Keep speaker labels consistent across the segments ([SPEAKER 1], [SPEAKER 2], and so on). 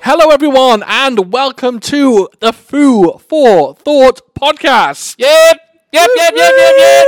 [SPEAKER 1] Hello, everyone, and welcome to the Foo for Thought podcast.
[SPEAKER 2] Yep, yep, yep, yep, yep, yep.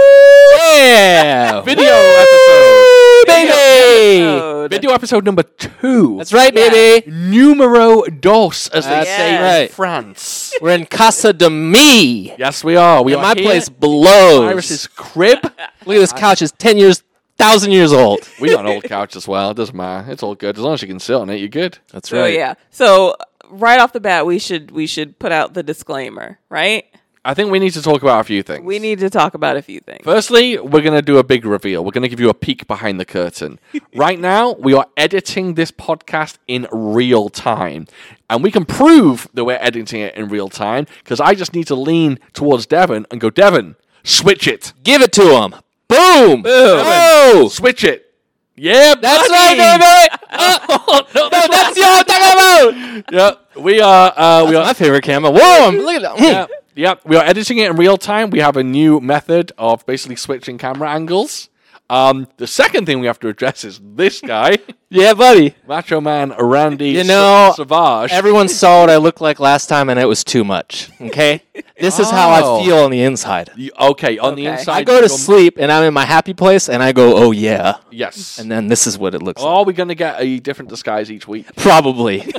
[SPEAKER 1] Yeah,
[SPEAKER 2] Video episode.
[SPEAKER 1] baby.
[SPEAKER 2] Video episode.
[SPEAKER 1] Video episode number two.
[SPEAKER 2] That's right,
[SPEAKER 3] Yeah.
[SPEAKER 2] baby.
[SPEAKER 1] Numero dos, as they
[SPEAKER 2] That's
[SPEAKER 1] say in
[SPEAKER 2] right.
[SPEAKER 1] France.
[SPEAKER 2] We're in Casa de Me.
[SPEAKER 1] yes, we are. We
[SPEAKER 2] And
[SPEAKER 1] are
[SPEAKER 2] my
[SPEAKER 1] here
[SPEAKER 2] place
[SPEAKER 1] in
[SPEAKER 2] blows.
[SPEAKER 1] Iris's crib.
[SPEAKER 2] Look at this couch. It's 10 years, 1,000 years old.
[SPEAKER 1] we got an old couch as well. It doesn't matter. It's all good as long as you can sit on it. You're good.
[SPEAKER 2] That's
[SPEAKER 3] So Oh, yeah. So right off the bat, we should we should put out the disclaimer, right?
[SPEAKER 1] I think we need to talk about a few things.
[SPEAKER 3] We need to talk about a few things.
[SPEAKER 1] Firstly, we're going to do a big reveal. We're going to give you a peek behind the curtain. right now, we are editing this podcast in real time. And we can prove that we're editing it in real time because I just need to lean towards Devon and go, Devon, switch it.
[SPEAKER 2] Give it to him. Boom. Boom. Oh.
[SPEAKER 1] Switch it. Yeah,
[SPEAKER 2] That's
[SPEAKER 1] buddy.
[SPEAKER 2] right, baby. Oh, no, that's your talking about.
[SPEAKER 1] Yeah, we are. Uh, we are.
[SPEAKER 2] My favorite camera. Whoa, look at that.
[SPEAKER 1] yeah, yeah, we are editing it in real time. We have a new method of basically switching camera angles. Um, the second thing we have to address is this guy.
[SPEAKER 2] Yeah, buddy.
[SPEAKER 1] Macho Man Randy
[SPEAKER 2] You know,
[SPEAKER 1] Sa- Savage.
[SPEAKER 2] Everyone saw what I looked like last time, and it was too much. Okay, this is how
[SPEAKER 1] Oh.
[SPEAKER 2] I feel on the inside.
[SPEAKER 1] You- okay, on the
[SPEAKER 3] Okay.
[SPEAKER 1] inside.
[SPEAKER 2] I go to
[SPEAKER 1] you're-
[SPEAKER 2] sleep, and I'm in my happy place, and I go, "Oh yeah,"
[SPEAKER 1] Yes.
[SPEAKER 2] and then this is what it looks like.
[SPEAKER 1] are we going to get a different disguise each week?
[SPEAKER 2] Probably,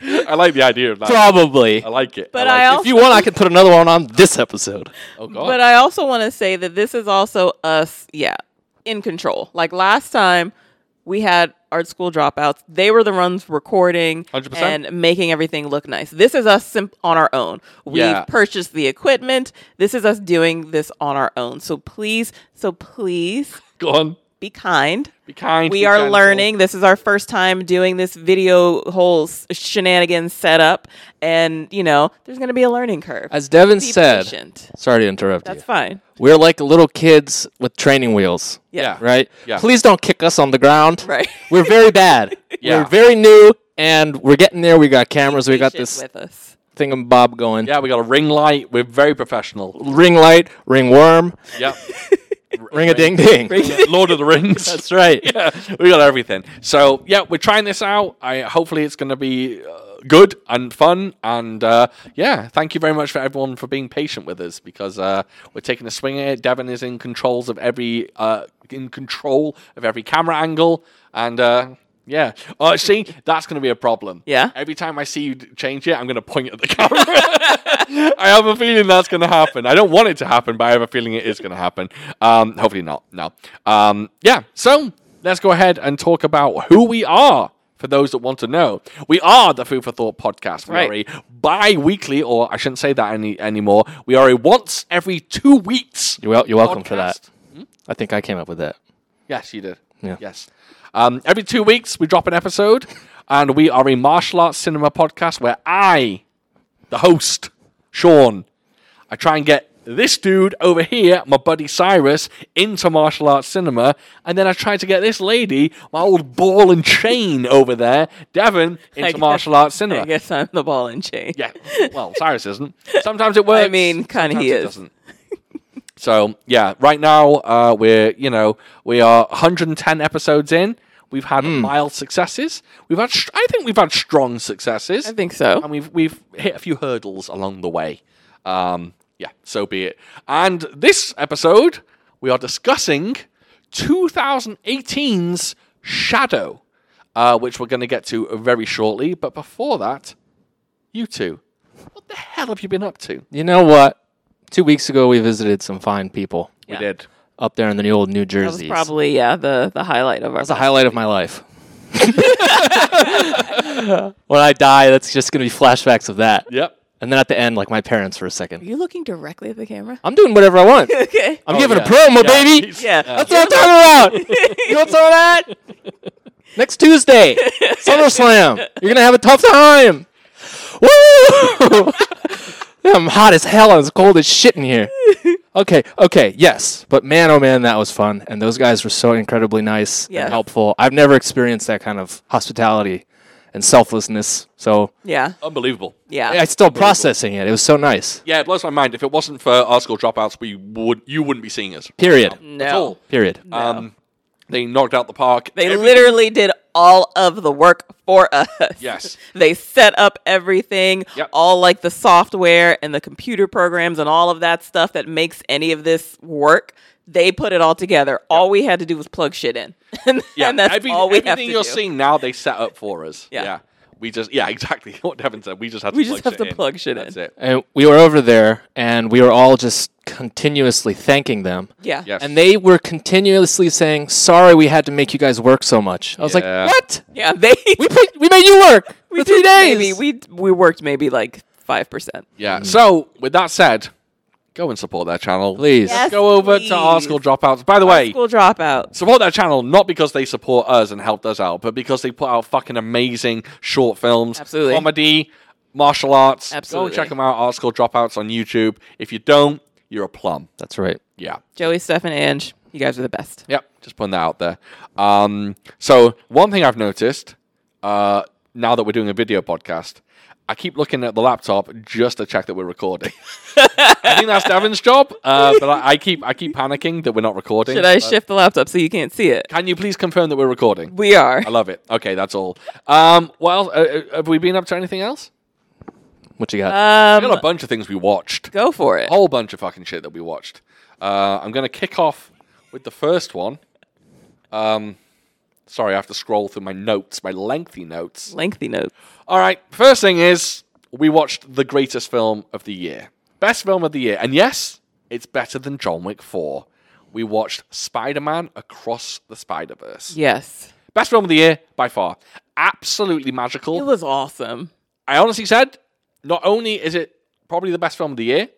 [SPEAKER 1] I like the idea of that.
[SPEAKER 2] probably.
[SPEAKER 1] I like it.
[SPEAKER 3] But
[SPEAKER 1] like
[SPEAKER 3] I
[SPEAKER 1] it.
[SPEAKER 3] al-
[SPEAKER 2] If you want, I could put another one on this episode.
[SPEAKER 1] Oh, God.
[SPEAKER 3] But I also want to say that this is also us, yeah, in control. Like last time, we had art school dropouts. They were the ones recording
[SPEAKER 1] 100%.
[SPEAKER 3] and making everything look nice. This is us simp- on our own. We've
[SPEAKER 1] Yeah.
[SPEAKER 3] purchased the equipment. This is us doing this on our own. So please, so please
[SPEAKER 1] go on.
[SPEAKER 3] be kind.
[SPEAKER 1] Be kind.
[SPEAKER 3] we
[SPEAKER 1] be
[SPEAKER 3] are
[SPEAKER 1] gentle.
[SPEAKER 3] learning. This is our first time doing this video whole s- shenanigans setup, and you know there's going to be a learning curve.
[SPEAKER 2] As Devin
[SPEAKER 3] Be
[SPEAKER 2] said,
[SPEAKER 3] patient.
[SPEAKER 2] sorry to interrupt
[SPEAKER 3] That's
[SPEAKER 2] you.
[SPEAKER 3] fine.
[SPEAKER 2] We're like little kids with training wheels,
[SPEAKER 1] Yeah.
[SPEAKER 2] right?
[SPEAKER 1] Yeah.
[SPEAKER 2] Please don't kick us on the ground.
[SPEAKER 3] Right.
[SPEAKER 2] We're very bad.
[SPEAKER 1] Yeah.
[SPEAKER 2] We're very new, and we're getting there. We got cameras. We got
[SPEAKER 3] Patient
[SPEAKER 2] this
[SPEAKER 3] with us.
[SPEAKER 2] thingamabob going.
[SPEAKER 1] Yeah, we got a ring light. We're very professional.
[SPEAKER 2] Ring light, ring worm,
[SPEAKER 1] Yep.
[SPEAKER 2] ring a ding ding.
[SPEAKER 1] Lord of the Rings.
[SPEAKER 2] That's right.
[SPEAKER 1] yeah, we got everything. So yeah, we're trying this out. I hopefully it's going to be uh, good and fun. And uh, yeah, thank you very much for everyone for being patient with us because uh, we're taking a swing at it. Devin is in controls of every uh, in control of every camera angle and. Uh, yeah. Oh, see, that's going to be a problem.
[SPEAKER 3] Yeah.
[SPEAKER 1] Every time I see you d- change it, I'm going to point at the camera. I have a feeling that's going to happen. I don't want it to happen, but I have a feeling it is going to happen. Um, hopefully not. No. Um, yeah. So let's go ahead and talk about who we are. For those that want to know, we are the Food for Thought podcast. We
[SPEAKER 2] Right.
[SPEAKER 1] are a bi-weekly, or I shouldn't say that any anymore. We are a once every two weeks.
[SPEAKER 2] You're, wel- you're welcome for that.
[SPEAKER 1] podcast.
[SPEAKER 2] I think I came up with that.
[SPEAKER 1] Yes, you did.
[SPEAKER 2] Yeah.
[SPEAKER 1] Yes. Um, every two weeks, we drop an episode, and we are a martial arts cinema podcast where I, the host, Sean, I try and get this dude over here, my buddy Cyrus, into martial arts cinema, and then I try to get this lady, my old ball and chain over there, Devon, into
[SPEAKER 3] guess-
[SPEAKER 1] martial arts
[SPEAKER 3] I
[SPEAKER 1] cinema.
[SPEAKER 3] guess I'm the ball and chain.
[SPEAKER 1] Yeah. Well, Cyrus isn't. Sometimes it works.
[SPEAKER 3] I mean, kinda
[SPEAKER 1] sometimes
[SPEAKER 3] he
[SPEAKER 1] it
[SPEAKER 3] is.
[SPEAKER 1] doesn't. So yeah, right now uh, we're you know we are 110 episodes in. We've had
[SPEAKER 3] Hmm.
[SPEAKER 1] mild successes. We've had str- I think we've had strong successes,
[SPEAKER 3] I think so.
[SPEAKER 1] and we've we've hit a few hurdles along the way. Um, yeah, so be it. And this episode we are discussing 2018's Shadow, uh, which we're going to get to very shortly. But before that, you two, what the hell have you been up to?
[SPEAKER 2] You know what? Two weeks ago, we visited some fine people
[SPEAKER 1] We did.
[SPEAKER 2] up there in the old
[SPEAKER 3] That
[SPEAKER 2] New
[SPEAKER 3] was
[SPEAKER 2] Jersey. That's
[SPEAKER 3] probably yeah the the highlight of our.
[SPEAKER 2] the highlight of my life. when I die, that's just going to be flashbacks of that.
[SPEAKER 1] Yep.
[SPEAKER 2] And then at the end, like my parents for a
[SPEAKER 3] Are
[SPEAKER 2] second.
[SPEAKER 3] you looking directly at the camera?
[SPEAKER 2] I'm doing whatever I want.
[SPEAKER 3] Okay.
[SPEAKER 2] I'm
[SPEAKER 1] Oh,
[SPEAKER 2] giving
[SPEAKER 1] yeah.
[SPEAKER 2] a promo,
[SPEAKER 1] Yeah.
[SPEAKER 2] baby.
[SPEAKER 3] Yeah.
[SPEAKER 2] That's what I'm talking about. you want some of that? Next Tuesday, SummerSlam. You're gonna have a tough time. Woo! I'm hot as hell and it's cold as shit in here. Okay, okay, yes, but man, oh man, that was fun, and those guys were so incredibly nice
[SPEAKER 3] Yes.
[SPEAKER 2] and helpful. I've never experienced that kind of hospitality and selflessness, so
[SPEAKER 3] Yeah.
[SPEAKER 1] Unbelievable.
[SPEAKER 3] Yeah.
[SPEAKER 2] I'm still processing it. It was so nice.
[SPEAKER 1] Yeah, it blows my mind. If it wasn't for our school dropouts, we would you wouldn't be seeing us.
[SPEAKER 2] Period.
[SPEAKER 1] At
[SPEAKER 3] no.
[SPEAKER 1] all.
[SPEAKER 2] Period.
[SPEAKER 1] Um, they knocked out the park.
[SPEAKER 3] They
[SPEAKER 1] Every-
[SPEAKER 3] literally did all of the work for us.
[SPEAKER 1] Yes.
[SPEAKER 3] they set up everything,
[SPEAKER 1] Yep.
[SPEAKER 3] all like the software and the computer programs and all of that stuff that makes any of this work. They put it all together. All we had to do was plug shit in. and,
[SPEAKER 1] Yeah,
[SPEAKER 3] that's
[SPEAKER 1] every-
[SPEAKER 3] all we have to
[SPEAKER 1] everything you're
[SPEAKER 3] do.
[SPEAKER 1] seeing now, they set up for us.
[SPEAKER 3] Yeah.
[SPEAKER 1] Yeah. we just yeah, exactly what Devin said. We just had to
[SPEAKER 3] We
[SPEAKER 1] plug
[SPEAKER 3] just have
[SPEAKER 1] shit
[SPEAKER 3] to
[SPEAKER 1] in.
[SPEAKER 3] plug shit
[SPEAKER 1] That's
[SPEAKER 3] in.
[SPEAKER 1] it.
[SPEAKER 2] And we were over there, and we were all just continuously thanking them.
[SPEAKER 3] Yeah.
[SPEAKER 1] Yes.
[SPEAKER 2] And they were continuously saying, "Sorry, we had to make you guys work so much." I was
[SPEAKER 1] Yeah.
[SPEAKER 2] like, "What?
[SPEAKER 3] Yeah. They
[SPEAKER 2] We put, we made you work for three
[SPEAKER 3] did
[SPEAKER 2] days."
[SPEAKER 3] Maybe we we worked maybe like five percent.
[SPEAKER 1] Yeah. So with that said, go and support their channel,
[SPEAKER 2] Please.
[SPEAKER 3] Yes,
[SPEAKER 1] go over
[SPEAKER 3] please.
[SPEAKER 1] to our school dropouts. By the way,
[SPEAKER 3] School dropouts.
[SPEAKER 1] support their channel not because they support us and helped us out, but because they put out fucking amazing short films,
[SPEAKER 3] Absolutely.
[SPEAKER 1] comedy, martial arts. Go
[SPEAKER 3] Absolutely.
[SPEAKER 1] and check them out. Art School Dropouts on YouTube. If you don't, you're a plum.
[SPEAKER 2] That's right.
[SPEAKER 1] Yeah.
[SPEAKER 3] Joey, Steph, and Ange, you guys are the best.
[SPEAKER 1] Yep, just putting that out there. Um, so one thing I've noticed uh, now that we're doing a video podcast, I keep looking at the laptop just to check that we're recording. I think that's Devin's job, uh, but I, I keep I keep panicking that we're not recording.
[SPEAKER 3] Should I
[SPEAKER 1] But
[SPEAKER 3] shift the laptop so you can't see it?
[SPEAKER 1] Can you please confirm that we're recording?
[SPEAKER 3] We are.
[SPEAKER 1] I love it. Okay, that's all. Um, well, uh, uh, have we been up to anything else?
[SPEAKER 2] What you got?
[SPEAKER 1] We
[SPEAKER 3] Um,
[SPEAKER 1] got a bunch of things we watched.
[SPEAKER 3] go for it.
[SPEAKER 1] A whole bunch of fucking shit that we watched. Uh, I'm gonna kick off with the first one. Um, sorry, I have to scroll through my notes, my lengthy notes.
[SPEAKER 3] Lengthy notes.
[SPEAKER 1] All right, first thing is we watched the greatest film of the year, best film of the year, and yes, it's better than John Wick Four. We watched Spider-Man Across the Spider-Verse.
[SPEAKER 3] Yes,
[SPEAKER 1] Best film of the year by far. Absolutely magical.
[SPEAKER 3] it was awesome.
[SPEAKER 1] I honestly said, not only is it probably the best film of the year,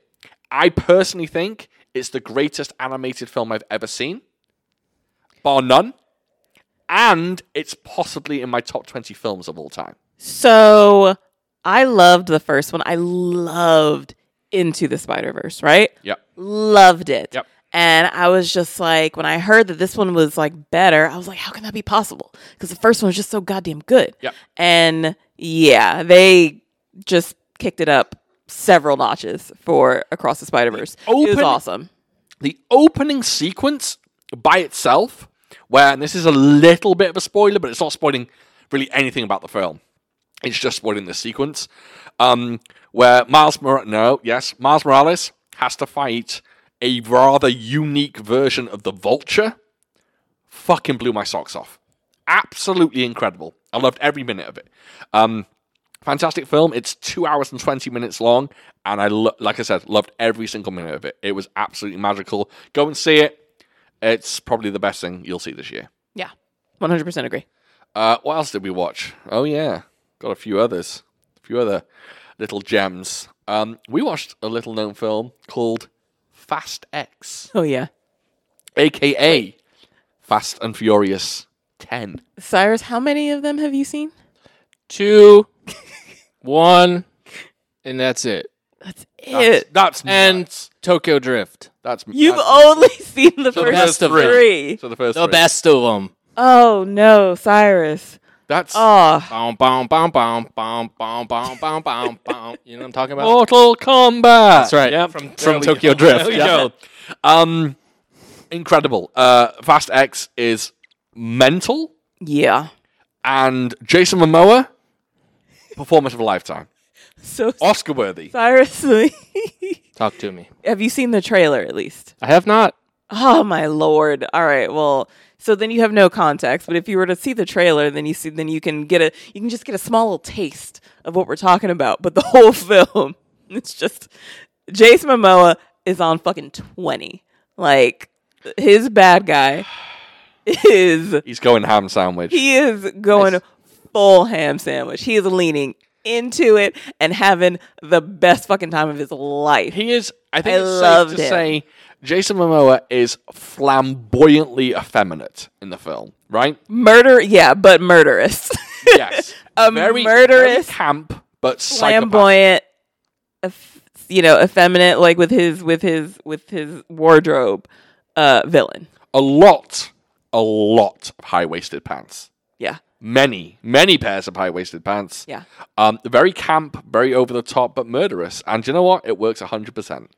[SPEAKER 1] I personally think it's the greatest animated film I've ever seen, bar none. And it's possibly in my top 20 films of all time.
[SPEAKER 3] So I loved the first one. I loved Into the Spider Verse. Right.
[SPEAKER 1] Yep.
[SPEAKER 3] loved it.
[SPEAKER 1] Yep.
[SPEAKER 3] And I was just like, when I heard that this one was like better, I was like, how can that be possible? Because the first one was just so goddamn good.
[SPEAKER 1] Yep.
[SPEAKER 3] And yeah, they just kicked it up several notches for Across the Spider Verse. It was
[SPEAKER 1] open-
[SPEAKER 3] awesome.
[SPEAKER 1] The opening sequence by itself, where, and this is a little bit of a spoiler, but it's not spoiling really anything about the film. It's just spoiling the sequence, um, where Miles Mor- no, yes, Miles Morales has to fight a rather unique version of the Vulture. Fucking blew my socks off. Absolutely incredible. I loved every minute of it. Um, fantastic film. It's two hours and twenty minutes long, and I lo- like I said, loved every single minute of it. It was absolutely magical. Go and see it. It's probably the best thing you'll see this year.
[SPEAKER 3] Yeah. 100% agree.
[SPEAKER 1] Uh, what else did we watch? Oh yeah, got a few others, a few other little gems. Um, we watched a little known film called Fast X,
[SPEAKER 3] Oh, yeah.
[SPEAKER 1] aka Fast and Furious Ten.
[SPEAKER 3] Cyrus, how many of them have you seen?
[SPEAKER 2] Two, one, and that's it.
[SPEAKER 3] That's it.
[SPEAKER 1] That's, that's
[SPEAKER 2] And
[SPEAKER 1] nuts.
[SPEAKER 2] Tokyo Drift,
[SPEAKER 1] that's
[SPEAKER 3] You've
[SPEAKER 1] that's-
[SPEAKER 3] only seen the
[SPEAKER 1] so the
[SPEAKER 3] first
[SPEAKER 1] first
[SPEAKER 2] of
[SPEAKER 1] three.
[SPEAKER 3] three.
[SPEAKER 1] So the first
[SPEAKER 2] the
[SPEAKER 1] three.
[SPEAKER 2] best of them.
[SPEAKER 3] Oh, no, Cyrus.
[SPEAKER 1] That's
[SPEAKER 3] Oh,
[SPEAKER 2] Bom, bom, bom, bom, bom, bom, bom, bom, bom, bom. You know what I'm talking about?
[SPEAKER 1] Mortal Kombat. That's
[SPEAKER 2] right.
[SPEAKER 1] Yeah,
[SPEAKER 2] From-
[SPEAKER 1] from,
[SPEAKER 2] from Tokyo Drift.
[SPEAKER 1] There we
[SPEAKER 2] Yeah.
[SPEAKER 1] go. Um, incredible. Uh, Fast X is mental,
[SPEAKER 3] yeah.
[SPEAKER 1] and Jason Momoa, performance of a lifetime,
[SPEAKER 3] So,
[SPEAKER 1] Oscar worthy.
[SPEAKER 3] Cyrus,
[SPEAKER 2] Talk to me.
[SPEAKER 3] have you seen the trailer at least?
[SPEAKER 2] I have not.
[SPEAKER 3] Oh my lord! All right, well, so then you have no context, but if you were to see the trailer, then you see, then you can get a, you can just get a small little taste of what we're talking about. But the whole film, it's just Jason Momoa is on fucking twenty. Like his bad guy is
[SPEAKER 1] He's going ham sandwich.
[SPEAKER 3] he is going full ham sandwich. He is leaning into it and having the best fucking time of his life.
[SPEAKER 1] He is. I think
[SPEAKER 3] I
[SPEAKER 1] it's
[SPEAKER 3] loved
[SPEAKER 1] safe to
[SPEAKER 3] him.
[SPEAKER 1] say Jason Momoa is flamboyantly effeminate in the film, right?
[SPEAKER 3] Murder, yeah, but murderous.
[SPEAKER 1] Yes.
[SPEAKER 3] A
[SPEAKER 1] very,
[SPEAKER 3] murderous-
[SPEAKER 1] very camp, but psychopath.
[SPEAKER 3] flamboyant, eff- you know, effeminate, like with his with his with his wardrobe, uh, villain.
[SPEAKER 1] A lot, a lot of high waisted pants.
[SPEAKER 3] Yeah,
[SPEAKER 1] many, many pairs of high waisted pants.
[SPEAKER 3] yeah,
[SPEAKER 1] Um, very camp, very over the top, but murderous. And you know what? It works 100%.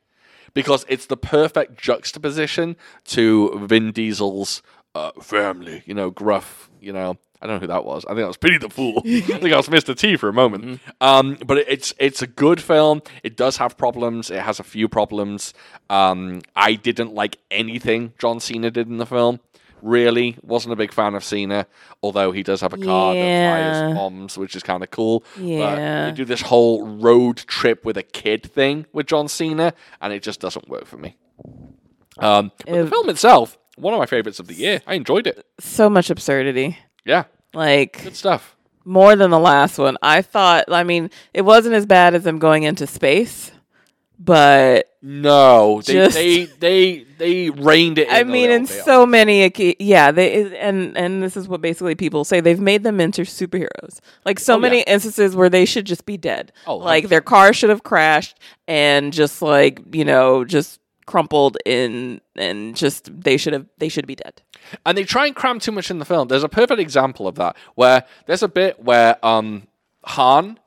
[SPEAKER 1] Because it's the perfect juxtaposition to Vin Diesel's uh, family, you know, gruff, you know. I don't know who that was. I think that was Pity the Fool. I think that was Mr. T for a moment. Um, but it- it's it's a good film. It does have problems. It has a few problems. Um, I didn't like anything John Cena did in the film. Really, wasn't a big fan of Cena. Although he does have a car that
[SPEAKER 3] Yeah.
[SPEAKER 1] fires bombs, which is kind of cool.
[SPEAKER 3] Yeah.
[SPEAKER 1] But they do this whole road trip with a kid thing with John Cena, and it just doesn't work for me. Um, but the
[SPEAKER 3] Uh,
[SPEAKER 1] film itself, one of my favorites of the year. I enjoyed it.
[SPEAKER 3] So much absurdity.
[SPEAKER 1] Yeah,
[SPEAKER 3] Like
[SPEAKER 1] good stuff.
[SPEAKER 3] more than the last one. I thought, I mean, it wasn't as bad as them going into space, but
[SPEAKER 1] No, they
[SPEAKER 3] Just-
[SPEAKER 1] they, they they reined it. In
[SPEAKER 3] I
[SPEAKER 1] a
[SPEAKER 3] mean,
[SPEAKER 1] little
[SPEAKER 3] in
[SPEAKER 1] bit.
[SPEAKER 3] so many, oca- yeah, they and and this is what basically people say they've made them into superheroes. Like so
[SPEAKER 1] Oh, yeah.
[SPEAKER 3] many instances where they should just be dead.
[SPEAKER 1] Oh,
[SPEAKER 3] like their car should have crashed and just like you know just crumpled in and just they should have they should be dead.
[SPEAKER 1] and they try and cram too much in the film. There's a perfect example of that where there's a bit where um Han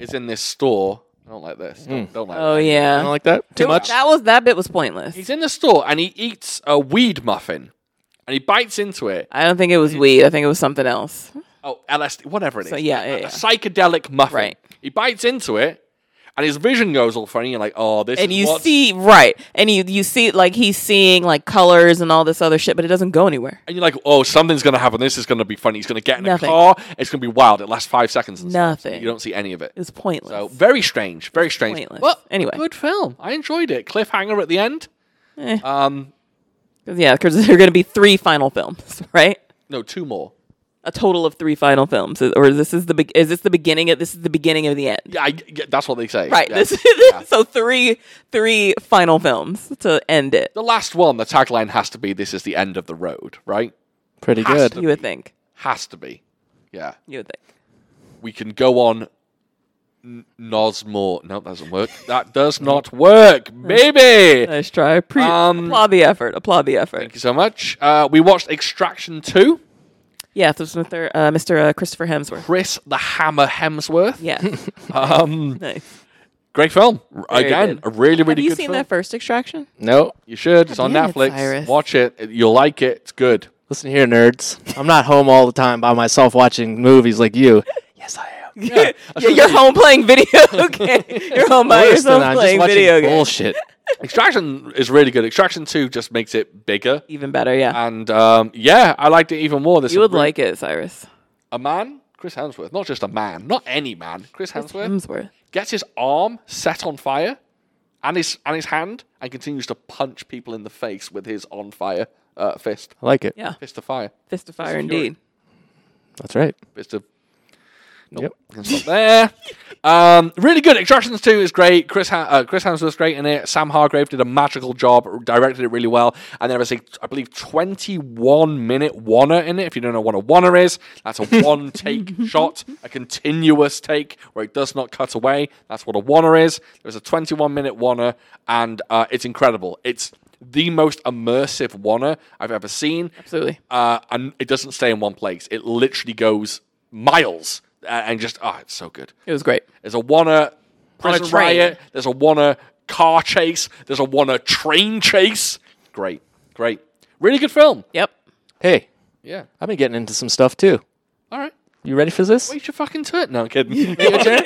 [SPEAKER 1] is in this store. I don't like this. Don't, don't like.
[SPEAKER 3] Oh
[SPEAKER 1] that.
[SPEAKER 2] I don't
[SPEAKER 3] yeah,
[SPEAKER 2] like that too
[SPEAKER 3] It-
[SPEAKER 2] much.
[SPEAKER 3] That was that bit was pointless.
[SPEAKER 1] He's in the store and he eats a weed muffin, and he bites into it.
[SPEAKER 3] I don't think it was weed. I think it was something else.
[SPEAKER 1] Oh, LSD, whatever it is.
[SPEAKER 3] So, yeah, yeah,
[SPEAKER 1] a,
[SPEAKER 3] yeah.
[SPEAKER 1] a psychedelic muffin.
[SPEAKER 3] Right.
[SPEAKER 1] He bites into it, and his vision goes all funny. You're like, oh, this.
[SPEAKER 3] And
[SPEAKER 1] is
[SPEAKER 3] you
[SPEAKER 1] what's-
[SPEAKER 3] see right, and you you see like he's seeing like colors and all this other shit, but it doesn't go anywhere.
[SPEAKER 1] and you're like, oh, something's gonna happen. This is gonna be funny. He's gonna get in
[SPEAKER 3] Nothing.
[SPEAKER 1] a car. It's gonna be wild. It lasts five seconds. And stuff.
[SPEAKER 3] Nothing.
[SPEAKER 1] You don't see any of it.
[SPEAKER 3] It was pointless.
[SPEAKER 1] So very strange. Very strange.
[SPEAKER 3] pointless.
[SPEAKER 1] But
[SPEAKER 3] Anyway.
[SPEAKER 1] good film. I enjoyed it. Cliffhanger at the end.
[SPEAKER 3] Eh.
[SPEAKER 1] Um,
[SPEAKER 3] Cause, yeah, because there are going to be three final films, right?
[SPEAKER 1] no, two more.
[SPEAKER 3] A total of three final films, Is- or is this is the be- is this the beginning of this is the beginning of the end,
[SPEAKER 1] Yeah, I, yeah, that's what they say.
[SPEAKER 3] right?
[SPEAKER 1] Yeah.
[SPEAKER 3] This so three three final films to end it.
[SPEAKER 1] the last one. The tagline has to be, "This is the end of the road." Right?
[SPEAKER 2] Pretty
[SPEAKER 1] has
[SPEAKER 2] good.
[SPEAKER 1] to
[SPEAKER 3] You would think,
[SPEAKER 1] Has to be. Yeah.
[SPEAKER 3] you would think.
[SPEAKER 1] we can go on n- nos more. No, that doesn't work. That does not work, baby.
[SPEAKER 3] Nice try. Pre-
[SPEAKER 1] Um,
[SPEAKER 3] applaud the effort. Applaud the effort.
[SPEAKER 1] Thank you so much. Uh, we watched Extraction 2.
[SPEAKER 3] Yeah, so it's Mr. Uh, Mr. Uh, Christopher Hemsworth.
[SPEAKER 1] Chris the Hammer Hemsworth.
[SPEAKER 3] Yeah,
[SPEAKER 1] Um,
[SPEAKER 3] nice.
[SPEAKER 1] Great film. R-
[SPEAKER 3] Very
[SPEAKER 1] Again,
[SPEAKER 3] good.
[SPEAKER 1] a really,
[SPEAKER 3] Have
[SPEAKER 1] really
[SPEAKER 3] you
[SPEAKER 1] good
[SPEAKER 3] seen
[SPEAKER 1] film.
[SPEAKER 3] that first extraction?
[SPEAKER 2] No,
[SPEAKER 1] you should. It's on
[SPEAKER 3] Damn it,
[SPEAKER 1] Netflix.
[SPEAKER 3] Cyrus.
[SPEAKER 1] Watch it. It- You'll like it. It's good.
[SPEAKER 2] listen here, nerds. I'm not home all the time by myself watching movies like you. Yes, I am.
[SPEAKER 1] Yeah.
[SPEAKER 3] Yeah, you're home playing video game. You're home by
[SPEAKER 2] Worse than
[SPEAKER 3] yourself
[SPEAKER 2] I'm just
[SPEAKER 3] playing
[SPEAKER 2] watching
[SPEAKER 3] video game.
[SPEAKER 2] bullshit.
[SPEAKER 1] Extraction is really good. Extraction 2 just makes it bigger.
[SPEAKER 3] Even better, yeah.
[SPEAKER 1] And um, yeah, I liked it even more. This
[SPEAKER 3] You would like it, Cyrus
[SPEAKER 1] a man, Chris Hemsworth, not just a man, not any man, Chris Hemsworth.
[SPEAKER 3] Hemsworth.
[SPEAKER 1] gets his arm set on fire and his and his hand and continues to punch people in the face with his on fire uh, fist.
[SPEAKER 2] I like it.
[SPEAKER 3] Yeah.
[SPEAKER 1] Fist of fire.
[SPEAKER 3] Fist of Fire,
[SPEAKER 1] of Fury.
[SPEAKER 3] indeed.
[SPEAKER 2] That's right.
[SPEAKER 1] Fist of
[SPEAKER 2] Yep.
[SPEAKER 1] can stop there. Um, really good. Extractions 2 is great. Chris ha- uh, Chris Hemsworth's great in it. Sam Hargrave did a magical job, directed it really well. And there is a, I believe, 21 minute wanna in it. If you don't know what a wanna is, that's a one take shot, a continuous take where it does not cut away. That's what a wanna is. There's a 21 minute wanna, and uh, it's incredible. It's the most immersive wanna I've ever seen
[SPEAKER 3] Absolutely.
[SPEAKER 1] uh, and it doesn't stay in one place. It literally goes miles uh, and just oh, it's so good.
[SPEAKER 3] It was great.
[SPEAKER 1] There's a wanna prison
[SPEAKER 3] train.
[SPEAKER 1] riot. There's a wanna car chase. There's a wanna train chase. Great, great, really good film.
[SPEAKER 3] Yep.
[SPEAKER 2] Hey,
[SPEAKER 1] Yeah.
[SPEAKER 2] I've been getting into some stuff too.
[SPEAKER 1] All right.
[SPEAKER 2] You ready for this?
[SPEAKER 1] Wait your fucking turn. No, I'm kidding. Wait your turn.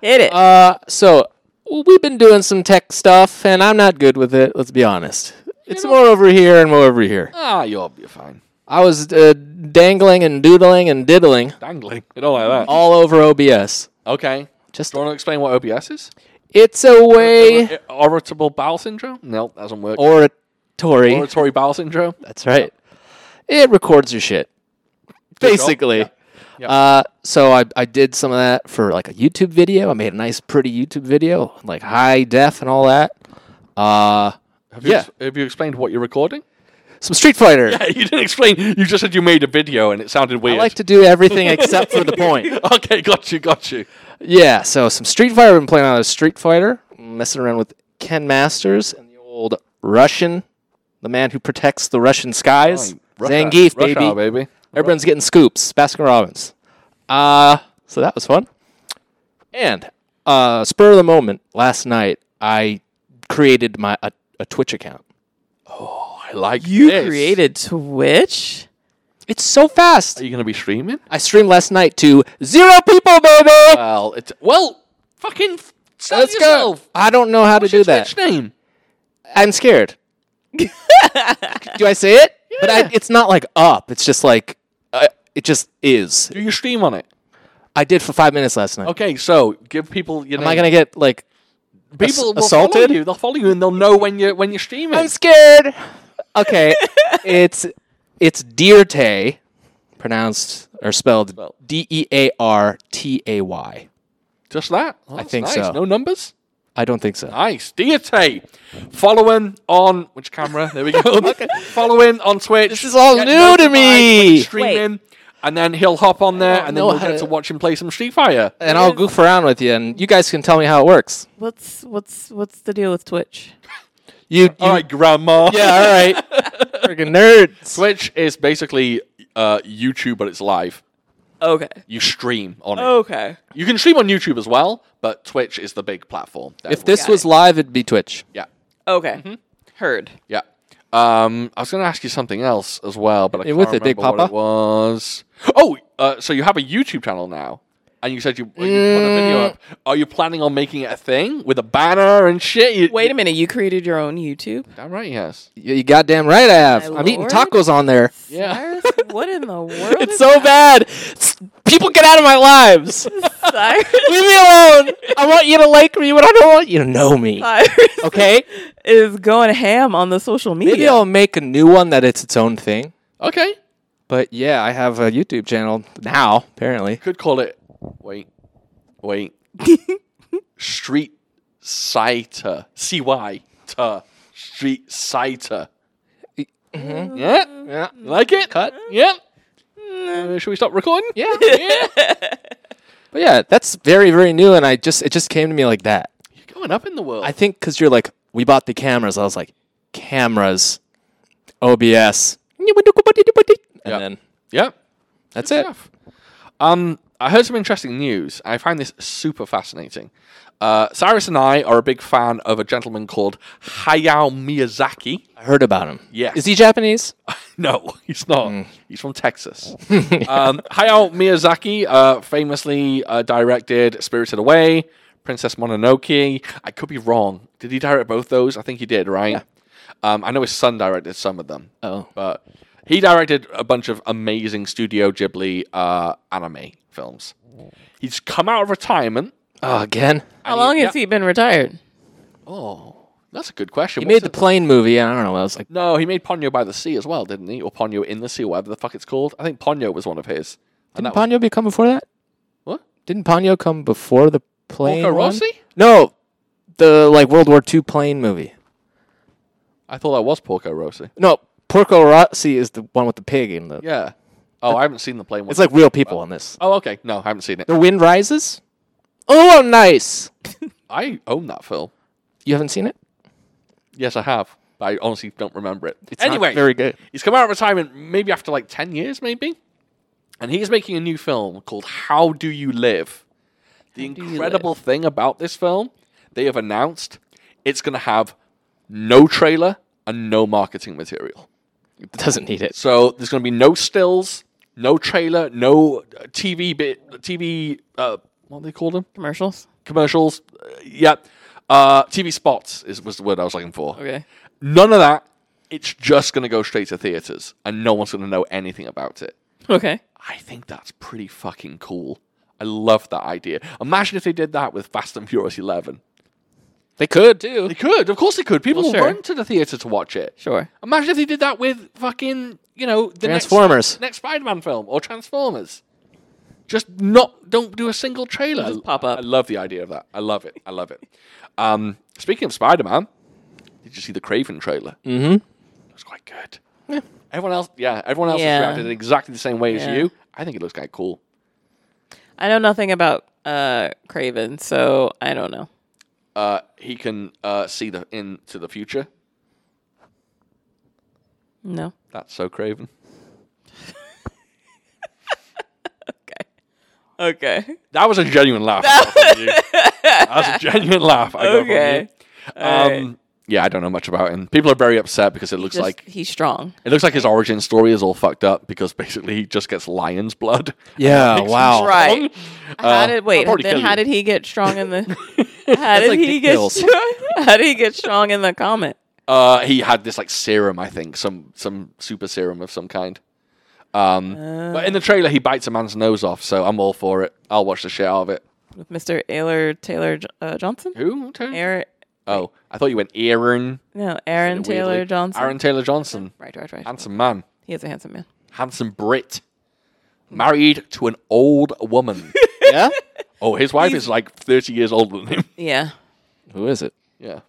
[SPEAKER 3] Hit it.
[SPEAKER 2] Uh, so we've been doing some tech stuff, and I'm not good with it. Let's be honest. It's more over here and more over here.
[SPEAKER 3] Uh.
[SPEAKER 1] ah, you'll be fine.
[SPEAKER 2] I was uh, dangling and doodling and diddling
[SPEAKER 1] Dangling. You don't like that.
[SPEAKER 2] all over OBS.
[SPEAKER 1] Okay.
[SPEAKER 2] Just
[SPEAKER 1] Do you want to explain what OBS is?
[SPEAKER 2] it's a way
[SPEAKER 1] Or- Irritable bowel syndrome? No, that doesn't
[SPEAKER 2] Oh.
[SPEAKER 1] work.
[SPEAKER 2] oratory.
[SPEAKER 1] Oratory bowel syndrome?
[SPEAKER 2] That's right. It records your shit,
[SPEAKER 1] Good job.
[SPEAKER 2] basically.
[SPEAKER 1] Yeah. Yeah.
[SPEAKER 2] Uh, so I, I did some of that for like a YouTube video. I made a nice, pretty YouTube video, like high def and all that. Uh,
[SPEAKER 1] Have you,
[SPEAKER 2] Yeah.
[SPEAKER 1] have you explained what you're recording?
[SPEAKER 2] some Street Fighter.
[SPEAKER 1] you didn't explain. You just said you made a video and it sounded
[SPEAKER 2] I
[SPEAKER 1] weird.
[SPEAKER 2] like to do everything except for the point.
[SPEAKER 1] okay, got you, got you.
[SPEAKER 2] Yeah, so some Street Fighter. I've been playing a lot of Street Fighter, messing around with Ken Masters and the old Russian, the man who protects the Russian skies.
[SPEAKER 1] Rush hour-
[SPEAKER 2] Zangief,
[SPEAKER 1] rush
[SPEAKER 2] baby.
[SPEAKER 1] hour, Oh, baby.
[SPEAKER 2] Everyone's getting scoops. Baskin Robbins. Uh, so that was fun. And uh, spur of the moment, last night I created my a, a Twitch account.
[SPEAKER 1] I I like
[SPEAKER 3] You
[SPEAKER 1] this.
[SPEAKER 3] created Twitch?
[SPEAKER 2] It's so fast.
[SPEAKER 1] Are you going to be streaming?
[SPEAKER 2] I streamed last night to zero people, baby.
[SPEAKER 1] Well, it's well, fucking. f- sell
[SPEAKER 2] Let's
[SPEAKER 1] Uh, yourself.
[SPEAKER 2] go. I don't know how to do
[SPEAKER 1] Your
[SPEAKER 2] that.
[SPEAKER 1] Twitch name.
[SPEAKER 2] I'm scared. do I say it? But I, it's not like up. It's just like uh, it just is.
[SPEAKER 1] Do your stream on it.
[SPEAKER 2] I did for five minutes last night.
[SPEAKER 1] Okay, so give people your
[SPEAKER 2] Am
[SPEAKER 1] name.
[SPEAKER 2] I gonna get like?
[SPEAKER 1] people
[SPEAKER 2] ass-
[SPEAKER 1] will
[SPEAKER 2] assaulted?
[SPEAKER 1] follow you. They'll follow you and they'll know when you're when you're streaming.
[SPEAKER 2] I'm scared. Okay, it's it's Dearte, pronounced or spelled D E A R T A Y.
[SPEAKER 1] Just that. Oh, that's
[SPEAKER 2] think
[SPEAKER 1] nice.
[SPEAKER 2] so.
[SPEAKER 1] No numbers.
[SPEAKER 2] I don't think so.
[SPEAKER 1] Nice. Deity. Following on which camera? There we go. Following on Twitch. This
[SPEAKER 2] is all new to me.
[SPEAKER 1] Streaming. And then he'll hop on there, and then
[SPEAKER 2] know
[SPEAKER 1] we'll
[SPEAKER 2] how
[SPEAKER 1] get
[SPEAKER 2] to-
[SPEAKER 1] to
[SPEAKER 2] Uh,
[SPEAKER 1] watch him play some Street Fighter.
[SPEAKER 2] and I'll goof around with you, and you guys can tell me how it works.
[SPEAKER 3] What's what's what's the deal with Twitch?
[SPEAKER 2] You, you
[SPEAKER 1] All right, Grandma.
[SPEAKER 2] yeah, all right, freaking nerds.
[SPEAKER 1] Twitch is basically uh, YouTube, but it's live.
[SPEAKER 3] Okay.
[SPEAKER 1] You stream on it.
[SPEAKER 2] Oh.
[SPEAKER 3] Okay.
[SPEAKER 1] You can stream on YouTube as well, but Twitch is the big platform.
[SPEAKER 2] If
[SPEAKER 1] Definitely.
[SPEAKER 2] this was live, it'd be Twitch.
[SPEAKER 1] yeah,
[SPEAKER 3] Okay.
[SPEAKER 2] Mm-hmm.
[SPEAKER 3] Heard.
[SPEAKER 1] yeah. Um, I was going to ask you something else as well, but I
[SPEAKER 2] Hey,
[SPEAKER 1] can't
[SPEAKER 2] with it,
[SPEAKER 1] remember
[SPEAKER 2] Big
[SPEAKER 1] what
[SPEAKER 2] Papa.
[SPEAKER 1] it was. Oh, uh, so you have a YouTube channel now, and you said you, you put a video
[SPEAKER 2] Mm.
[SPEAKER 1] up. Are you planning on making it a thing with a banner and shit? You,
[SPEAKER 3] Wait a minute, you created your own YouTube?
[SPEAKER 1] Damn right, yes.
[SPEAKER 2] You, you goddamn right I have.
[SPEAKER 3] My
[SPEAKER 2] I'm eating
[SPEAKER 3] lord.
[SPEAKER 2] tacos on there.
[SPEAKER 1] Yeah.
[SPEAKER 3] Cyrus, what in the world?
[SPEAKER 2] It's
[SPEAKER 3] is
[SPEAKER 2] so bad. S- People get out of my lives. Leave
[SPEAKER 3] Cyrus?
[SPEAKER 2] me alone. I want you to like me, but I don't want you to know me.
[SPEAKER 3] Cyrus
[SPEAKER 2] Okay?
[SPEAKER 3] is going ham on the social media.
[SPEAKER 2] Maybe I'll make a new one that it's its own thing.
[SPEAKER 1] Okay.
[SPEAKER 2] But yeah, I have a YouTube channel now, apparently.
[SPEAKER 1] Could call it. Wait, wait. Street Citer. C Y. E. Street Citer.
[SPEAKER 2] uh-huh.
[SPEAKER 1] Yeah.
[SPEAKER 2] Yeah.
[SPEAKER 1] You like it? Cut. Yep. Uh, should we stop recording?
[SPEAKER 2] Mm. Yeah.
[SPEAKER 1] yeah.
[SPEAKER 2] But yeah, that's very very new and I just it just came to me like that.
[SPEAKER 1] You're going up in the world.
[SPEAKER 2] I think cuz you're like we bought the cameras. I was like cameras OBS.
[SPEAKER 1] Yeah.
[SPEAKER 2] And then
[SPEAKER 1] yeah.
[SPEAKER 2] that's it.
[SPEAKER 1] Stuff. Um, I heard some interesting news. I find this super fascinating. Uh, Cyrus and I are a big fan of a gentleman called Hayao Miyazaki.
[SPEAKER 2] I heard about him.
[SPEAKER 1] Yes.
[SPEAKER 2] Is he Japanese?
[SPEAKER 1] No, he's not.
[SPEAKER 2] Mm.
[SPEAKER 1] He's from Texas. um, Hayao Miyazaki uh, famously uh, directed Spirited Away, Princess Mononoke. I could be wrong. Did he direct both those? I think he did, right? Um, I know his son directed some of them.
[SPEAKER 2] Oh.
[SPEAKER 1] But he directed a bunch of amazing Studio Ghibli uh, anime films. He's come out of retirement.
[SPEAKER 2] Oh, again.
[SPEAKER 3] How long has he been retired?
[SPEAKER 1] Oh, that's a good question.
[SPEAKER 2] He
[SPEAKER 1] What's
[SPEAKER 2] made the
[SPEAKER 1] it-
[SPEAKER 2] plane movie. and I don't know. I was like,
[SPEAKER 1] No, he made Ponyo by the Sea as well, didn't he? Or Ponyo in the Sea, whatever the fuck it's called. I think Ponyo was one of his. And
[SPEAKER 2] didn't
[SPEAKER 1] that was-
[SPEAKER 2] Ponyo become before that?
[SPEAKER 1] what?
[SPEAKER 2] Didn't Ponyo come before the plane?
[SPEAKER 1] Porco
[SPEAKER 2] one?
[SPEAKER 1] Rossi?
[SPEAKER 2] No, the like World War II plane movie.
[SPEAKER 1] I thought that was Porco Rossi.
[SPEAKER 2] No, Porco Rossi is the one with the pig in the.
[SPEAKER 1] Yeah. Oh, I haven't seen the plane one.
[SPEAKER 2] It's like real people on this.
[SPEAKER 1] oh, okay. No, I haven't seen it.
[SPEAKER 2] The wind rises. Oh, nice.
[SPEAKER 1] I own that film.
[SPEAKER 2] You haven't seen it?
[SPEAKER 1] Yes, I have. But I honestly don't remember it.
[SPEAKER 2] It's not very good.
[SPEAKER 1] He's come out of retirement maybe after like 10 years, maybe. And he's making a new film called How Do You Live? The incredible thing about this film, they have announced it's going to have no trailer and no marketing material.
[SPEAKER 2] It doesn't need it.
[SPEAKER 1] So there's going to be no stills, no trailer, no uh, TV bit, TV, uh, what do they call them?
[SPEAKER 3] Commercials?
[SPEAKER 1] Commercials. Uh, yeah. Uh, TV spots is, was the word I was looking for.
[SPEAKER 3] Okay.
[SPEAKER 1] None of that. It's just going to go straight to theaters and no one's going to know anything about it.
[SPEAKER 3] Okay.
[SPEAKER 1] I think that's pretty fucking cool. I love that idea. Imagine if they did that with Fast and Furious 11.
[SPEAKER 2] They could too.
[SPEAKER 1] They could. Of course they could. People
[SPEAKER 3] Well,
[SPEAKER 1] will
[SPEAKER 3] sure.
[SPEAKER 1] run to the theater to watch it.
[SPEAKER 3] Sure.
[SPEAKER 1] Imagine if they did that with fucking, you know, the next-
[SPEAKER 2] Transformers.
[SPEAKER 1] next, Spider-Man film or Transformers. Just not don't do a single trailer.
[SPEAKER 3] Just pop up.
[SPEAKER 1] I love the idea of that. I love it. I love it. Um, speaking of Spider-Man, did you see the Craven trailer? Mm-hmm. It was quite good. Everyone else, yeah, everyone else
[SPEAKER 3] Yeah.
[SPEAKER 1] has reacted in exactly the same way
[SPEAKER 3] Yeah.
[SPEAKER 1] as you. I think it looks kind of cool.
[SPEAKER 3] I know nothing about uh Craven, so I don't know.
[SPEAKER 1] Uh, he can uh, see the into the future.
[SPEAKER 3] No.
[SPEAKER 1] That's so Craven.
[SPEAKER 3] Okay.
[SPEAKER 1] That was a genuine laugh. I got from you. That was a genuine laugh. I got from you.
[SPEAKER 3] Okay.
[SPEAKER 1] Um, yeah, I don't know much about him. People are very upset because it looks
[SPEAKER 3] Just,
[SPEAKER 1] like
[SPEAKER 3] he's strong.
[SPEAKER 1] it looks like his origin story is all fucked up because basically he just gets lion's blood.
[SPEAKER 2] Yeah,
[SPEAKER 1] Makes him
[SPEAKER 2] wow.
[SPEAKER 1] strong.
[SPEAKER 3] Right. how
[SPEAKER 1] Uh,
[SPEAKER 3] did wait?
[SPEAKER 1] I'll probably
[SPEAKER 3] Then
[SPEAKER 1] kill
[SPEAKER 3] how
[SPEAKER 1] you.
[SPEAKER 3] did he get strong in the? How did
[SPEAKER 2] like
[SPEAKER 3] he
[SPEAKER 2] Dick
[SPEAKER 3] get?
[SPEAKER 2] Mills.
[SPEAKER 3] Strong, how did he get strong in the comet?
[SPEAKER 1] Uh, he had this like serum, I think, some some super serum of some kind. Um, but in the trailer, he bites a man's nose off, so I'm all for it. I'll watch the shit out of it.
[SPEAKER 3] With Mr. Taylor Taylor J- uh, Johnson?
[SPEAKER 1] Who? Taylor-
[SPEAKER 3] Aaron?
[SPEAKER 1] Oh, I thought you went Aaron.
[SPEAKER 3] No, Aaron Taylor
[SPEAKER 1] Weirdly.
[SPEAKER 3] Johnson.
[SPEAKER 1] Aaron Taylor Johnson,
[SPEAKER 3] Right, right, right.
[SPEAKER 1] handsome man,
[SPEAKER 3] He is a handsome man.
[SPEAKER 1] handsome Brit, married to an old woman.
[SPEAKER 2] yeah?
[SPEAKER 1] oh, his wife is like 30 years older than him.
[SPEAKER 3] Yeah,
[SPEAKER 2] Who is it?
[SPEAKER 1] yeah,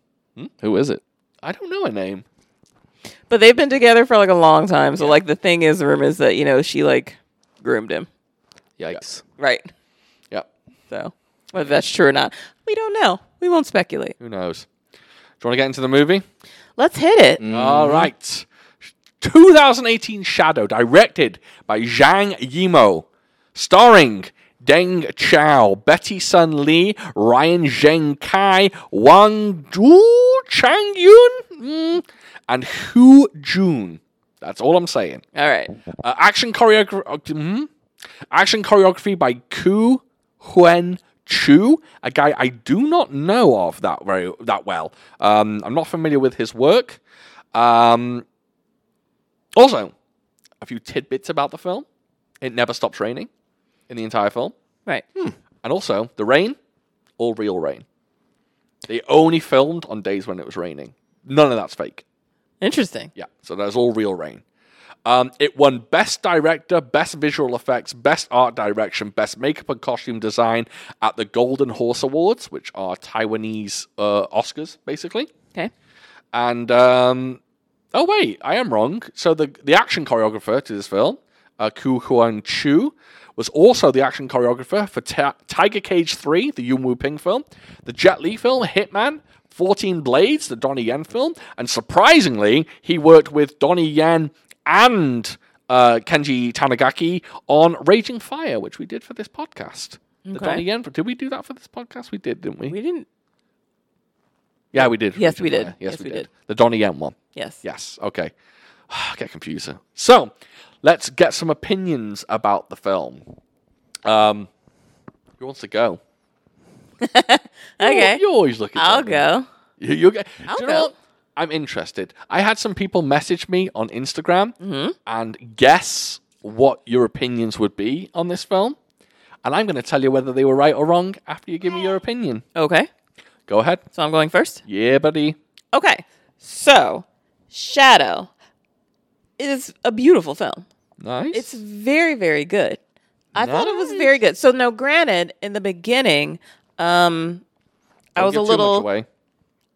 [SPEAKER 2] Who is it?
[SPEAKER 1] I don't know her name.
[SPEAKER 3] but they've been together for like a long time. So like the thing is, the rumor is that you know she like groomed him,
[SPEAKER 2] Yikes.
[SPEAKER 3] right?
[SPEAKER 1] Yeah,
[SPEAKER 3] So whether that's true or not, we don't know. We won't speculate.
[SPEAKER 1] who knows? Do you want to get into the movie?
[SPEAKER 3] Let's hit it.
[SPEAKER 1] All right. 2018 Shadow, directed by Zhang Yimou, starring Deng Chao, Betty Sun Lee, Ryan Zheng Kai, Wang Zhu Chang Yun, mm, and Hu Jun. That's all I'm saying.
[SPEAKER 3] All right.
[SPEAKER 1] Uh, action choreography. Action choreography by Ku Huen Chu, a guy I do not know of that very that well. Um, I'm not familiar with his work. Um, also, a few tidbits about the film. It never stops raining in the entire film,
[SPEAKER 3] Right.
[SPEAKER 1] and also the rain, all real rain. They only filmed on days when it was raining. None of that's fake.
[SPEAKER 3] Interesting.
[SPEAKER 1] Yeah, so that's all real rain. Um, it won Best Director, Best Visual Effects, Best Art Direction, Best Makeup and Costume Design at the Golden Horse Awards, which are Taiwanese uh, Oscars, basically.
[SPEAKER 3] Okay.
[SPEAKER 1] And um, oh wait, I am wrong. So the the action choreographer to this film, uh, Ku Huan Chu, was also the action choreographer for Ta- Tiger Cage Three, the Yuen Wu Ping film, the Jet Li film, Hitman. 14 Blades, the Donnie Yen film, and surprisingly, he worked with Donnie Yen and uh, Kenji Tanigaki on Raging Fire, which we did for this podcast. The
[SPEAKER 3] Okay.
[SPEAKER 1] Donnie Yen, did we do that for this podcast? We did, didn't we?
[SPEAKER 3] We didn't.
[SPEAKER 1] yeah, we did.
[SPEAKER 3] Yes,
[SPEAKER 1] Raging
[SPEAKER 3] we did.
[SPEAKER 1] Fire. Yes, we, did. The Donnie Yen one.
[SPEAKER 3] Yes.
[SPEAKER 1] Yes. Okay. get confused. there. So let's get some opinions about the film. Um, who wants to go?
[SPEAKER 3] Okay.
[SPEAKER 1] Oh, You, you always look at
[SPEAKER 3] I'll
[SPEAKER 1] them.
[SPEAKER 3] go.
[SPEAKER 1] You, you get,
[SPEAKER 3] I'll
[SPEAKER 1] do you
[SPEAKER 3] go.
[SPEAKER 1] Know what? I'm interested. I had some people message me on Instagram
[SPEAKER 3] Mm-hmm.
[SPEAKER 1] and guess what your opinions would be on this film. And I'm going to tell you whether they were right or wrong after you give me your opinion.
[SPEAKER 3] Okay.
[SPEAKER 1] Go ahead.
[SPEAKER 3] So I'm going first.
[SPEAKER 1] Yeah, buddy.
[SPEAKER 3] Okay. So, Shadow is a beautiful film.
[SPEAKER 1] Nice.
[SPEAKER 3] It's very, very good. I thought it was very good. So now, granted, in the beginning, um, I
[SPEAKER 1] Don't
[SPEAKER 3] was
[SPEAKER 1] give
[SPEAKER 3] a
[SPEAKER 1] too much
[SPEAKER 3] little,
[SPEAKER 1] away.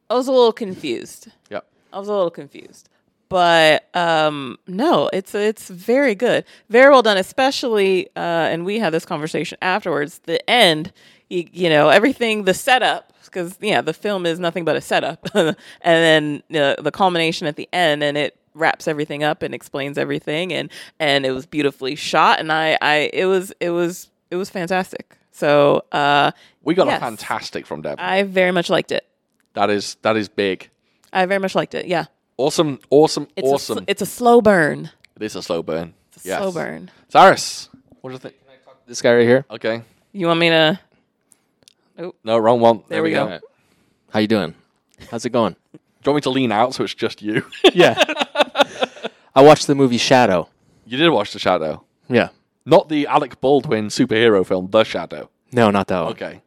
[SPEAKER 3] I was a little confused.
[SPEAKER 1] Yep.
[SPEAKER 3] I was a little confused, but um, no, it's it's very good, very well done. Especially, uh, and we had this conversation afterwards. The end, you, you know, everything, the setup, because yeah, the film is nothing but a setup, and then uh, the culmination at the end, and it wraps everything up and explains everything, and and it was beautifully shot, and I I it was it was it was fantastic. So uh,
[SPEAKER 1] We got
[SPEAKER 3] Yes.
[SPEAKER 1] a fantastic from Deb.
[SPEAKER 3] I very much liked it.
[SPEAKER 1] That is that is big.
[SPEAKER 3] I very much liked it. Yeah,
[SPEAKER 1] Awesome, awesome,
[SPEAKER 3] it's A,
[SPEAKER 1] awesome.
[SPEAKER 3] sl- it's a slow burn.
[SPEAKER 1] it is a slow burn. It's
[SPEAKER 3] a Slow burn.
[SPEAKER 1] Cyrus, what do you think?
[SPEAKER 2] This guy right here.
[SPEAKER 1] Okay.
[SPEAKER 3] You want me to?
[SPEAKER 1] No, wrong one. There, we
[SPEAKER 3] we
[SPEAKER 1] go.
[SPEAKER 3] go.
[SPEAKER 1] Do
[SPEAKER 2] How you doing? How's it going?
[SPEAKER 1] you want me to lean out so it's just you?
[SPEAKER 2] yeah. I watched the movie Shadow.
[SPEAKER 1] you did watch The Shadow.
[SPEAKER 2] Yeah.
[SPEAKER 1] Not the Alec Baldwin superhero film, The Shadow.
[SPEAKER 2] No, not that one.
[SPEAKER 1] Okay.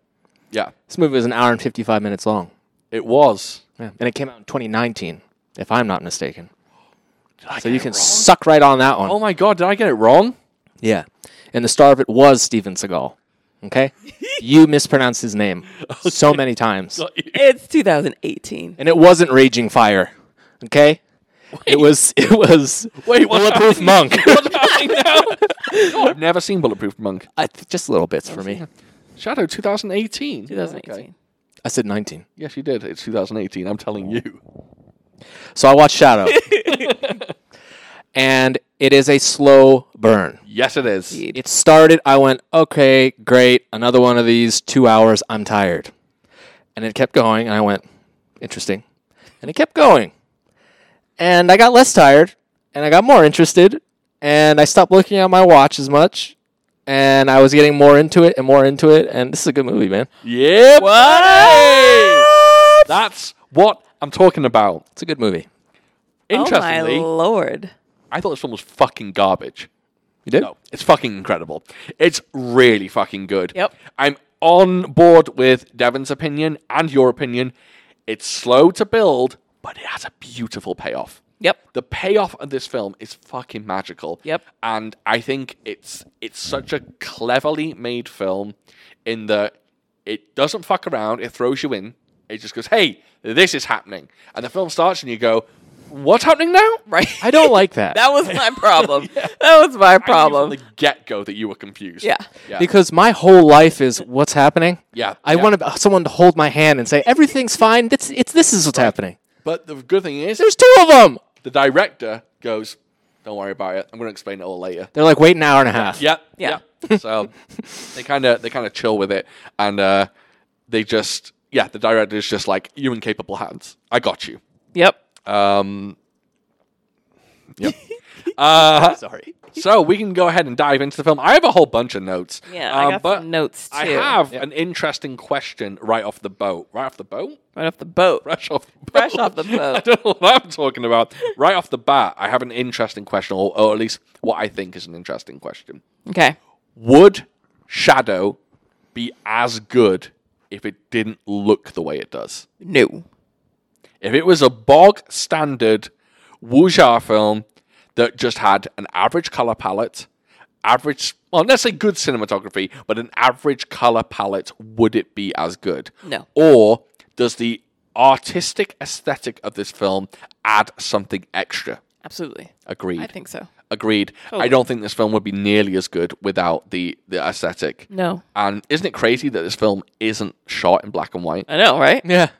[SPEAKER 1] Yeah.
[SPEAKER 2] This movie was an hour and 55 minutes long.
[SPEAKER 1] It was.
[SPEAKER 2] Yeah. And it came out in 2019, if I'm not mistaken.
[SPEAKER 1] Did I
[SPEAKER 2] So
[SPEAKER 1] get
[SPEAKER 2] you
[SPEAKER 1] it
[SPEAKER 2] can
[SPEAKER 1] wrong?
[SPEAKER 2] suck right on that one.
[SPEAKER 1] Oh my god, did I get it wrong?
[SPEAKER 2] Yeah. And the star of it was Steven Seagal. Okay? you mispronounced his name so many times.
[SPEAKER 3] It's 2018.
[SPEAKER 2] And it wasn't Raging Fire. Okay? It was it was
[SPEAKER 1] Wait, what's
[SPEAKER 2] Bulletproof Monk.
[SPEAKER 1] What's happening now? No, I've never seen Bulletproof Monk.
[SPEAKER 2] I th- just little bits for me.
[SPEAKER 1] Shadow 2018.
[SPEAKER 3] 2018.
[SPEAKER 1] Okay.
[SPEAKER 2] I said 19.
[SPEAKER 1] Yes, you did. It's 2018. I'm telling you.
[SPEAKER 2] So I watched Shadow. and it is a slow burn.
[SPEAKER 1] Yes, it is.
[SPEAKER 2] It started, I went, okay, great, another one of these, two hours, I'm tired. And it kept going, and I went, interesting. And it kept going. And I got less tired and I got more interested and I stopped looking at my watch as much and I was getting more into it and more into it and this is a good movie, man.
[SPEAKER 1] Yep. Hey! That's what I'm talking about.
[SPEAKER 2] It's a good movie.
[SPEAKER 1] Interestingly,
[SPEAKER 3] Oh my lord.
[SPEAKER 1] I thought this one was fucking garbage.
[SPEAKER 2] You did?
[SPEAKER 1] No, it's fucking incredible. It's really fucking good.
[SPEAKER 3] Yep.
[SPEAKER 1] I'm on board with Devin's opinion and your opinion. It's slow to build, but it has a beautiful payoff.
[SPEAKER 3] Yep.
[SPEAKER 1] The payoff of this film is fucking magical.
[SPEAKER 3] Yep.
[SPEAKER 1] And I think it's it's such a cleverly made film in that it doesn't fuck around, it throws you in. It just goes, "Hey, this is happening." And the film starts and you go, "What's happening now?"
[SPEAKER 3] Right.
[SPEAKER 2] I don't like that.
[SPEAKER 3] that was my problem. That was my
[SPEAKER 1] I
[SPEAKER 3] problem.
[SPEAKER 1] knew from the get go that you were confused.
[SPEAKER 3] Yeah.
[SPEAKER 1] Yeah.
[SPEAKER 2] because my whole life is what's happening.
[SPEAKER 1] Yeah,
[SPEAKER 2] I
[SPEAKER 1] yeah.
[SPEAKER 2] want someone to hold my hand and say everything's fine. It's, it's this is what's happening.
[SPEAKER 1] but the good thing is,
[SPEAKER 2] There's two of them.
[SPEAKER 1] the director goes, "Don't worry about it. I'm going to explain it all later."
[SPEAKER 2] They're like wait an hour and a half.
[SPEAKER 1] Yep.
[SPEAKER 3] Yeah.
[SPEAKER 1] so they kind of they kind of chill with it, and uh, they just yeah, the director is just like, "You're in capable hands. I got you."
[SPEAKER 3] Yep.
[SPEAKER 1] Um. Yep. uh,
[SPEAKER 2] Sorry.
[SPEAKER 1] so we can go ahead and dive into the film. I have a whole bunch of notes.
[SPEAKER 3] Yeah, I
[SPEAKER 1] um,
[SPEAKER 3] got
[SPEAKER 1] but
[SPEAKER 3] some notes too.
[SPEAKER 1] I have an interesting question right off the boat. Right off the boat.
[SPEAKER 3] right off the boat.
[SPEAKER 1] fresh off the boat.
[SPEAKER 3] Fresh off the boat.
[SPEAKER 1] I don't know what I'm talking about. Right off the bat, I have an interesting question, or, or at least what I think is an interesting question.
[SPEAKER 3] Okay.
[SPEAKER 1] Would Shadow be as good if it didn't look the way it does?
[SPEAKER 3] No.
[SPEAKER 1] If it was a bog standard wuxia film that just had an average color palette, average, well, let's say good cinematography, but an average color palette, would it be as good?
[SPEAKER 3] No.
[SPEAKER 1] Or does the artistic aesthetic of this film add something extra?
[SPEAKER 3] Absolutely.
[SPEAKER 1] Agreed.
[SPEAKER 3] I think Oh. so.
[SPEAKER 1] Agreed. I don't think this film would be nearly as good without the the aesthetic.
[SPEAKER 3] No.
[SPEAKER 1] And isn't it crazy that this film isn't shot in black and white?
[SPEAKER 3] I know, right?
[SPEAKER 2] Yeah.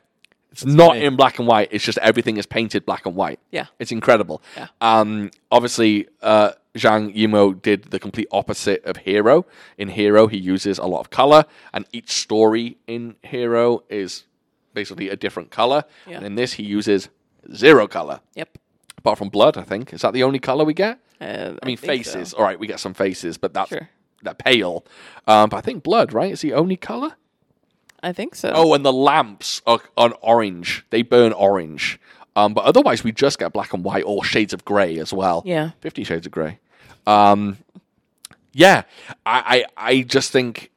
[SPEAKER 1] It's not in black and white. It's just everything is painted black and white.
[SPEAKER 3] Yeah.
[SPEAKER 1] It's incredible. Um, obviously, uh, Zhang Yimou did the complete opposite of Hero. In Hero, he uses a lot of color, and each story in Hero is basically a different color.
[SPEAKER 3] Yeah.
[SPEAKER 1] And in this, he uses zero color,
[SPEAKER 3] Yep.
[SPEAKER 1] apart from blood, I think. Is that the only color we get?
[SPEAKER 3] Uh,
[SPEAKER 1] I mean,
[SPEAKER 3] think
[SPEAKER 1] faces.
[SPEAKER 3] so.
[SPEAKER 1] All right, we get some faces, but that's
[SPEAKER 3] Sure.
[SPEAKER 1] that pale. Um, but I think blood, right, is the only color?
[SPEAKER 3] I think so.
[SPEAKER 1] Oh, and the lamps are on orange. They burn orange. Um, but otherwise, we just get black and white or shades of grey as well.
[SPEAKER 3] Yeah.
[SPEAKER 1] Fifty Shades of Grey. Um, yeah, I, I, I just think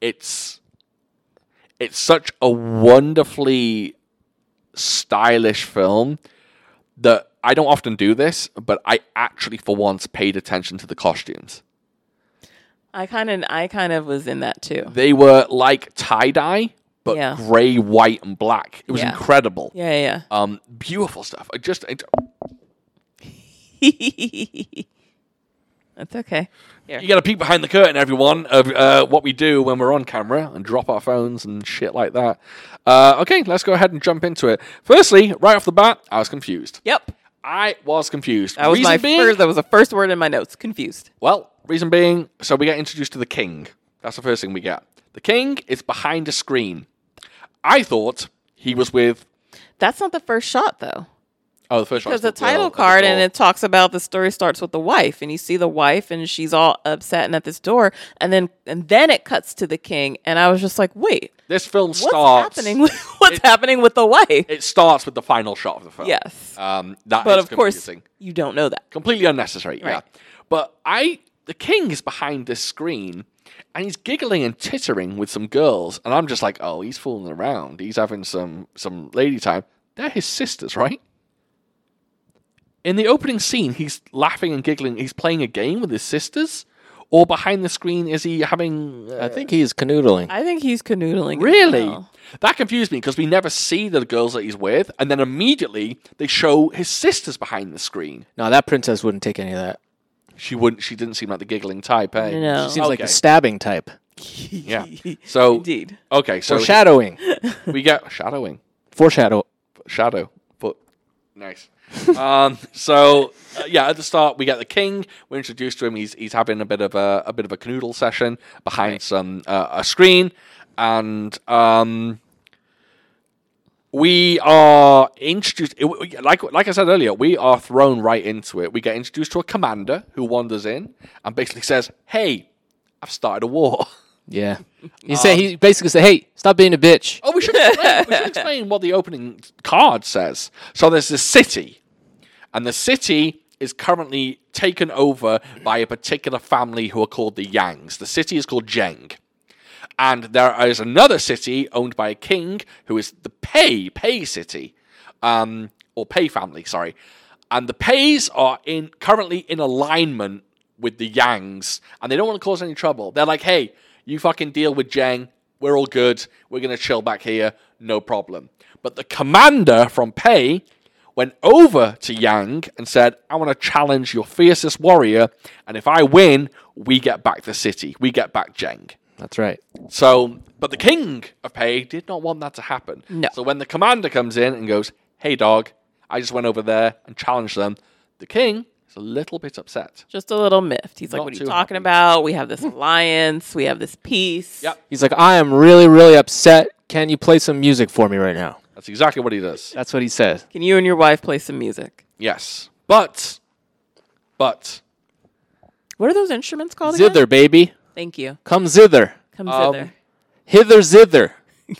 [SPEAKER 1] it's it's such a wonderfully stylish film that I don't often do this, but I actually, for once, paid attention to the costumes.
[SPEAKER 3] I kind of, I kind of was in that too.
[SPEAKER 1] They were like tie dye, but
[SPEAKER 3] Yeah.
[SPEAKER 1] grey, white, and black. It was
[SPEAKER 3] Yeah.
[SPEAKER 1] incredible.
[SPEAKER 3] Yeah, yeah.
[SPEAKER 1] Um, beautiful stuff. I just, I,
[SPEAKER 3] yeah. That's okay.
[SPEAKER 1] you got to peek behind the curtain, everyone, of uh, what we do when we're on camera and drop our phones and shit like that. Uh, okay, let's go ahead and jump into it. Firstly, right off the bat, I was confused.
[SPEAKER 3] Yep.
[SPEAKER 1] I was confused.
[SPEAKER 3] That was
[SPEAKER 1] reason
[SPEAKER 3] my
[SPEAKER 1] being,
[SPEAKER 3] first. That was the first word in my notes. Confused.
[SPEAKER 1] Well, reason being, so we get introduced to the king. That's the first thing we get. The king is behind a screen. I thought he was with.
[SPEAKER 3] That's not the first shot though.
[SPEAKER 1] Oh, the first one.
[SPEAKER 3] There's a title card and it talks about the story starts with the wife and you see the wife and she's all upset and at this door and then and then it cuts to the king and I was just like, wait,
[SPEAKER 1] This film
[SPEAKER 3] what's
[SPEAKER 1] starts.
[SPEAKER 3] happening? With, what's happening with the wife?
[SPEAKER 1] It starts with the final shot of the film.
[SPEAKER 3] Yes.
[SPEAKER 1] Um, that
[SPEAKER 3] but
[SPEAKER 1] is
[SPEAKER 3] of course,
[SPEAKER 1] confusing.
[SPEAKER 3] you don't know that.
[SPEAKER 1] completely unnecessary. Yeah,
[SPEAKER 3] Right.
[SPEAKER 1] but I the king is behind this screen, and he's giggling and tittering with some girls, and I'm just like, oh, he's fooling around. He's having some some lady time. They're his sisters, right? In the opening scene, he's laughing and giggling. He's playing a game with his sisters, or behind the screen is he having? uh,
[SPEAKER 2] I think he's canoodling.
[SPEAKER 3] I think he's canoodling. as
[SPEAKER 1] Really?
[SPEAKER 3] well.
[SPEAKER 1] That confused me because we never see the girls that he's with, and then immediately they show his sisters behind the screen.
[SPEAKER 2] No, that princess wouldn't take any of that.
[SPEAKER 1] She wouldn't. She didn't seem like the giggling type. Eh?
[SPEAKER 3] No.
[SPEAKER 2] She seems like
[SPEAKER 1] Okay.
[SPEAKER 2] the stabbing type.
[SPEAKER 1] Yeah. So
[SPEAKER 3] Indeed.
[SPEAKER 1] Okay. So
[SPEAKER 2] Foreshadowing.
[SPEAKER 1] we get shadowing,
[SPEAKER 2] Foreshadow.
[SPEAKER 1] shadow, but nice. um. So uh, yeah, at the start we get the king. We're introduced to him. He's he's having a bit of a a bit of a canoodle session behind some uh, a screen, and um. we are introduced it- we- like like I said earlier, we are thrown right into it. We get introduced to a commander who wanders in and basically says, "Hey, I've started a war."
[SPEAKER 2] Yeah. He said he basically said, "Hey, stop being a bitch."
[SPEAKER 1] Oh, we should explain, we should explain what the opening card says. So there's this city, and the city is currently taken over by a particular family who are called the Yangs. The city is called Jeng. And there is another city owned by a king who is the Pei, Pei city, um, or Pei family, sorry. And the Peis are in currently in alignment with the Yangs, and they don't want to cause any trouble. They're like, hey, you fucking deal with Jeng. We're all good. We're going to chill back here. No problem. But the commander from Pei went over to Yang and said, I want to challenge your fiercest warrior. And if I win, we get back the city. We get back Jeng.
[SPEAKER 2] That's right.
[SPEAKER 1] So, but the king of Pei did not want that to happen.
[SPEAKER 3] No.
[SPEAKER 1] So when the commander comes in and goes, "Hey, dog, I just went over there and challenged them," the king is a little bit upset.
[SPEAKER 3] Just a little miffed. He's like,
[SPEAKER 1] Not
[SPEAKER 3] "What are you
[SPEAKER 1] too
[SPEAKER 3] talking
[SPEAKER 1] happy.
[SPEAKER 3] about? We have this alliance. We have this peace."
[SPEAKER 1] Yep.
[SPEAKER 2] He's like, "I am really really upset. Can you play some music for me right now?"
[SPEAKER 1] That's exactly what he does.
[SPEAKER 2] That's what he says.
[SPEAKER 3] Can you and your wife play some music?
[SPEAKER 1] Yes, but, but
[SPEAKER 3] What are those instruments called again?
[SPEAKER 2] Zither, baby.
[SPEAKER 3] Thank you.
[SPEAKER 2] Come zither.
[SPEAKER 3] Come
[SPEAKER 1] Um,
[SPEAKER 3] zither.
[SPEAKER 2] Hither zither.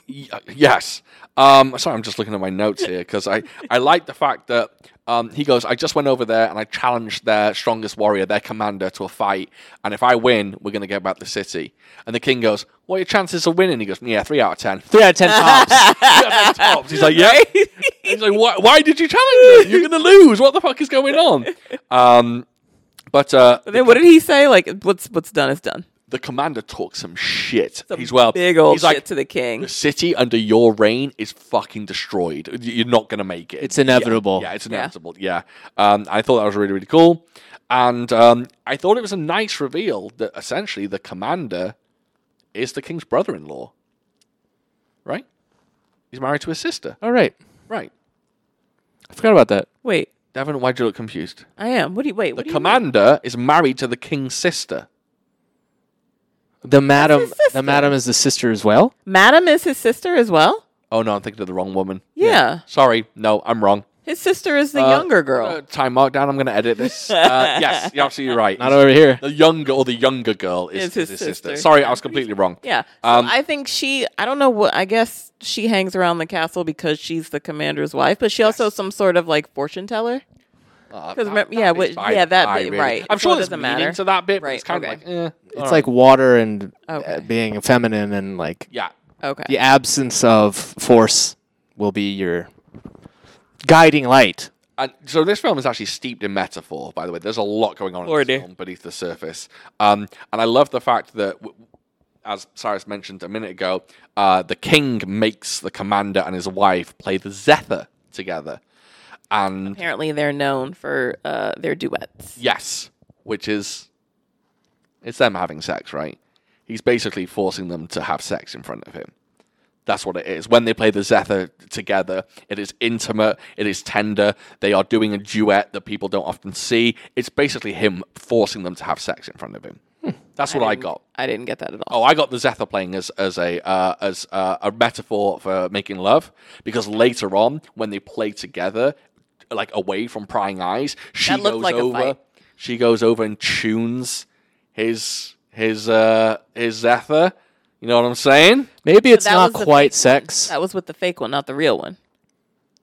[SPEAKER 1] y- Uh, yes. Um, sorry, I'm just looking at my notes here because I, I like the fact that um, he goes, I just went over there and I challenged their strongest warrior, their commander, to a fight. And if I win, we're going to get back the city. And the king goes, What are your chances of winning? He goes, Yeah, three out of ten.
[SPEAKER 2] Three out of ten tops.
[SPEAKER 1] Yeah, they're tops. He's like, yeah. He's like, why, why did you challenge them? You're going to lose. What the fuck is going on? Um, but uh,
[SPEAKER 3] But then what did he say? Like, what's what's done is done.
[SPEAKER 1] the commander talks some shit.
[SPEAKER 3] Some
[SPEAKER 1] he's well,
[SPEAKER 3] big old
[SPEAKER 1] he's
[SPEAKER 3] shit
[SPEAKER 1] like,
[SPEAKER 3] to the king.
[SPEAKER 1] the city under your reign is fucking destroyed. Y- You're not going to make it.
[SPEAKER 2] It's inevitable.
[SPEAKER 1] Yeah, yeah, it's inevitable. Yeah. Um, I thought that was really, really cool. And um, I thought it was a nice reveal that essentially the commander is the king's brother in law. Right? He's married to his sister.
[SPEAKER 2] All right.
[SPEAKER 1] Right.
[SPEAKER 2] I forgot about that.
[SPEAKER 3] Wait,
[SPEAKER 1] Devin, why do you look confused?
[SPEAKER 3] I am. What do you wait? What
[SPEAKER 1] The
[SPEAKER 3] do you
[SPEAKER 1] commander is married to the king's sister.
[SPEAKER 2] The madam.
[SPEAKER 3] his sister.
[SPEAKER 2] The madam is the sister as well.
[SPEAKER 3] mean? Madam is his sister as well.
[SPEAKER 1] Oh no, I'm thinking of the wrong woman.
[SPEAKER 3] Yeah,
[SPEAKER 1] Sorry, no, I'm wrong.
[SPEAKER 3] his sister is the
[SPEAKER 1] Uh,
[SPEAKER 3] younger girl.
[SPEAKER 1] Uh, time mark down. I'm going to edit this. Uh, yes, you're absolutely right.
[SPEAKER 2] Not over here.
[SPEAKER 1] the younger or the younger girl is,
[SPEAKER 3] Is his
[SPEAKER 1] is his sister.
[SPEAKER 3] sister.
[SPEAKER 1] Sorry, I was completely wrong.
[SPEAKER 3] yeah, so
[SPEAKER 1] um,
[SPEAKER 3] I think she. I don't know what. I guess she hangs around the castle because she's the commander's wife, but she also is some sort of like fortune teller.
[SPEAKER 1] Uh,
[SPEAKER 3] 'Cause
[SPEAKER 1] that-
[SPEAKER 3] remem- yeah,
[SPEAKER 1] is
[SPEAKER 3] wait,
[SPEAKER 1] by
[SPEAKER 3] yeah, that
[SPEAKER 1] eye,
[SPEAKER 3] bit, right.
[SPEAKER 1] I'm
[SPEAKER 3] So
[SPEAKER 1] sure
[SPEAKER 3] it
[SPEAKER 1] there's
[SPEAKER 3] doesn't
[SPEAKER 1] meaning
[SPEAKER 3] matter.
[SPEAKER 1] to that bit, but
[SPEAKER 3] Right,
[SPEAKER 1] it's kind
[SPEAKER 3] okay.
[SPEAKER 1] of like, eh, all
[SPEAKER 2] It's
[SPEAKER 1] right.
[SPEAKER 2] like water and uh,
[SPEAKER 3] Okay.
[SPEAKER 2] being feminine and like
[SPEAKER 1] yeah,
[SPEAKER 3] Okay.
[SPEAKER 2] the absence of force will be your guiding light.
[SPEAKER 1] And so this film is actually steeped in metaphor, by the way. There's a lot going on
[SPEAKER 3] Lordy.
[SPEAKER 1] in this film beneath the surface. Um, and I love the fact that, w- as Cyrus mentioned a minute ago, uh, the king makes the commander and his wife play the zither together. And
[SPEAKER 3] Apparently, they're known for uh, their duets.
[SPEAKER 1] yes, which is, it's them having sex, right? He's basically forcing them to have sex in front of him. That's what it is. When they play the Zether together, it is intimate, it is tender. They are doing a duet that people don't often see. It's basically him forcing them to have sex in front of him. That's what I,
[SPEAKER 3] didn't-
[SPEAKER 1] got.
[SPEAKER 3] I didn't get that at all.
[SPEAKER 1] Oh, I got the Zether playing as as a uh, as uh, a metaphor for making love because later on when they play together, like away from prying eyes, she
[SPEAKER 3] That looked
[SPEAKER 1] goes
[SPEAKER 3] like a
[SPEAKER 1] over.
[SPEAKER 3] fight.
[SPEAKER 1] She goes over and tunes his his uh his Zether. You know what I'm saying?
[SPEAKER 2] Maybe it's
[SPEAKER 3] that
[SPEAKER 2] not
[SPEAKER 3] was the
[SPEAKER 2] quite
[SPEAKER 3] fake-
[SPEAKER 2] sex.
[SPEAKER 3] That was with the fake one, not the real one.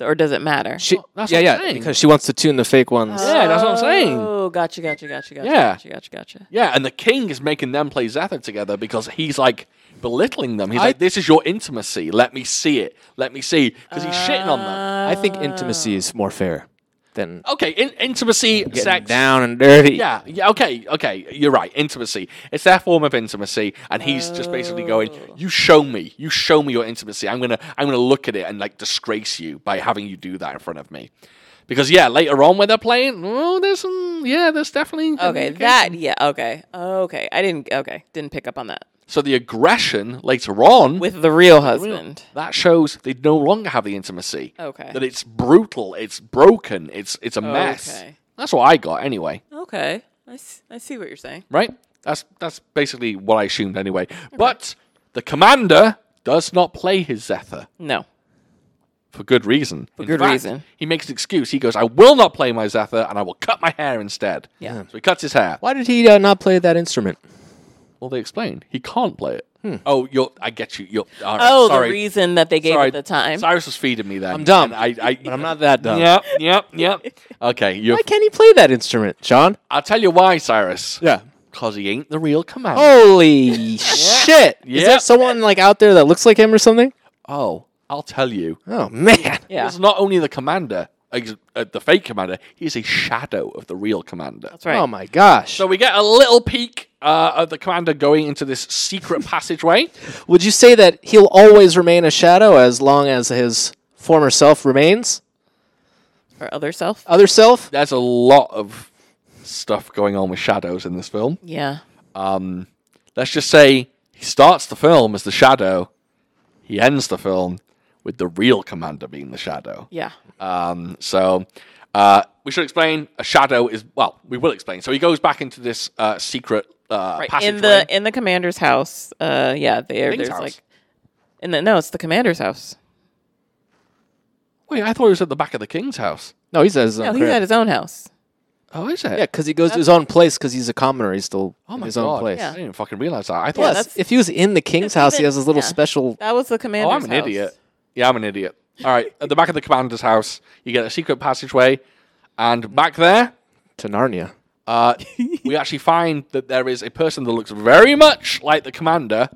[SPEAKER 3] Or does it matter?
[SPEAKER 2] She,
[SPEAKER 1] Oh, that's
[SPEAKER 2] yeah,
[SPEAKER 1] what I'm
[SPEAKER 2] yeah,
[SPEAKER 1] saying.
[SPEAKER 2] because she wants to tune the fake ones.
[SPEAKER 1] Yeah, that's what I'm saying.
[SPEAKER 3] Oh, gotcha, gotcha, gotcha, gotcha.
[SPEAKER 1] Mm. Yeah.
[SPEAKER 3] Gotcha, gotcha, gotcha.
[SPEAKER 1] Yeah, and the king is making them play Zether together because he's like belittling them. He's like, "This is your intimacy. Let me see it. Let me see." Because he's shitting on them.
[SPEAKER 2] I think intimacy is more fair than
[SPEAKER 1] Okay, in- intimacy,
[SPEAKER 2] getting
[SPEAKER 1] Oh, sex.
[SPEAKER 2] down and dirty.
[SPEAKER 1] Yeah, yeah. Okay, okay. You're right. Intimacy. It's their form of intimacy, and he's just basically going,
[SPEAKER 3] Oh.
[SPEAKER 1] "You show me. You show me your intimacy. I'm gonna, I'm gonna look at it and like disgrace you by having you do that in front of me." Because yeah, later on when they're playing, oh, there's some, yeah, there's definitely
[SPEAKER 3] Okay,
[SPEAKER 1] communication.
[SPEAKER 3] that, yeah, okay. Okay. I didn't, okay. Didn't pick up on that.
[SPEAKER 1] So the aggression later on
[SPEAKER 3] With the real husband.
[SPEAKER 1] that shows they no longer have the intimacy.
[SPEAKER 3] Okay.
[SPEAKER 1] That it's brutal, it's broken, it's it's a mess.
[SPEAKER 3] Okay.
[SPEAKER 1] That's what I got anyway,
[SPEAKER 3] Okay. I, s- I see what you're saying.
[SPEAKER 1] right? That's that's basically what I assumed anyway. But the commander does not play his Zether.
[SPEAKER 3] No.
[SPEAKER 1] for good reason. For
[SPEAKER 3] good reason.
[SPEAKER 1] He makes an excuse. He goes, I will not play my Zephyr and I will cut my hair instead.
[SPEAKER 3] Yeah.
[SPEAKER 1] So he cuts his hair.
[SPEAKER 2] Why did he uh, not play that instrument?
[SPEAKER 1] Well, they explain. He can't play it. Oh, you're, I get you. You're, all right,
[SPEAKER 3] Hmm. Oh,
[SPEAKER 1] sorry.
[SPEAKER 3] the reason that they gave
[SPEAKER 1] Sorry.
[SPEAKER 3] at the time.
[SPEAKER 1] Cyrus was feeding me then.
[SPEAKER 2] I'm dumb.
[SPEAKER 1] And I, I,
[SPEAKER 2] But I'm not that dumb.
[SPEAKER 1] Yep, yep, yep. okay, you.
[SPEAKER 2] Why can't he play that instrument, Sean?
[SPEAKER 1] I'll tell you why, Cyrus.
[SPEAKER 2] Yeah.
[SPEAKER 1] Because he ain't the real commander.
[SPEAKER 2] Holy shit! Is
[SPEAKER 1] Yeah.
[SPEAKER 2] there someone like out there that looks like him or something?
[SPEAKER 1] Oh, I'll tell you.
[SPEAKER 2] Oh man.
[SPEAKER 3] Yeah,
[SPEAKER 1] He's not only the commander, ex- uh, the fake commander, he's a shadow of the real commander.
[SPEAKER 3] that's right.
[SPEAKER 2] Oh my gosh.
[SPEAKER 1] So we get a little peek uh, of the commander going into this secret passageway.
[SPEAKER 2] Would you say that he'll always remain a shadow as long as his former self remains?
[SPEAKER 3] Or other self.
[SPEAKER 2] Other self?
[SPEAKER 1] There's a lot of stuff going on with shadows in this film.
[SPEAKER 3] Yeah.
[SPEAKER 1] Um, let's just say he starts the film as the shadow, he ends the film with the real commander being the shadow.
[SPEAKER 3] Yeah.
[SPEAKER 1] Um, so uh, we should explain a shadow is well, we will explain. So he goes back into this uh, secret uh,
[SPEAKER 3] Right.
[SPEAKER 1] passageway.
[SPEAKER 3] In the in the commander's house. Uh yeah, there
[SPEAKER 1] King's
[SPEAKER 3] there's
[SPEAKER 1] house.
[SPEAKER 3] like in the no, it's the commander's house.
[SPEAKER 1] Wait, I thought it was at the back of the king's house.
[SPEAKER 2] No, he's at his own
[SPEAKER 3] No, he's
[SPEAKER 2] crib.
[SPEAKER 3] at his own house.
[SPEAKER 1] Oh, is it?
[SPEAKER 2] yeah, because he goes to his own place because he's a commoner. He's still
[SPEAKER 1] Oh
[SPEAKER 2] in
[SPEAKER 1] my
[SPEAKER 2] his
[SPEAKER 1] god!
[SPEAKER 2] own place.
[SPEAKER 1] I didn't fucking realize that. I thought.
[SPEAKER 2] Plus,
[SPEAKER 3] that's-
[SPEAKER 2] if he was in the
[SPEAKER 3] that's
[SPEAKER 2] king's house, he
[SPEAKER 3] even-
[SPEAKER 2] has his little
[SPEAKER 3] yeah.
[SPEAKER 2] special.
[SPEAKER 3] That was the
[SPEAKER 1] oh,
[SPEAKER 3] commander's
[SPEAKER 1] I'm an
[SPEAKER 3] house.
[SPEAKER 1] idiot. Yeah, I'm an idiot. All right, at the back of the commander's house, you get a secret passageway, and back there,
[SPEAKER 2] To Narnia.
[SPEAKER 1] uh, we actually find that there is a person that looks very much like the commander.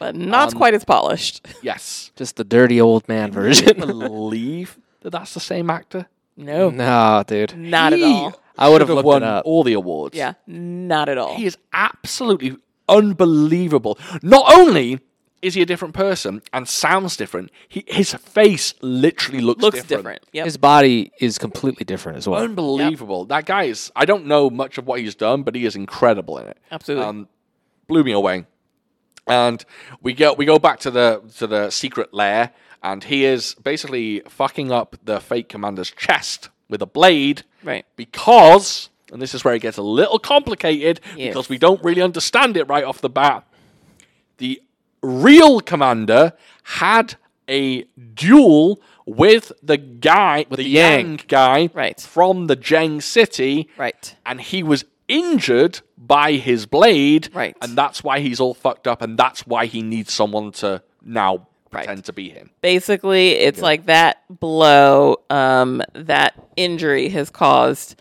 [SPEAKER 3] But
[SPEAKER 1] Um,
[SPEAKER 3] not quite as polished.
[SPEAKER 1] Yes,
[SPEAKER 2] Just the dirty old man version.
[SPEAKER 1] believe that that's the same actor.
[SPEAKER 3] No.
[SPEAKER 2] no, dude.
[SPEAKER 3] Not at
[SPEAKER 1] He
[SPEAKER 3] all.
[SPEAKER 2] I would have
[SPEAKER 1] should
[SPEAKER 2] looked
[SPEAKER 1] won
[SPEAKER 2] it up.
[SPEAKER 1] all the awards.
[SPEAKER 3] Yeah. Not at all.
[SPEAKER 1] He is absolutely unbelievable. Not only is he a different person and sounds different, he, his face literally looks,
[SPEAKER 3] Looks
[SPEAKER 1] different.
[SPEAKER 3] different. Yep.
[SPEAKER 2] His body is completely different as well.
[SPEAKER 1] Unbelievable. That guy is, I don't know much of what he's done, but he is incredible in it.
[SPEAKER 3] Absolutely.
[SPEAKER 1] Um, blew me away. And we go we go back to the to the secret lair, and he is basically fucking up the fake commander's chest with a blade.
[SPEAKER 3] Right.
[SPEAKER 1] Because and this is where it gets a little complicated
[SPEAKER 3] Yes.
[SPEAKER 1] because we don't really understand it right off the bat. The real commander had a duel with the guy with the,
[SPEAKER 2] Yang.
[SPEAKER 1] Yang guy
[SPEAKER 3] Right.
[SPEAKER 1] from the Jeng city
[SPEAKER 3] Right.
[SPEAKER 1] and he was injured by his blade,
[SPEAKER 3] Right.
[SPEAKER 1] And that's why he's all fucked up, and that's why he needs someone to now
[SPEAKER 3] Right.
[SPEAKER 1] pretend to be him.
[SPEAKER 3] Basically, it's like that blow, um, that injury has caused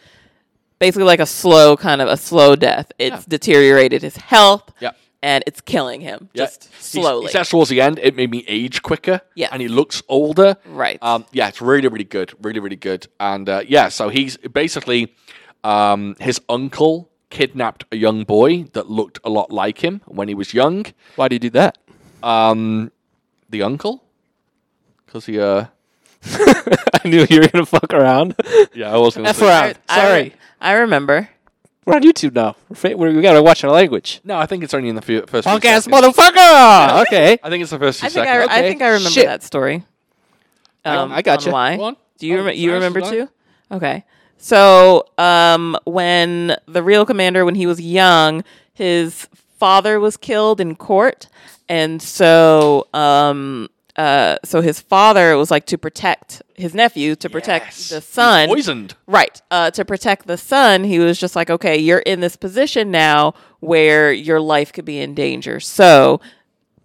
[SPEAKER 3] basically like a slow kind of a slow death. It's deteriorated his health.
[SPEAKER 1] Yep.
[SPEAKER 3] And it's killing him
[SPEAKER 1] Yeah.
[SPEAKER 3] just
[SPEAKER 1] He-
[SPEAKER 3] slowly.
[SPEAKER 1] He says towards the end, it made me age quicker.
[SPEAKER 3] Yeah.
[SPEAKER 1] And he looks older.
[SPEAKER 3] Right.
[SPEAKER 1] Um, yeah, it's really, really good. Really, really good. And uh, yeah, so he's basically um, his uncle kidnapped a young boy that looked a lot like him when he was young.
[SPEAKER 2] Why do you do that?
[SPEAKER 1] Um, the uncle? Because he, uh,
[SPEAKER 2] I knew you were gonna fuck around.
[SPEAKER 1] yeah, I was going to
[SPEAKER 2] F
[SPEAKER 1] say.
[SPEAKER 2] around. Sorry,
[SPEAKER 3] I remember.
[SPEAKER 2] we're on YouTube now. We're fa- we're- we gotta watch our language.
[SPEAKER 1] No, I think it's only in the few, first few
[SPEAKER 2] Punk ass
[SPEAKER 1] seconds.
[SPEAKER 2] motherfucker. okay.
[SPEAKER 1] I think it's the first two
[SPEAKER 3] I think I,
[SPEAKER 1] seconds.
[SPEAKER 3] I think I remember
[SPEAKER 2] Shit.
[SPEAKER 3] that story. Um,
[SPEAKER 2] I gotcha.
[SPEAKER 3] on Why?
[SPEAKER 1] Go on.
[SPEAKER 3] Do you
[SPEAKER 1] Oh,
[SPEAKER 3] rem- you
[SPEAKER 1] sorry,
[SPEAKER 3] remember
[SPEAKER 1] Sudan.
[SPEAKER 3] too? Okay. So, um, when the real commander, when he was young, his father was killed in court, and so, um, uh, so his father was like to protect his nephew, to protect
[SPEAKER 1] Yes.
[SPEAKER 3] the son,
[SPEAKER 1] Poisoned.
[SPEAKER 3] Right. Uh, to protect the son, he was just like, okay, you're in this position now where your life could be in danger. So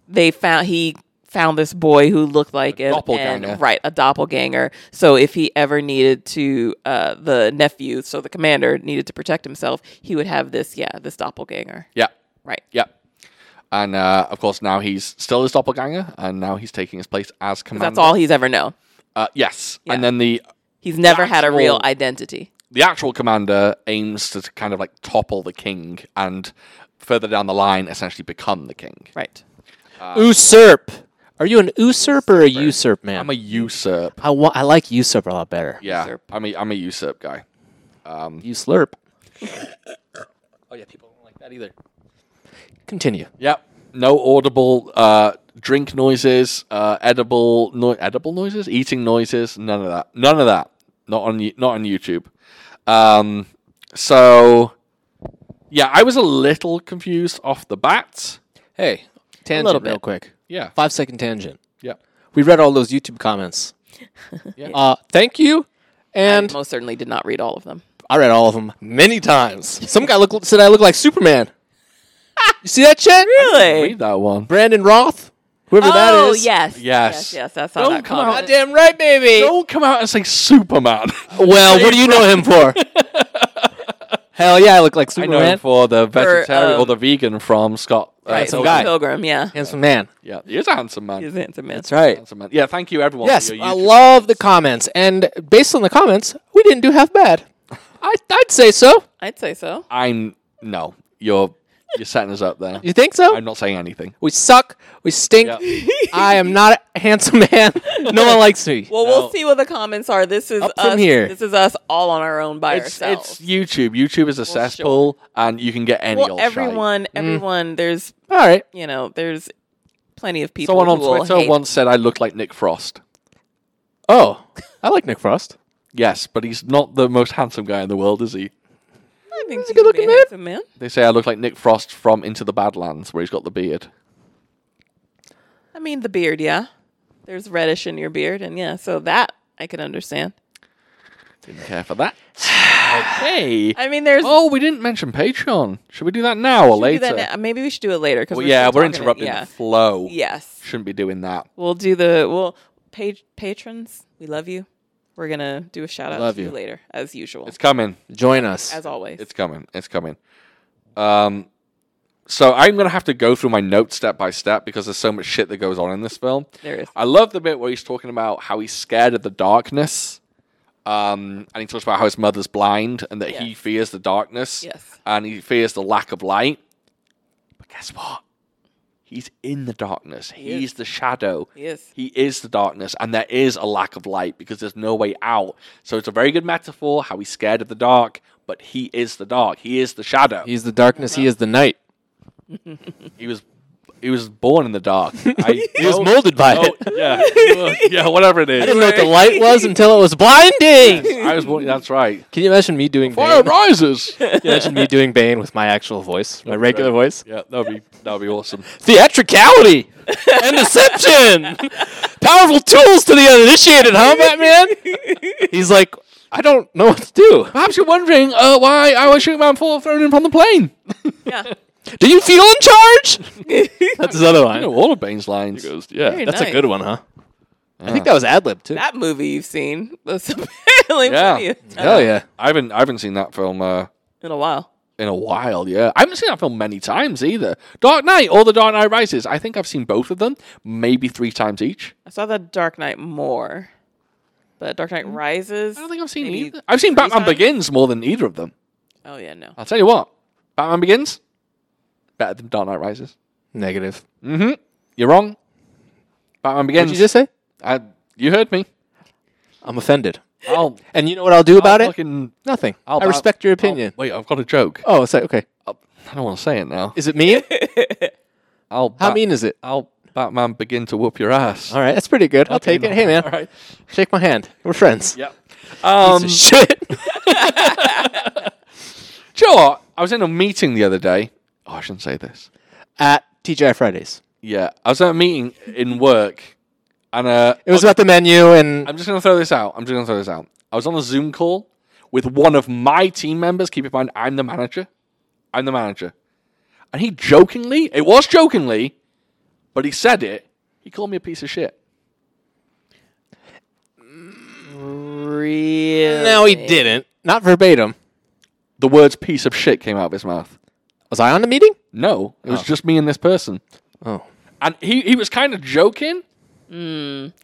[SPEAKER 3] they found he found this boy who looked like him,
[SPEAKER 1] doppelganger.
[SPEAKER 3] and, right, a doppelganger. So if he ever needed to, uh, the nephew, so the commander needed to protect himself, he would have this, yeah, this doppelganger.
[SPEAKER 1] Yeah.
[SPEAKER 3] Right.
[SPEAKER 1] Yeah. And uh, of course, now he's still his doppelganger, and now he's taking his place as commander.
[SPEAKER 3] That's all he's ever known.
[SPEAKER 1] Uh, yes.
[SPEAKER 3] Yeah.
[SPEAKER 1] And then the
[SPEAKER 3] He's never had a real
[SPEAKER 1] actual-
[SPEAKER 3] identity.
[SPEAKER 1] the actual commander aims to kind of like topple the king, and further down the line, essentially become the king.
[SPEAKER 3] Right.
[SPEAKER 2] usurp. Are you an usurp or a usurp man?
[SPEAKER 1] I'm a usurp.
[SPEAKER 2] I wa- I like usurp a lot better.
[SPEAKER 1] Yeah.
[SPEAKER 3] Usurp.
[SPEAKER 1] I'm a I'm a usurp guy.
[SPEAKER 2] You slurp.
[SPEAKER 1] Oh yeah, people don't like that either.
[SPEAKER 2] Continue.
[SPEAKER 1] Yep. No audible uh, drink noises, uh, edible no- edible noises, eating noises. None of that. None of that. Not on Yo- not on YouTube. Um, so yeah, I was a little confused off the bat.
[SPEAKER 2] Hey, tangent
[SPEAKER 3] little bit.
[SPEAKER 2] real quick.
[SPEAKER 1] Yeah.
[SPEAKER 2] Five second tangent.
[SPEAKER 1] Yeah.
[SPEAKER 2] We read all those YouTube comments. Uh, thank you. And
[SPEAKER 3] most certainly did not read all of them.
[SPEAKER 2] I read all of them many times. Some guy look, said I look like Superman. you see that shit?
[SPEAKER 3] Really?
[SPEAKER 1] Read that one.
[SPEAKER 2] Brandon Roth, whoever that
[SPEAKER 3] Oh
[SPEAKER 2] is.
[SPEAKER 3] yes,
[SPEAKER 1] Yes.
[SPEAKER 3] yes, yes. That's how
[SPEAKER 1] Don't
[SPEAKER 3] that
[SPEAKER 1] come out-
[SPEAKER 3] comment.
[SPEAKER 2] Goddamn right, baby.
[SPEAKER 1] Don't come out and say Superman.
[SPEAKER 2] Well, what do you know him for? Hell yeah, I look like
[SPEAKER 1] I know
[SPEAKER 2] Superman.
[SPEAKER 1] him for the vegetarian
[SPEAKER 3] um,
[SPEAKER 1] or the vegan from Scott. uh,
[SPEAKER 3] Right,
[SPEAKER 1] Pilgrim.
[SPEAKER 2] guy.
[SPEAKER 3] Pilgrim. Yeah,
[SPEAKER 2] Handsome man.
[SPEAKER 1] Yeah, he is a handsome man.
[SPEAKER 3] he's a handsome man.
[SPEAKER 2] That's right.
[SPEAKER 1] Handsome man. Yeah, thank you everyone.
[SPEAKER 2] Yes,
[SPEAKER 1] for your
[SPEAKER 2] I
[SPEAKER 1] YouTube
[SPEAKER 2] love the comments. And based on the comments, we didn't do half bad. I, I'd say so.
[SPEAKER 3] I'd say so.
[SPEAKER 1] I'm no. You're you're setting us up there.
[SPEAKER 2] You think so?
[SPEAKER 1] I'm not saying anything.
[SPEAKER 2] we suck. We stink.
[SPEAKER 1] Yep.
[SPEAKER 2] I am not a handsome man. No one likes me.
[SPEAKER 3] Well,
[SPEAKER 1] No.
[SPEAKER 3] we'll see what the comments are. This is
[SPEAKER 2] Up from
[SPEAKER 3] us.
[SPEAKER 2] here.
[SPEAKER 3] This is us all on our own by
[SPEAKER 1] It's,
[SPEAKER 3] ourselves.
[SPEAKER 1] it's YouTube. YouTube is a cesspool, and you can get any
[SPEAKER 3] well,
[SPEAKER 1] old
[SPEAKER 3] everyone, everyone. There's
[SPEAKER 2] All right.
[SPEAKER 3] you know, there's plenty of
[SPEAKER 1] shite.
[SPEAKER 3] people.
[SPEAKER 1] Someone on
[SPEAKER 3] who will
[SPEAKER 1] Twitter
[SPEAKER 3] hate-
[SPEAKER 1] once said I look like Nick Frost.
[SPEAKER 2] Oh, I like Nick Frost.
[SPEAKER 1] Yes, but he's not the most handsome guy in the world, is he?
[SPEAKER 3] I think he's
[SPEAKER 2] a good-looking man.
[SPEAKER 3] handsome man.
[SPEAKER 1] They say I look like Nick Frost from Into the Badlands, where he's got the beard.
[SPEAKER 3] I mean, the beard. Yeah, there's reddish in your beard, and yeah, so that I can understand.
[SPEAKER 1] Didn't care for that. okay.
[SPEAKER 3] I mean, there's
[SPEAKER 1] Oh, we didn't mention Patreon. Should we do that now or
[SPEAKER 3] Should we
[SPEAKER 1] later?
[SPEAKER 3] do that now? Maybe we should do it later because
[SPEAKER 1] Well, yeah, we're interrupting
[SPEAKER 3] Yeah.
[SPEAKER 1] the flow.
[SPEAKER 3] Yes,
[SPEAKER 1] Shouldn't be doing that.
[SPEAKER 3] we'll do the well. Page, patrons, we love you. We're gonna do a shout out
[SPEAKER 2] Love
[SPEAKER 3] to you.
[SPEAKER 2] you.
[SPEAKER 3] later, as usual,
[SPEAKER 1] It's coming.
[SPEAKER 2] Join us.
[SPEAKER 3] as always.
[SPEAKER 1] It's coming. It's coming. Um, so I'm gonna have to go through my notes step by step because there's so much shit that goes on in this film.
[SPEAKER 3] there is.
[SPEAKER 1] I love the bit where he's talking about how he's scared of the darkness. Um, and he talks about how his mother's blind and that he
[SPEAKER 3] Yes.
[SPEAKER 1] fears the darkness.
[SPEAKER 3] Yes.
[SPEAKER 1] And he fears the lack of light. But guess what? He's in the darkness.
[SPEAKER 3] is.
[SPEAKER 1] He's the shadow.
[SPEAKER 3] He is.
[SPEAKER 1] He is the darkness, and there is a lack of light because there's no way out. So it's a very good metaphor how he's scared of the dark, but he is the dark. He is the shadow.
[SPEAKER 2] He's the darkness. He is the night.
[SPEAKER 1] He was he was born in the dark. I,
[SPEAKER 2] He was molded by
[SPEAKER 1] Oh,
[SPEAKER 2] it.
[SPEAKER 1] yeah, he was. yeah, whatever it
[SPEAKER 2] I
[SPEAKER 1] is.
[SPEAKER 2] didn't know what the light was until it was blinding.
[SPEAKER 1] I was born. That's right.
[SPEAKER 2] Can you imagine me doing
[SPEAKER 1] Fire
[SPEAKER 2] Bane? Can
[SPEAKER 1] rises.
[SPEAKER 2] you imagine me doing Bane with my actual voice, my regular voice?
[SPEAKER 1] yeah, that'd be that'd be awesome.
[SPEAKER 2] Theatricality and deception, powerful tools to the uninitiated, huh, Batman? He's like, I don't know what to do.
[SPEAKER 1] Perhaps you're wondering uh, why I was shooting man fall thrown in from the plane.
[SPEAKER 3] Yeah.
[SPEAKER 2] Do you feel in charge? That's his other
[SPEAKER 1] I
[SPEAKER 2] line.
[SPEAKER 1] know all of Bane's lines.
[SPEAKER 2] He goes, yeah,
[SPEAKER 3] Very
[SPEAKER 2] that's a
[SPEAKER 3] nice.
[SPEAKER 2] good one, huh? I
[SPEAKER 1] Uh.
[SPEAKER 2] think that was ad lib too.
[SPEAKER 3] that movie you've seen. That's apparently
[SPEAKER 1] Yeah.
[SPEAKER 3] plenty of time
[SPEAKER 2] Hell yeah!
[SPEAKER 1] I haven't I haven't seen that film. Uh,
[SPEAKER 3] in a while.
[SPEAKER 1] in a while. Yeah, I haven't seen that film many times either. Dark Knight or The Dark Knight Rises. I think I've seen both of them, maybe three times each.
[SPEAKER 3] I saw the Dark Knight more, but Dark Knight Rises.
[SPEAKER 1] Mm. I don't think I've seen
[SPEAKER 3] maybe-
[SPEAKER 1] either. I've seen Batman
[SPEAKER 3] times?
[SPEAKER 1] Begins more than either of them.
[SPEAKER 3] Oh yeah, no.
[SPEAKER 1] I'll tell you what, Batman Begins better than Dark Knight Rises.
[SPEAKER 2] Negative.
[SPEAKER 1] You're wrong. Batman
[SPEAKER 2] What
[SPEAKER 1] Begins.
[SPEAKER 2] did you just say?
[SPEAKER 1] I, you heard me.
[SPEAKER 2] I'm offended.
[SPEAKER 1] I'll
[SPEAKER 2] And you know what I'll do about
[SPEAKER 1] I'll
[SPEAKER 2] it?
[SPEAKER 1] fucking-
[SPEAKER 2] Nothing.
[SPEAKER 1] I'll
[SPEAKER 2] i
[SPEAKER 1] bow-
[SPEAKER 2] respect your
[SPEAKER 1] I'll-
[SPEAKER 2] opinion.
[SPEAKER 1] wait, I've got a joke.
[SPEAKER 2] Oh, it's like okay.
[SPEAKER 1] I'll, I do not want to say it now.
[SPEAKER 2] Is it mean?
[SPEAKER 1] I'll
[SPEAKER 2] How
[SPEAKER 1] Bat-
[SPEAKER 2] mean is it?
[SPEAKER 1] I'll Batman Begin to whoop your ass.
[SPEAKER 2] All right, that's pretty good. I'll take
[SPEAKER 1] no.
[SPEAKER 2] it. Hey man,
[SPEAKER 1] All right.
[SPEAKER 2] shake my hand. We're friends.
[SPEAKER 1] Yep. Um,
[SPEAKER 2] Piece of Shit.
[SPEAKER 1] Do you know what? I was in a meeting the other day. Oh, I shouldn't say this.
[SPEAKER 2] At TGI Fridays.
[SPEAKER 1] Yeah, I was at a meeting in work, and uh,
[SPEAKER 2] It was about the menu and
[SPEAKER 1] I'm just gonna throw this out. I'm just gonna throw this out. I was on a Zoom call with one of my team members. Keep in mind, I'm the manager. I'm the manager, and he jokingly, it was jokingly, but he said it. He called me a piece of shit.
[SPEAKER 3] Really?
[SPEAKER 2] no, he didn't. Not verbatim.
[SPEAKER 1] The words "piece of shit" came out of his mouth.
[SPEAKER 2] Was I on the meeting?
[SPEAKER 1] No, it was just me and this person,
[SPEAKER 2] Oh,
[SPEAKER 1] and he he was kind of joking.
[SPEAKER 3] I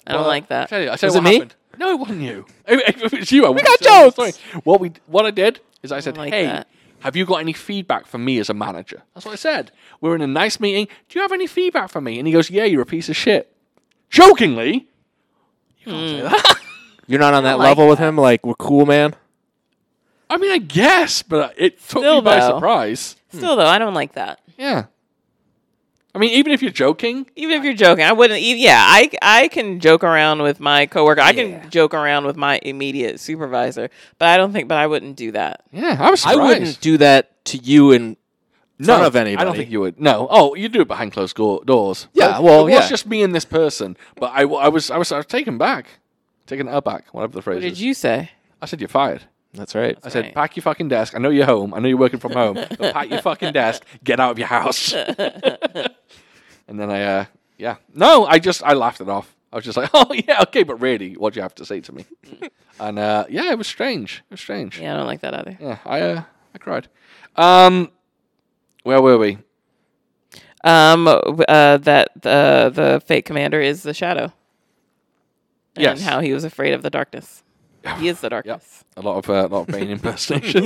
[SPEAKER 3] don't like that.
[SPEAKER 1] I tell you, I tell
[SPEAKER 2] Was
[SPEAKER 1] you
[SPEAKER 2] it
[SPEAKER 1] what
[SPEAKER 2] me?
[SPEAKER 1] happened. No, it wasn't you. If, if it was you, I would
[SPEAKER 2] got jokes.
[SPEAKER 1] What we, what I did is I said,
[SPEAKER 3] like
[SPEAKER 1] "Hey,
[SPEAKER 3] that.
[SPEAKER 1] have you got any feedback for me as a manager?" That's what I said. We We're in a nice meeting. Do you have any feedback for me? And he goes, "Yeah, you're a piece of shit." Jokingly,
[SPEAKER 2] you're not on that
[SPEAKER 3] like
[SPEAKER 2] level with him. Like we're cool, man.
[SPEAKER 1] I mean, I guess, but it took me
[SPEAKER 3] Still,
[SPEAKER 1] by
[SPEAKER 3] though.
[SPEAKER 1] surprise.
[SPEAKER 3] Still though, I don't like that.
[SPEAKER 1] Yeah. I mean, even if you're joking,
[SPEAKER 3] Even if you're joking, I wouldn't. e- Yeah, I I can joke around with my coworker. I can joke around with my immediate supervisor, but I don't think. But I wouldn't do that.
[SPEAKER 1] yeah, I was surprised.
[SPEAKER 2] I wouldn't do that to you and
[SPEAKER 1] no,
[SPEAKER 2] front of
[SPEAKER 1] I don't
[SPEAKER 2] anybody.
[SPEAKER 1] think you would. No. Oh, you do it behind closed go- doors.
[SPEAKER 2] Yeah,
[SPEAKER 1] But
[SPEAKER 2] well,
[SPEAKER 1] it was
[SPEAKER 2] yeah.
[SPEAKER 1] just me and this person. But I, w- I was, I was, I was taken back. Taking it out back, whatever the phrase
[SPEAKER 3] What did
[SPEAKER 1] is.
[SPEAKER 3] you say?
[SPEAKER 1] I said you're fired.
[SPEAKER 2] That's right.
[SPEAKER 1] I said,
[SPEAKER 3] right.
[SPEAKER 1] pack your fucking desk. I know you're home. I know you're working from home. But pack your fucking desk. Get out of your house. and then I, uh, yeah, no, I just I laughed it off. I was just like, oh yeah, okay, but really, what do you have to say to me? and uh, yeah, it was strange. It was strange.
[SPEAKER 3] Yeah, I don't like that either.
[SPEAKER 1] Yeah, I uh, I cried. Um, where were we?
[SPEAKER 3] Um, w- uh, that the the fake commander is the shadow. And
[SPEAKER 1] Yes.
[SPEAKER 3] how he was afraid of the darkness. He is the darkness.
[SPEAKER 1] A lot of uh, lot of Bane impersonation.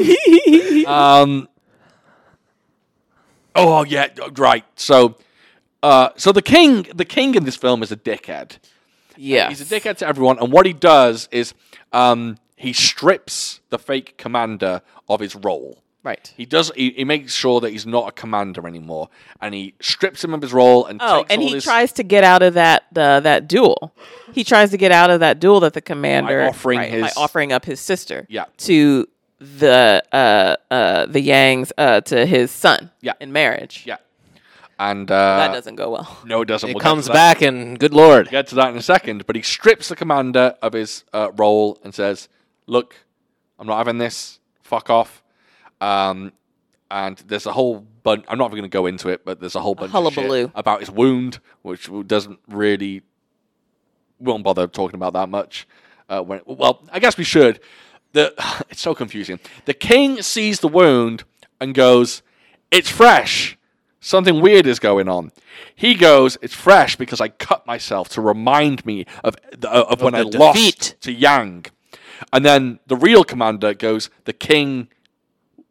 [SPEAKER 1] um. Oh yeah, right. So, uh, so the king, the king in this film is a dickhead.
[SPEAKER 3] Yeah.
[SPEAKER 1] He's a dickhead to everyone, and what he does is um, he strips the fake commander of his role.
[SPEAKER 3] Right.
[SPEAKER 1] He does. He, he makes sure that he's not a commander anymore, and he strips him of his role. And
[SPEAKER 3] Oh,
[SPEAKER 1] takes
[SPEAKER 3] and
[SPEAKER 1] all
[SPEAKER 3] he
[SPEAKER 1] his,
[SPEAKER 3] tries to get out of that uh, that duel. He tries to get out of that duel that the commander
[SPEAKER 1] offering
[SPEAKER 3] right, by
[SPEAKER 1] his-
[SPEAKER 3] offering up his sister.
[SPEAKER 1] Yeah.
[SPEAKER 3] To the uh uh the Yangs uh to his son.
[SPEAKER 1] Yeah.
[SPEAKER 3] In marriage.
[SPEAKER 1] Yeah, and uh,
[SPEAKER 3] That doesn't go well.
[SPEAKER 1] No, it doesn't.
[SPEAKER 2] It
[SPEAKER 1] We'll get to
[SPEAKER 2] comes
[SPEAKER 1] that.
[SPEAKER 2] back and good lord.
[SPEAKER 1] Get to that in a second. But he strips the commander of his uh, role and says, "Look, I'm not having this. Fuck off." Um, and there's a whole bunch. I'm not even going to go into it, but there's a whole bunch of shit
[SPEAKER 3] hullabaloo.
[SPEAKER 1] about his wound, which w- doesn't really won't bother talking about that much. Uh, when well, I guess we should. The it's so confusing. The king sees the wound and goes, "It's fresh. Something weird is going on." He goes, "It's fresh because I cut myself to remind me of the, uh, of, when I
[SPEAKER 2] the defeat.
[SPEAKER 1] lost to Yang." And then the real commander goes, "The king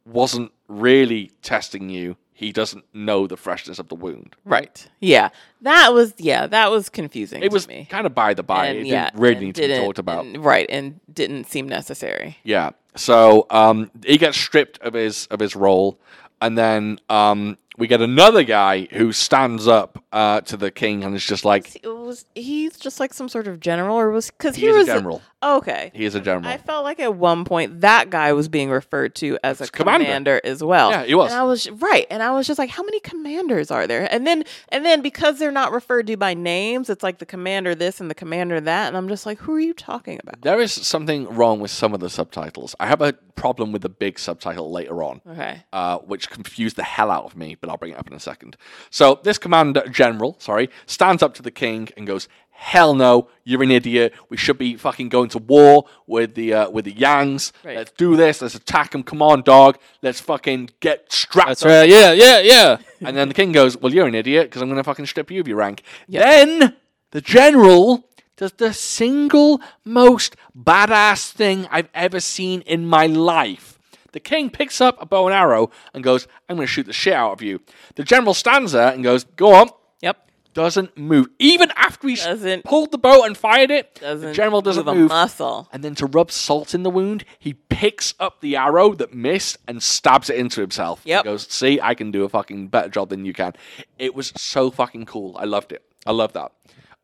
[SPEAKER 1] wasn't really testing you. He doesn't know the freshness of the wound."
[SPEAKER 3] Right. Yeah. That was yeah, that was confusing
[SPEAKER 1] It was
[SPEAKER 3] to me.
[SPEAKER 1] kind of by the by.
[SPEAKER 3] And
[SPEAKER 1] it
[SPEAKER 3] yeah,
[SPEAKER 1] didn't really
[SPEAKER 3] and
[SPEAKER 1] need to be
[SPEAKER 3] didn't-
[SPEAKER 1] talked about.
[SPEAKER 3] and- right, and didn't seem necessary.
[SPEAKER 1] Yeah. So um, he gets stripped of his of his role, and then um, we get another guy who stands up uh, to the king and is just like
[SPEAKER 3] It was he's just like some sort of general, or was because he
[SPEAKER 1] he's a
[SPEAKER 3] was
[SPEAKER 1] general.
[SPEAKER 3] Okay,
[SPEAKER 1] He is a general.
[SPEAKER 3] I felt like at one point that guy was being referred to as a
[SPEAKER 1] commander.
[SPEAKER 3] commander. as well.
[SPEAKER 1] Yeah, he was.
[SPEAKER 3] And I was right, and I was just like, how many commanders are there? And then and then because they're not referred to by names, it's like the commander this and the commander that, and I'm just like, who are you talking about?
[SPEAKER 1] there is something wrong with some of the subtitles. I have a problem with the big subtitle later on.
[SPEAKER 3] Okay.
[SPEAKER 1] uh, which confused the hell out of me, but I'll bring it up in a second. So this commander general, sorry, stands up to the king and goes, "Hell no, you're an idiot. We should be fucking going to war with the uh, with the Yangs.
[SPEAKER 3] Right.
[SPEAKER 1] Let's do this. Let's attack them. Come on, dog. Let's fucking get strapped."
[SPEAKER 2] That's
[SPEAKER 1] up."
[SPEAKER 2] right. Yeah, yeah, yeah.
[SPEAKER 1] And then the king goes, "Well, you're an idiot because I'm going to fucking strip you of your rank." Then the general does the single most badass thing I've ever seen in my life. The king picks up a bow and arrow and goes, "I'm going to shoot the shit out of you." The general stands there and goes, "Go on."
[SPEAKER 3] Yep.
[SPEAKER 1] Doesn't move. Even after he
[SPEAKER 3] Doesn't-
[SPEAKER 1] pulled the bow and fired it,
[SPEAKER 3] Doesn't
[SPEAKER 1] the general doesn't
[SPEAKER 3] move a
[SPEAKER 1] move.
[SPEAKER 3] muscle.
[SPEAKER 1] And then to rub salt in the wound, he picks up the arrow that missed and stabs it into himself. He
[SPEAKER 3] Yep.
[SPEAKER 1] goes, see, I can do a fucking better job than you can. It was so fucking cool. I loved it. I love that.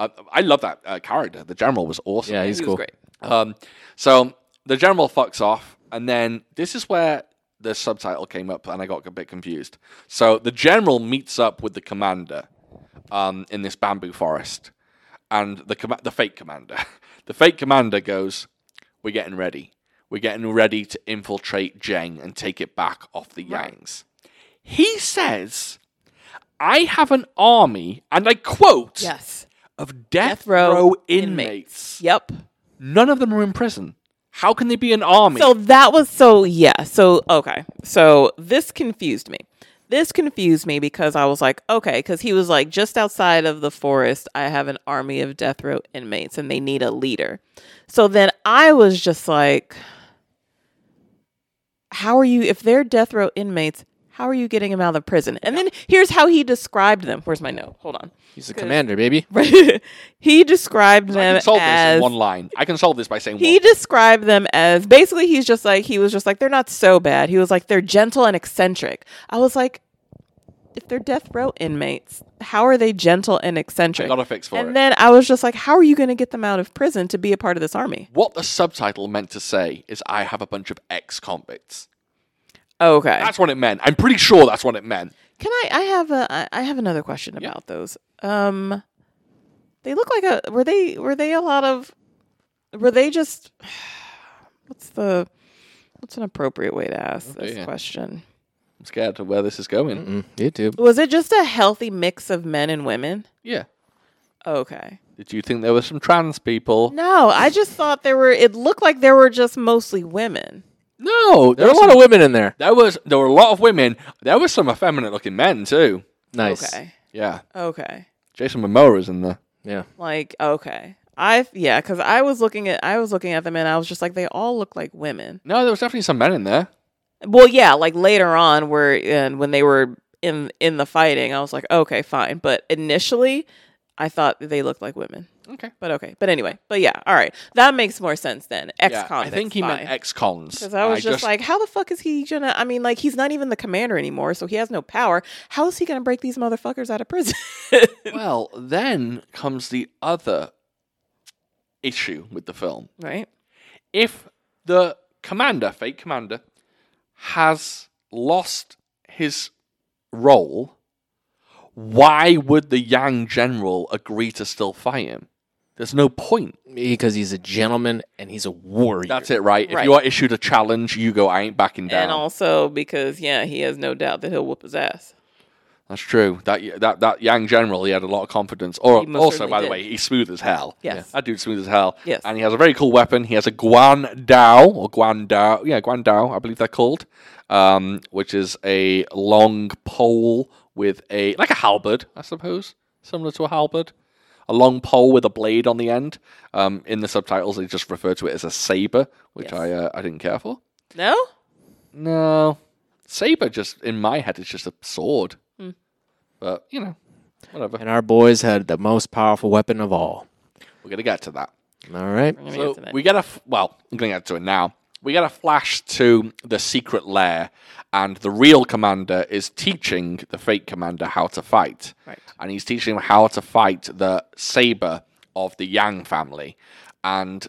[SPEAKER 1] Uh, I love that uh, character. The general was awesome.
[SPEAKER 2] Yeah, he's
[SPEAKER 3] He was
[SPEAKER 2] cool.
[SPEAKER 3] great.
[SPEAKER 1] Um, so the general fucks off, and then this is where the subtitle came up, and I got a bit confused. So the general meets up with the commander um, in this bamboo forest, and the com- the fake commander, the fake commander goes, "We're getting ready. We're getting ready to infiltrate Jeng and take it back off the Yangs." He says. I have an army, and I quote,
[SPEAKER 3] Yes.
[SPEAKER 1] of death,
[SPEAKER 3] Death row
[SPEAKER 1] row inmates.
[SPEAKER 3] inmates. Yep.
[SPEAKER 1] None of them are in prison. How can they be an army?
[SPEAKER 3] So that was so yeah. So okay. So this confused me. This confused me because I was like, okay, because he was like, just outside of the forest, I have an army of death row inmates and they need a leader. So then I was just like, how are you, if they're death row inmates, how are you getting them out of prison? And then here's how he described them. Where's my note? Hold on.
[SPEAKER 2] He's a commander, baby.
[SPEAKER 3] he described
[SPEAKER 1] I
[SPEAKER 3] them
[SPEAKER 1] can solve this
[SPEAKER 3] as
[SPEAKER 1] in one line. I can solve this by saying
[SPEAKER 3] he
[SPEAKER 1] one.
[SPEAKER 3] described them as basically he's just like he was just like they're not so bad. He was like they're gentle and eccentric. I was like if they're death row inmates, how are they gentle and eccentric?
[SPEAKER 1] got a fix for
[SPEAKER 3] and
[SPEAKER 1] it.
[SPEAKER 3] then I was just like how are you going to get them out of prison to be a part of this army?
[SPEAKER 1] What the subtitle meant to say is I have a bunch of ex convicts.
[SPEAKER 3] Okay.
[SPEAKER 1] That's what it meant. I'm pretty sure that's what it meant.
[SPEAKER 3] Can I I have a I- I have another question about those. Um they look like a were they were they a lot of were they just what's the what's an appropriate way to ask this
[SPEAKER 1] dear.
[SPEAKER 3] question?
[SPEAKER 1] I'm scared of where this is going.
[SPEAKER 2] Mm, YouTube.
[SPEAKER 3] Was it just a healthy mix of men and women?
[SPEAKER 1] Yeah.
[SPEAKER 3] Okay.
[SPEAKER 1] Did you think there were some trans people?
[SPEAKER 3] No, I just thought there were it looked like there were just mostly women.
[SPEAKER 1] No,
[SPEAKER 2] There are a lot of women in there.
[SPEAKER 1] There was there were a lot of women. There were some effeminate looking men too.
[SPEAKER 2] Nice.
[SPEAKER 3] Okay.
[SPEAKER 1] Yeah,
[SPEAKER 3] Okay.
[SPEAKER 1] Jason Momoa is in there.
[SPEAKER 2] Yeah.
[SPEAKER 3] Like okay. I yeah, cuz I was looking at I was looking at them and I was just like they all look like women.
[SPEAKER 1] No, there was definitely some men in there.
[SPEAKER 3] Well, yeah, like later on where and when they were in in the fighting, I was like, okay, fine. But initially, I thought that they looked like women.
[SPEAKER 1] Okay.
[SPEAKER 3] But okay. But anyway. But yeah. All right. That makes more sense then. Ex
[SPEAKER 1] Yeah,
[SPEAKER 3] con.
[SPEAKER 1] I think he meant ex-cons.
[SPEAKER 3] Because I was just, like, how the fuck is he gonna? I mean, like, he's not even the commander anymore, so he has no power. How is he gonna break these motherfuckers out of prison?
[SPEAKER 1] well, then comes the other issue with the film.
[SPEAKER 3] right.
[SPEAKER 1] If the commander, fake commander, has lost his role, why would the Yang general agree to still fight him? There's no point.
[SPEAKER 2] Because he's a gentleman and he's a warrior.
[SPEAKER 1] That's it, right? If
[SPEAKER 3] Right.
[SPEAKER 1] you are issued a challenge, you go, I ain't backing down.
[SPEAKER 3] And also because yeah, he has no doubt that he'll whoop his ass.
[SPEAKER 1] That's true. That that that Yang general, he had a lot of confidence. Or
[SPEAKER 3] He most
[SPEAKER 1] also,
[SPEAKER 3] certainly
[SPEAKER 1] by the
[SPEAKER 3] did.
[SPEAKER 1] way, he's smooth as hell.
[SPEAKER 3] Yes. Yeah.
[SPEAKER 1] that dude's smooth as hell.
[SPEAKER 3] Yes.
[SPEAKER 1] and he has a very cool weapon. He has a Guan Dao or Guan Dao, yeah, Guan Dao, I believe they're called, um, which is a long pole with a like a halberd, I suppose, similar to a halberd. A long pole with a blade on the end. Um, in the subtitles, they just refer to it as a saber, which
[SPEAKER 3] Yes.
[SPEAKER 1] I uh, I didn't care for.
[SPEAKER 3] No.
[SPEAKER 1] No, saber just in my head is just a sword.
[SPEAKER 3] Hmm.
[SPEAKER 1] But you know, whatever.
[SPEAKER 2] and our boys had the most powerful weapon of all.
[SPEAKER 1] We're gonna get to that.
[SPEAKER 2] All right.
[SPEAKER 3] Let me
[SPEAKER 1] So
[SPEAKER 3] get to that.
[SPEAKER 1] we get a f- well. I'm gonna get to it now. We get a flash to the secret lair, and the real commander is teaching the fake commander how to fight.
[SPEAKER 3] Right.
[SPEAKER 1] And he's teaching him how to fight the saber of the Yang family. And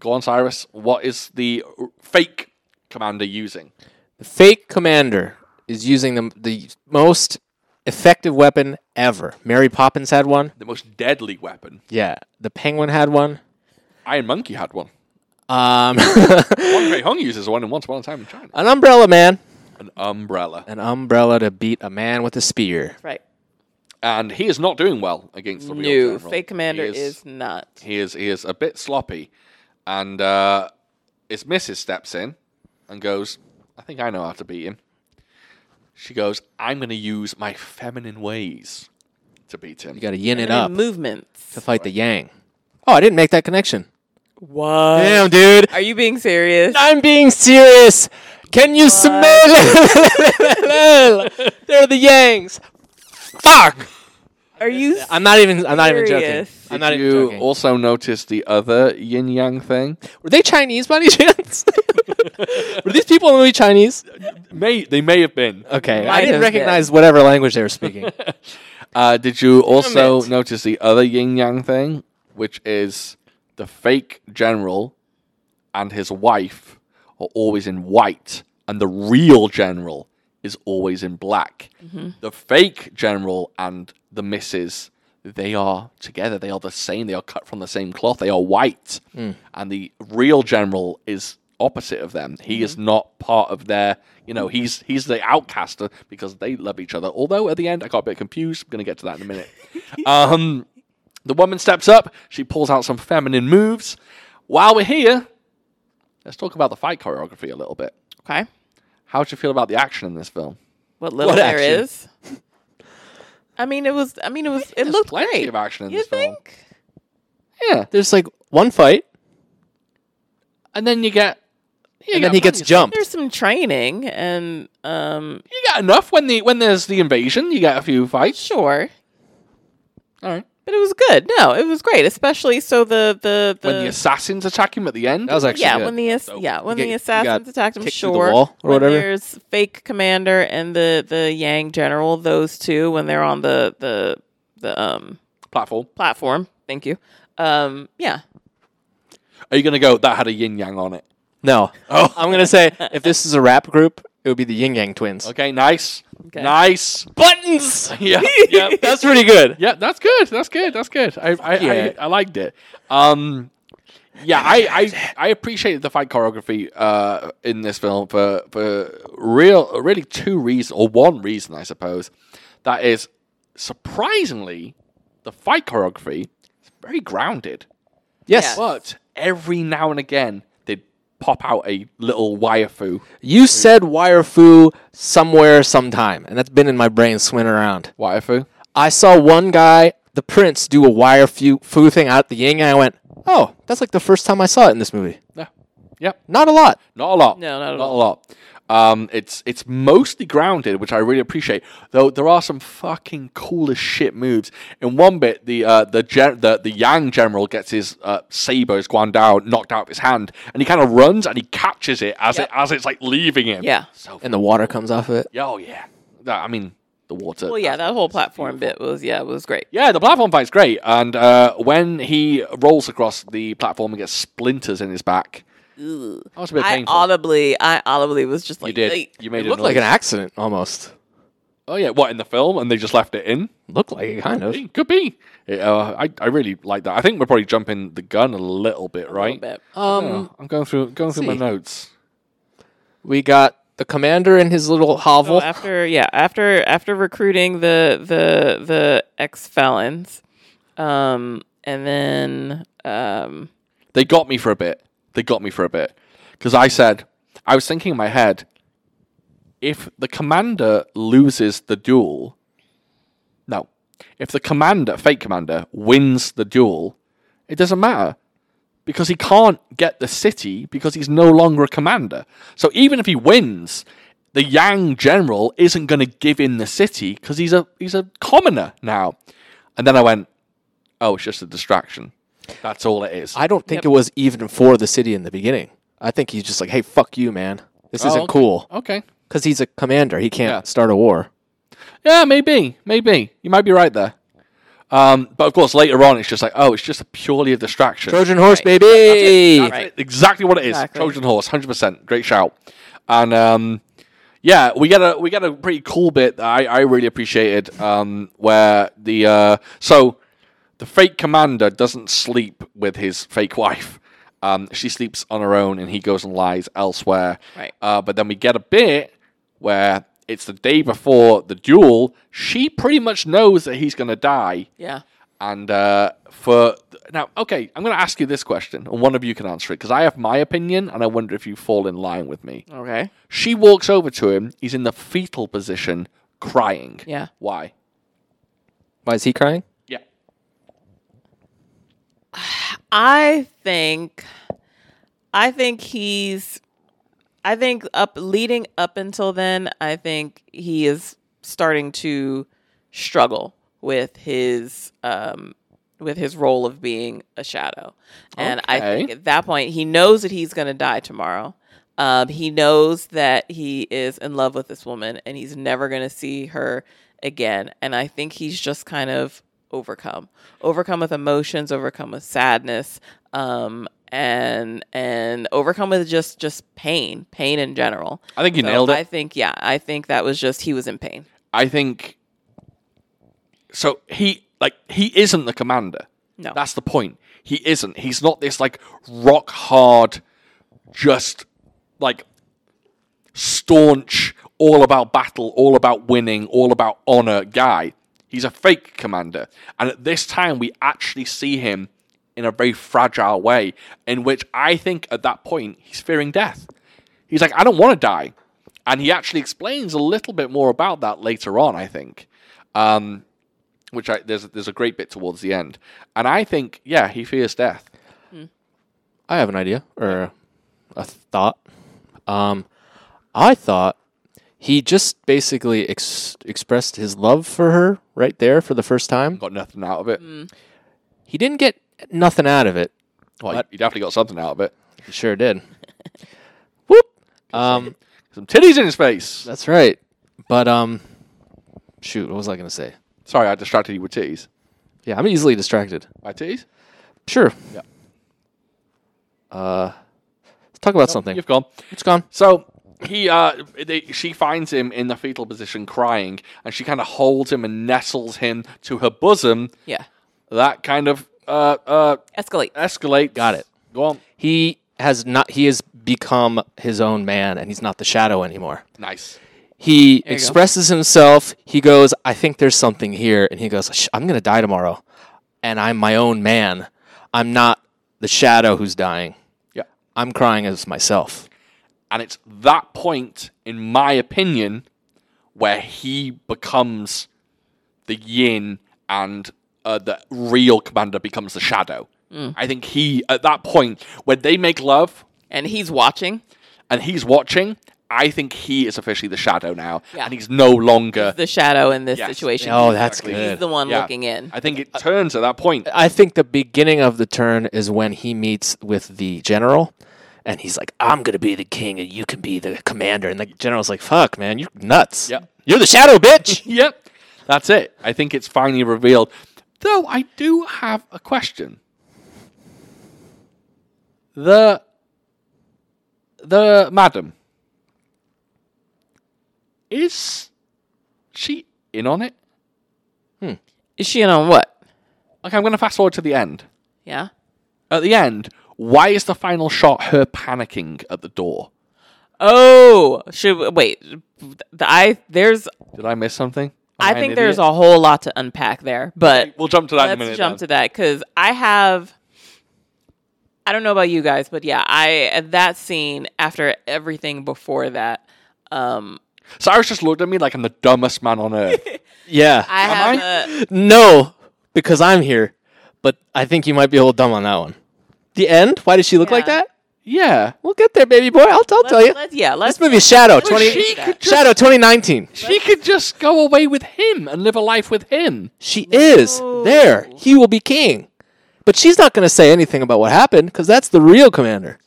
[SPEAKER 1] go on, Cyrus. What is the r- fake commander using?
[SPEAKER 2] The fake commander is using the, the most effective weapon ever. Mary Poppins had one.
[SPEAKER 1] The most deadly weapon.
[SPEAKER 2] Yeah. The penguin had one.
[SPEAKER 1] Iron Monkey had one.
[SPEAKER 2] Um,
[SPEAKER 1] Andre Hung uses one in Once Upon a Time in China.
[SPEAKER 2] an umbrella, man.
[SPEAKER 1] An umbrella.
[SPEAKER 2] An umbrella to beat a man with a spear.
[SPEAKER 3] right.
[SPEAKER 1] And he is not doing well against the real
[SPEAKER 3] New
[SPEAKER 1] general.
[SPEAKER 3] fake commander
[SPEAKER 1] He
[SPEAKER 3] is not.
[SPEAKER 1] he is he is a bit sloppy, and uh, his missus steps in and goes, "I think I know how to beat him." She goes, "I'm going to use my feminine ways to beat him."
[SPEAKER 2] You got to yin it
[SPEAKER 3] Any
[SPEAKER 2] up
[SPEAKER 3] movements.
[SPEAKER 2] to fight the yang. Oh, I didn't make that connection.
[SPEAKER 3] What?
[SPEAKER 2] Damn, dude.
[SPEAKER 3] Are you being serious?
[SPEAKER 2] I'm being serious. Can you smell it? They're the Yangs. Fuck.
[SPEAKER 3] Are you?
[SPEAKER 2] I'm not even. I'm not even joking.
[SPEAKER 3] Serious.
[SPEAKER 2] I'm not
[SPEAKER 1] Did
[SPEAKER 2] even
[SPEAKER 1] you
[SPEAKER 2] joking.
[SPEAKER 1] also notice the other yin yang thing?
[SPEAKER 2] Were they Chinese by any chance? Were these people really Chinese?
[SPEAKER 1] May they may have been.
[SPEAKER 2] Okay,
[SPEAKER 3] Might
[SPEAKER 2] I
[SPEAKER 3] have
[SPEAKER 2] didn't recognize whatever language they were speaking.
[SPEAKER 1] Uh, did you also
[SPEAKER 2] it.
[SPEAKER 1] notice the other yin yang thing, which is the fake general and his wife are always in white, and the real general is always in black. The fake general and the missus, they are together. They are the same. They are cut from the same cloth. They are white, and the real general is opposite of them. He is not part of their. You know, he's he's the outcaster because they love each other. Although at the end, I got a bit confused. I'm going to get to that in a minute. um, the woman steps up. She pulls out some feminine moves. While we're here, let's talk about the fight choreography a little bit.
[SPEAKER 3] okay.
[SPEAKER 1] How do you feel about the action in this film?
[SPEAKER 3] What little
[SPEAKER 2] What
[SPEAKER 3] there
[SPEAKER 2] action?
[SPEAKER 3] is. I mean, it was. I mean, it was. It
[SPEAKER 1] There's
[SPEAKER 3] looked
[SPEAKER 1] plenty
[SPEAKER 3] great.
[SPEAKER 1] of action in
[SPEAKER 3] you
[SPEAKER 1] this film.
[SPEAKER 3] think?
[SPEAKER 1] Yeah,
[SPEAKER 2] There's like one fight,
[SPEAKER 1] and then you get, you
[SPEAKER 2] and
[SPEAKER 1] get
[SPEAKER 2] then he gets
[SPEAKER 1] plenty of-
[SPEAKER 2] jumped.
[SPEAKER 3] There's some training and um.
[SPEAKER 1] You get enough when the when there's the invasion. You get a few fights.
[SPEAKER 3] Sure,
[SPEAKER 1] All right.
[SPEAKER 3] but it was good. No, it was great, especially so the the the.
[SPEAKER 1] When the assassins attack him at the end,
[SPEAKER 2] That was actually
[SPEAKER 3] yeah,
[SPEAKER 2] good.
[SPEAKER 3] when the ass- yeah when
[SPEAKER 2] get-
[SPEAKER 3] the
[SPEAKER 2] you
[SPEAKER 3] assassins
[SPEAKER 2] got
[SPEAKER 3] attacked him,
[SPEAKER 2] kicked through the
[SPEAKER 3] sure.
[SPEAKER 2] wall or
[SPEAKER 3] when
[SPEAKER 2] whatever?
[SPEAKER 3] there's fake commander and the the Yang general, those two when they're on the the the um
[SPEAKER 1] platform.
[SPEAKER 3] platform. Thank you. Um, yeah,
[SPEAKER 1] Are you gonna go? That had a yin yang on it.
[SPEAKER 2] No, I'm gonna say if this is a rap group, it would be the Yin Yang Twins.
[SPEAKER 1] Okay, nice,
[SPEAKER 3] Okay.
[SPEAKER 1] nice.
[SPEAKER 2] Buttons.
[SPEAKER 1] Yeah, yeah.
[SPEAKER 2] That's pretty good.
[SPEAKER 1] Yeah, that's good. That's good. That's good. I I,
[SPEAKER 2] Yeah.
[SPEAKER 1] I, I liked it. Um, yeah, I, I I appreciated the fight choreography uh, in this film for for real, really two reasons or one reason, I suppose. That is surprisingly, the fight choreography is very grounded,
[SPEAKER 2] Yes.
[SPEAKER 3] Yeah.
[SPEAKER 1] but every now and again they pop out a little wirefoo.
[SPEAKER 2] You said wire foo somewhere sometime, and that's been in my brain swimming around.
[SPEAKER 1] Wirefoo.
[SPEAKER 2] I saw one guy, the prince, do a wire foo, foo thing out the ying, and I went, oh, that's like the first time I saw it in this movie.
[SPEAKER 1] Yeah. Yep.
[SPEAKER 2] Not a lot.
[SPEAKER 1] Not a lot.
[SPEAKER 3] No, not at
[SPEAKER 1] a lot. Um, it's it's mostly grounded, which I really appreciate. Though there are some fucking cool as shit moves. In one bit, the uh, the, gen- the the Yang general gets his uh, saber, his Guandao, knocked out of his hand, and he kind of runs and he catches it as it as it's like leaving him.
[SPEAKER 3] Yeah.
[SPEAKER 1] So
[SPEAKER 2] And the water comes off of it.
[SPEAKER 1] yeah, oh yeah. That- I mean the water.
[SPEAKER 3] Well, yeah, that whole platform bit was yeah, it was great.
[SPEAKER 1] Yeah, the platform fight's great, and uh, when he rolls across the platform and gets splinters in his back, that was a bit
[SPEAKER 3] I
[SPEAKER 1] painful.
[SPEAKER 3] audibly, I audibly was just like,
[SPEAKER 1] you did.
[SPEAKER 3] "Ugh."
[SPEAKER 1] You made
[SPEAKER 2] It
[SPEAKER 1] it
[SPEAKER 2] looked like an accident almost.
[SPEAKER 1] Oh yeah, what in the film? And they just left it in.
[SPEAKER 2] Looked like it, kind of.
[SPEAKER 1] It could be. It, uh, I I really like that. I think we're probably jumping the gun a little bit,
[SPEAKER 3] A
[SPEAKER 1] right?
[SPEAKER 3] little bit.
[SPEAKER 2] Um,
[SPEAKER 1] I'm going through going through my
[SPEAKER 2] see.
[SPEAKER 1] notes.
[SPEAKER 2] we got the commander in his little hovel.
[SPEAKER 3] So Oh, after yeah, after after recruiting the the the ex felons, um, and then um,
[SPEAKER 1] They got me for a bit. They got me for a bit because I said I was thinking in my head, if the commander loses the duel, no, if the commander, fake commander, wins the duel, it doesn't matter. because he can't get the city because he's no longer a commander. So even if he wins, the Yang general isn't going to give in the city because he's a he's a commoner now. And then I went, oh, it's just a distraction. That's all it is.
[SPEAKER 2] I don't think it was even for the city in the beginning. I think he's just like, hey, fuck you, man. This isn't
[SPEAKER 1] okay.
[SPEAKER 2] cool.
[SPEAKER 1] okay.
[SPEAKER 2] Because he's a commander. He can't
[SPEAKER 1] Yeah.
[SPEAKER 2] start a war.
[SPEAKER 1] Yeah, maybe, maybe you might be right there. Um, but of course, later on, it's just like, oh, it's just purely a distraction.
[SPEAKER 2] Trojan horse,
[SPEAKER 3] Right.
[SPEAKER 2] baby.
[SPEAKER 1] That's it. Exactly what it is.
[SPEAKER 3] Exactly.
[SPEAKER 1] Trojan horse, hundred percent. Great shout. And um, yeah, we get a we get a pretty cool bit that I, I really appreciated um, where the uh, so the fake commander doesn't sleep with his fake wife. Um, she sleeps on her own, and he goes and lies elsewhere.
[SPEAKER 3] Right.
[SPEAKER 1] Uh, but then we get a bit where it's the day before the duel. She pretty much knows that he's going to die.
[SPEAKER 3] yeah,
[SPEAKER 1] And uh, for now, okay, I'm going to ask you this question, and one of you can answer it because I have my opinion, and I wonder if you fall in line with me.
[SPEAKER 3] okay,
[SPEAKER 1] She walks over to him. He's in the fetal position, crying.
[SPEAKER 3] Yeah.
[SPEAKER 1] Why?
[SPEAKER 2] Why is he crying?
[SPEAKER 1] Yeah.
[SPEAKER 3] I think, I think he's, I think up leading up until then, I think he is starting to struggle with his um with his role of being a shadow, and I
[SPEAKER 1] Okay.
[SPEAKER 3] think at that point he knows that he's going to die tomorrow. Um, he knows that he is in love with this woman and he's never going to see her again. And I think he's just kind of overcome, overcome with emotions, overcome with sadness, um, and and overcome with just just pain, pain in general.
[SPEAKER 1] I think you
[SPEAKER 3] So
[SPEAKER 1] nailed it.
[SPEAKER 3] I think yeah, I think that was just he was in pain.
[SPEAKER 1] I think so. He like he isn't the commander.
[SPEAKER 3] No.
[SPEAKER 1] that's the point. He isn't. He's not this like rock hard, just like staunch, all about battle, all about winning, all about honor guy. He's a fake commander, and at this time we actually see him in a very fragile way, in which I think at that point he's fearing death. He's like, I don't want to die. And he actually explains a little bit more about that later on, I think. Um, which I, there's there's a great bit towards the end, and I think yeah, he fears death.
[SPEAKER 2] I have an idea or a thought. Um, I thought he just basically ex- expressed his love for her right there for the first time.
[SPEAKER 1] Got nothing out of it.
[SPEAKER 2] Mm. He didn't get nothing out of it.
[SPEAKER 1] Well, he- he definitely got something out of it.
[SPEAKER 2] He sure did. Whoop. Um,
[SPEAKER 1] Some titties in his face.
[SPEAKER 2] that's right. But um, shoot, what was I gonna say?
[SPEAKER 1] Sorry, I distracted you with titties.
[SPEAKER 2] Yeah, I'm easily distracted.
[SPEAKER 1] My titties.
[SPEAKER 2] Sure.
[SPEAKER 1] Yeah.
[SPEAKER 2] Uh, let's talk about something.
[SPEAKER 1] You've gone.
[SPEAKER 2] It's gone.
[SPEAKER 1] So he, uh, they, she finds him in the fetal position, crying, and she kind of holds him and nestles him to her bosom.
[SPEAKER 3] Yeah,
[SPEAKER 1] That kind of uh, uh,
[SPEAKER 3] escalate.
[SPEAKER 1] escalates.
[SPEAKER 2] Got it.
[SPEAKER 1] Go on.
[SPEAKER 2] He has not. He has become his own man, and he's not the shadow anymore.
[SPEAKER 1] Nice.
[SPEAKER 2] He expresses himself. He goes, "I think there's something here," and he goes, "Sh- "I'm gonna die tomorrow, and I'm my own man. I'm not the shadow who's dying.
[SPEAKER 1] Yeah.
[SPEAKER 2] I'm crying as myself."
[SPEAKER 1] And it's that point, in my opinion, where he becomes the yin and uh, the real commander becomes the shadow.
[SPEAKER 3] Mm.
[SPEAKER 1] I think he, at that point, when they make love
[SPEAKER 3] And he's watching.
[SPEAKER 1] and he's watching, I think he is officially the shadow now.
[SPEAKER 3] Yeah.
[SPEAKER 1] And he's no longer.
[SPEAKER 3] The shadow in this
[SPEAKER 1] Uh, Yes.
[SPEAKER 3] situation.
[SPEAKER 2] Oh, that's
[SPEAKER 1] Exactly.
[SPEAKER 2] good.
[SPEAKER 3] he's the one
[SPEAKER 1] Yeah.
[SPEAKER 3] looking in. uh,
[SPEAKER 1] I think it turns at that point.
[SPEAKER 2] I think the beginning of the turn is when he meets with the general, and he's like, "I'm gonna be the king, and you can be the commander." And the general's like, "Fuck, man, you're nuts.
[SPEAKER 1] Yep.
[SPEAKER 2] You're the shadow, bitch."
[SPEAKER 1] Yep. That's it. I think it's finally revealed. Though I do have a question. The the madam is she in on it?
[SPEAKER 3] Is she in on what?
[SPEAKER 1] Okay, I'm going to fast forward to the end.
[SPEAKER 3] Yeah.
[SPEAKER 1] At the end, why is the final shot her panicking at the door?
[SPEAKER 3] Oh, should we- wait. th- I there's
[SPEAKER 1] Did I miss something?
[SPEAKER 3] I think there's a whole lot to unpack there, but
[SPEAKER 1] We'll jump to that in a
[SPEAKER 3] let's
[SPEAKER 1] minute.
[SPEAKER 3] jump
[SPEAKER 1] then.
[SPEAKER 3] to that because I have. I don't know about you guys, but yeah, I at that scene after everything before that, um,
[SPEAKER 1] Cyrus just looked at me like I'm the dumbest man on earth.
[SPEAKER 2] Yeah.
[SPEAKER 3] I
[SPEAKER 1] Am
[SPEAKER 3] have
[SPEAKER 1] I?
[SPEAKER 3] a-
[SPEAKER 2] No, because I'm here. But I think you might be a little dumb on that one. The end? Why does she look like
[SPEAKER 3] Yeah.
[SPEAKER 2] that?
[SPEAKER 1] yeah.
[SPEAKER 2] We'll get there, baby boy. I'll, I'll tell you.
[SPEAKER 3] let's, yeah,
[SPEAKER 2] This
[SPEAKER 3] let's
[SPEAKER 2] movie is Shadow
[SPEAKER 1] But
[SPEAKER 3] Funny-
[SPEAKER 2] 20,
[SPEAKER 1] she could just
[SPEAKER 2] Shadow 2019.
[SPEAKER 1] She could just go away with him and live a life with him.
[SPEAKER 2] She is there. He will be king. But she's not going to say anything about what happened because that's the real commander.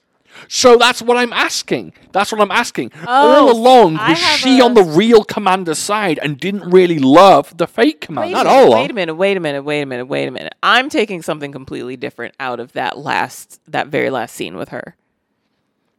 [SPEAKER 1] So that's what I'm asking. That's what I'm asking.
[SPEAKER 3] Oh,
[SPEAKER 1] All along,
[SPEAKER 3] I
[SPEAKER 1] was
[SPEAKER 3] have
[SPEAKER 1] she
[SPEAKER 3] a-
[SPEAKER 1] on the real commander's side and didn't really love the fake commander?
[SPEAKER 2] Not all of
[SPEAKER 3] Wait a
[SPEAKER 2] them.
[SPEAKER 3] minute. Wait a minute. Wait a minute. Wait a minute. I'm taking something completely different out of that last, that very last scene with her,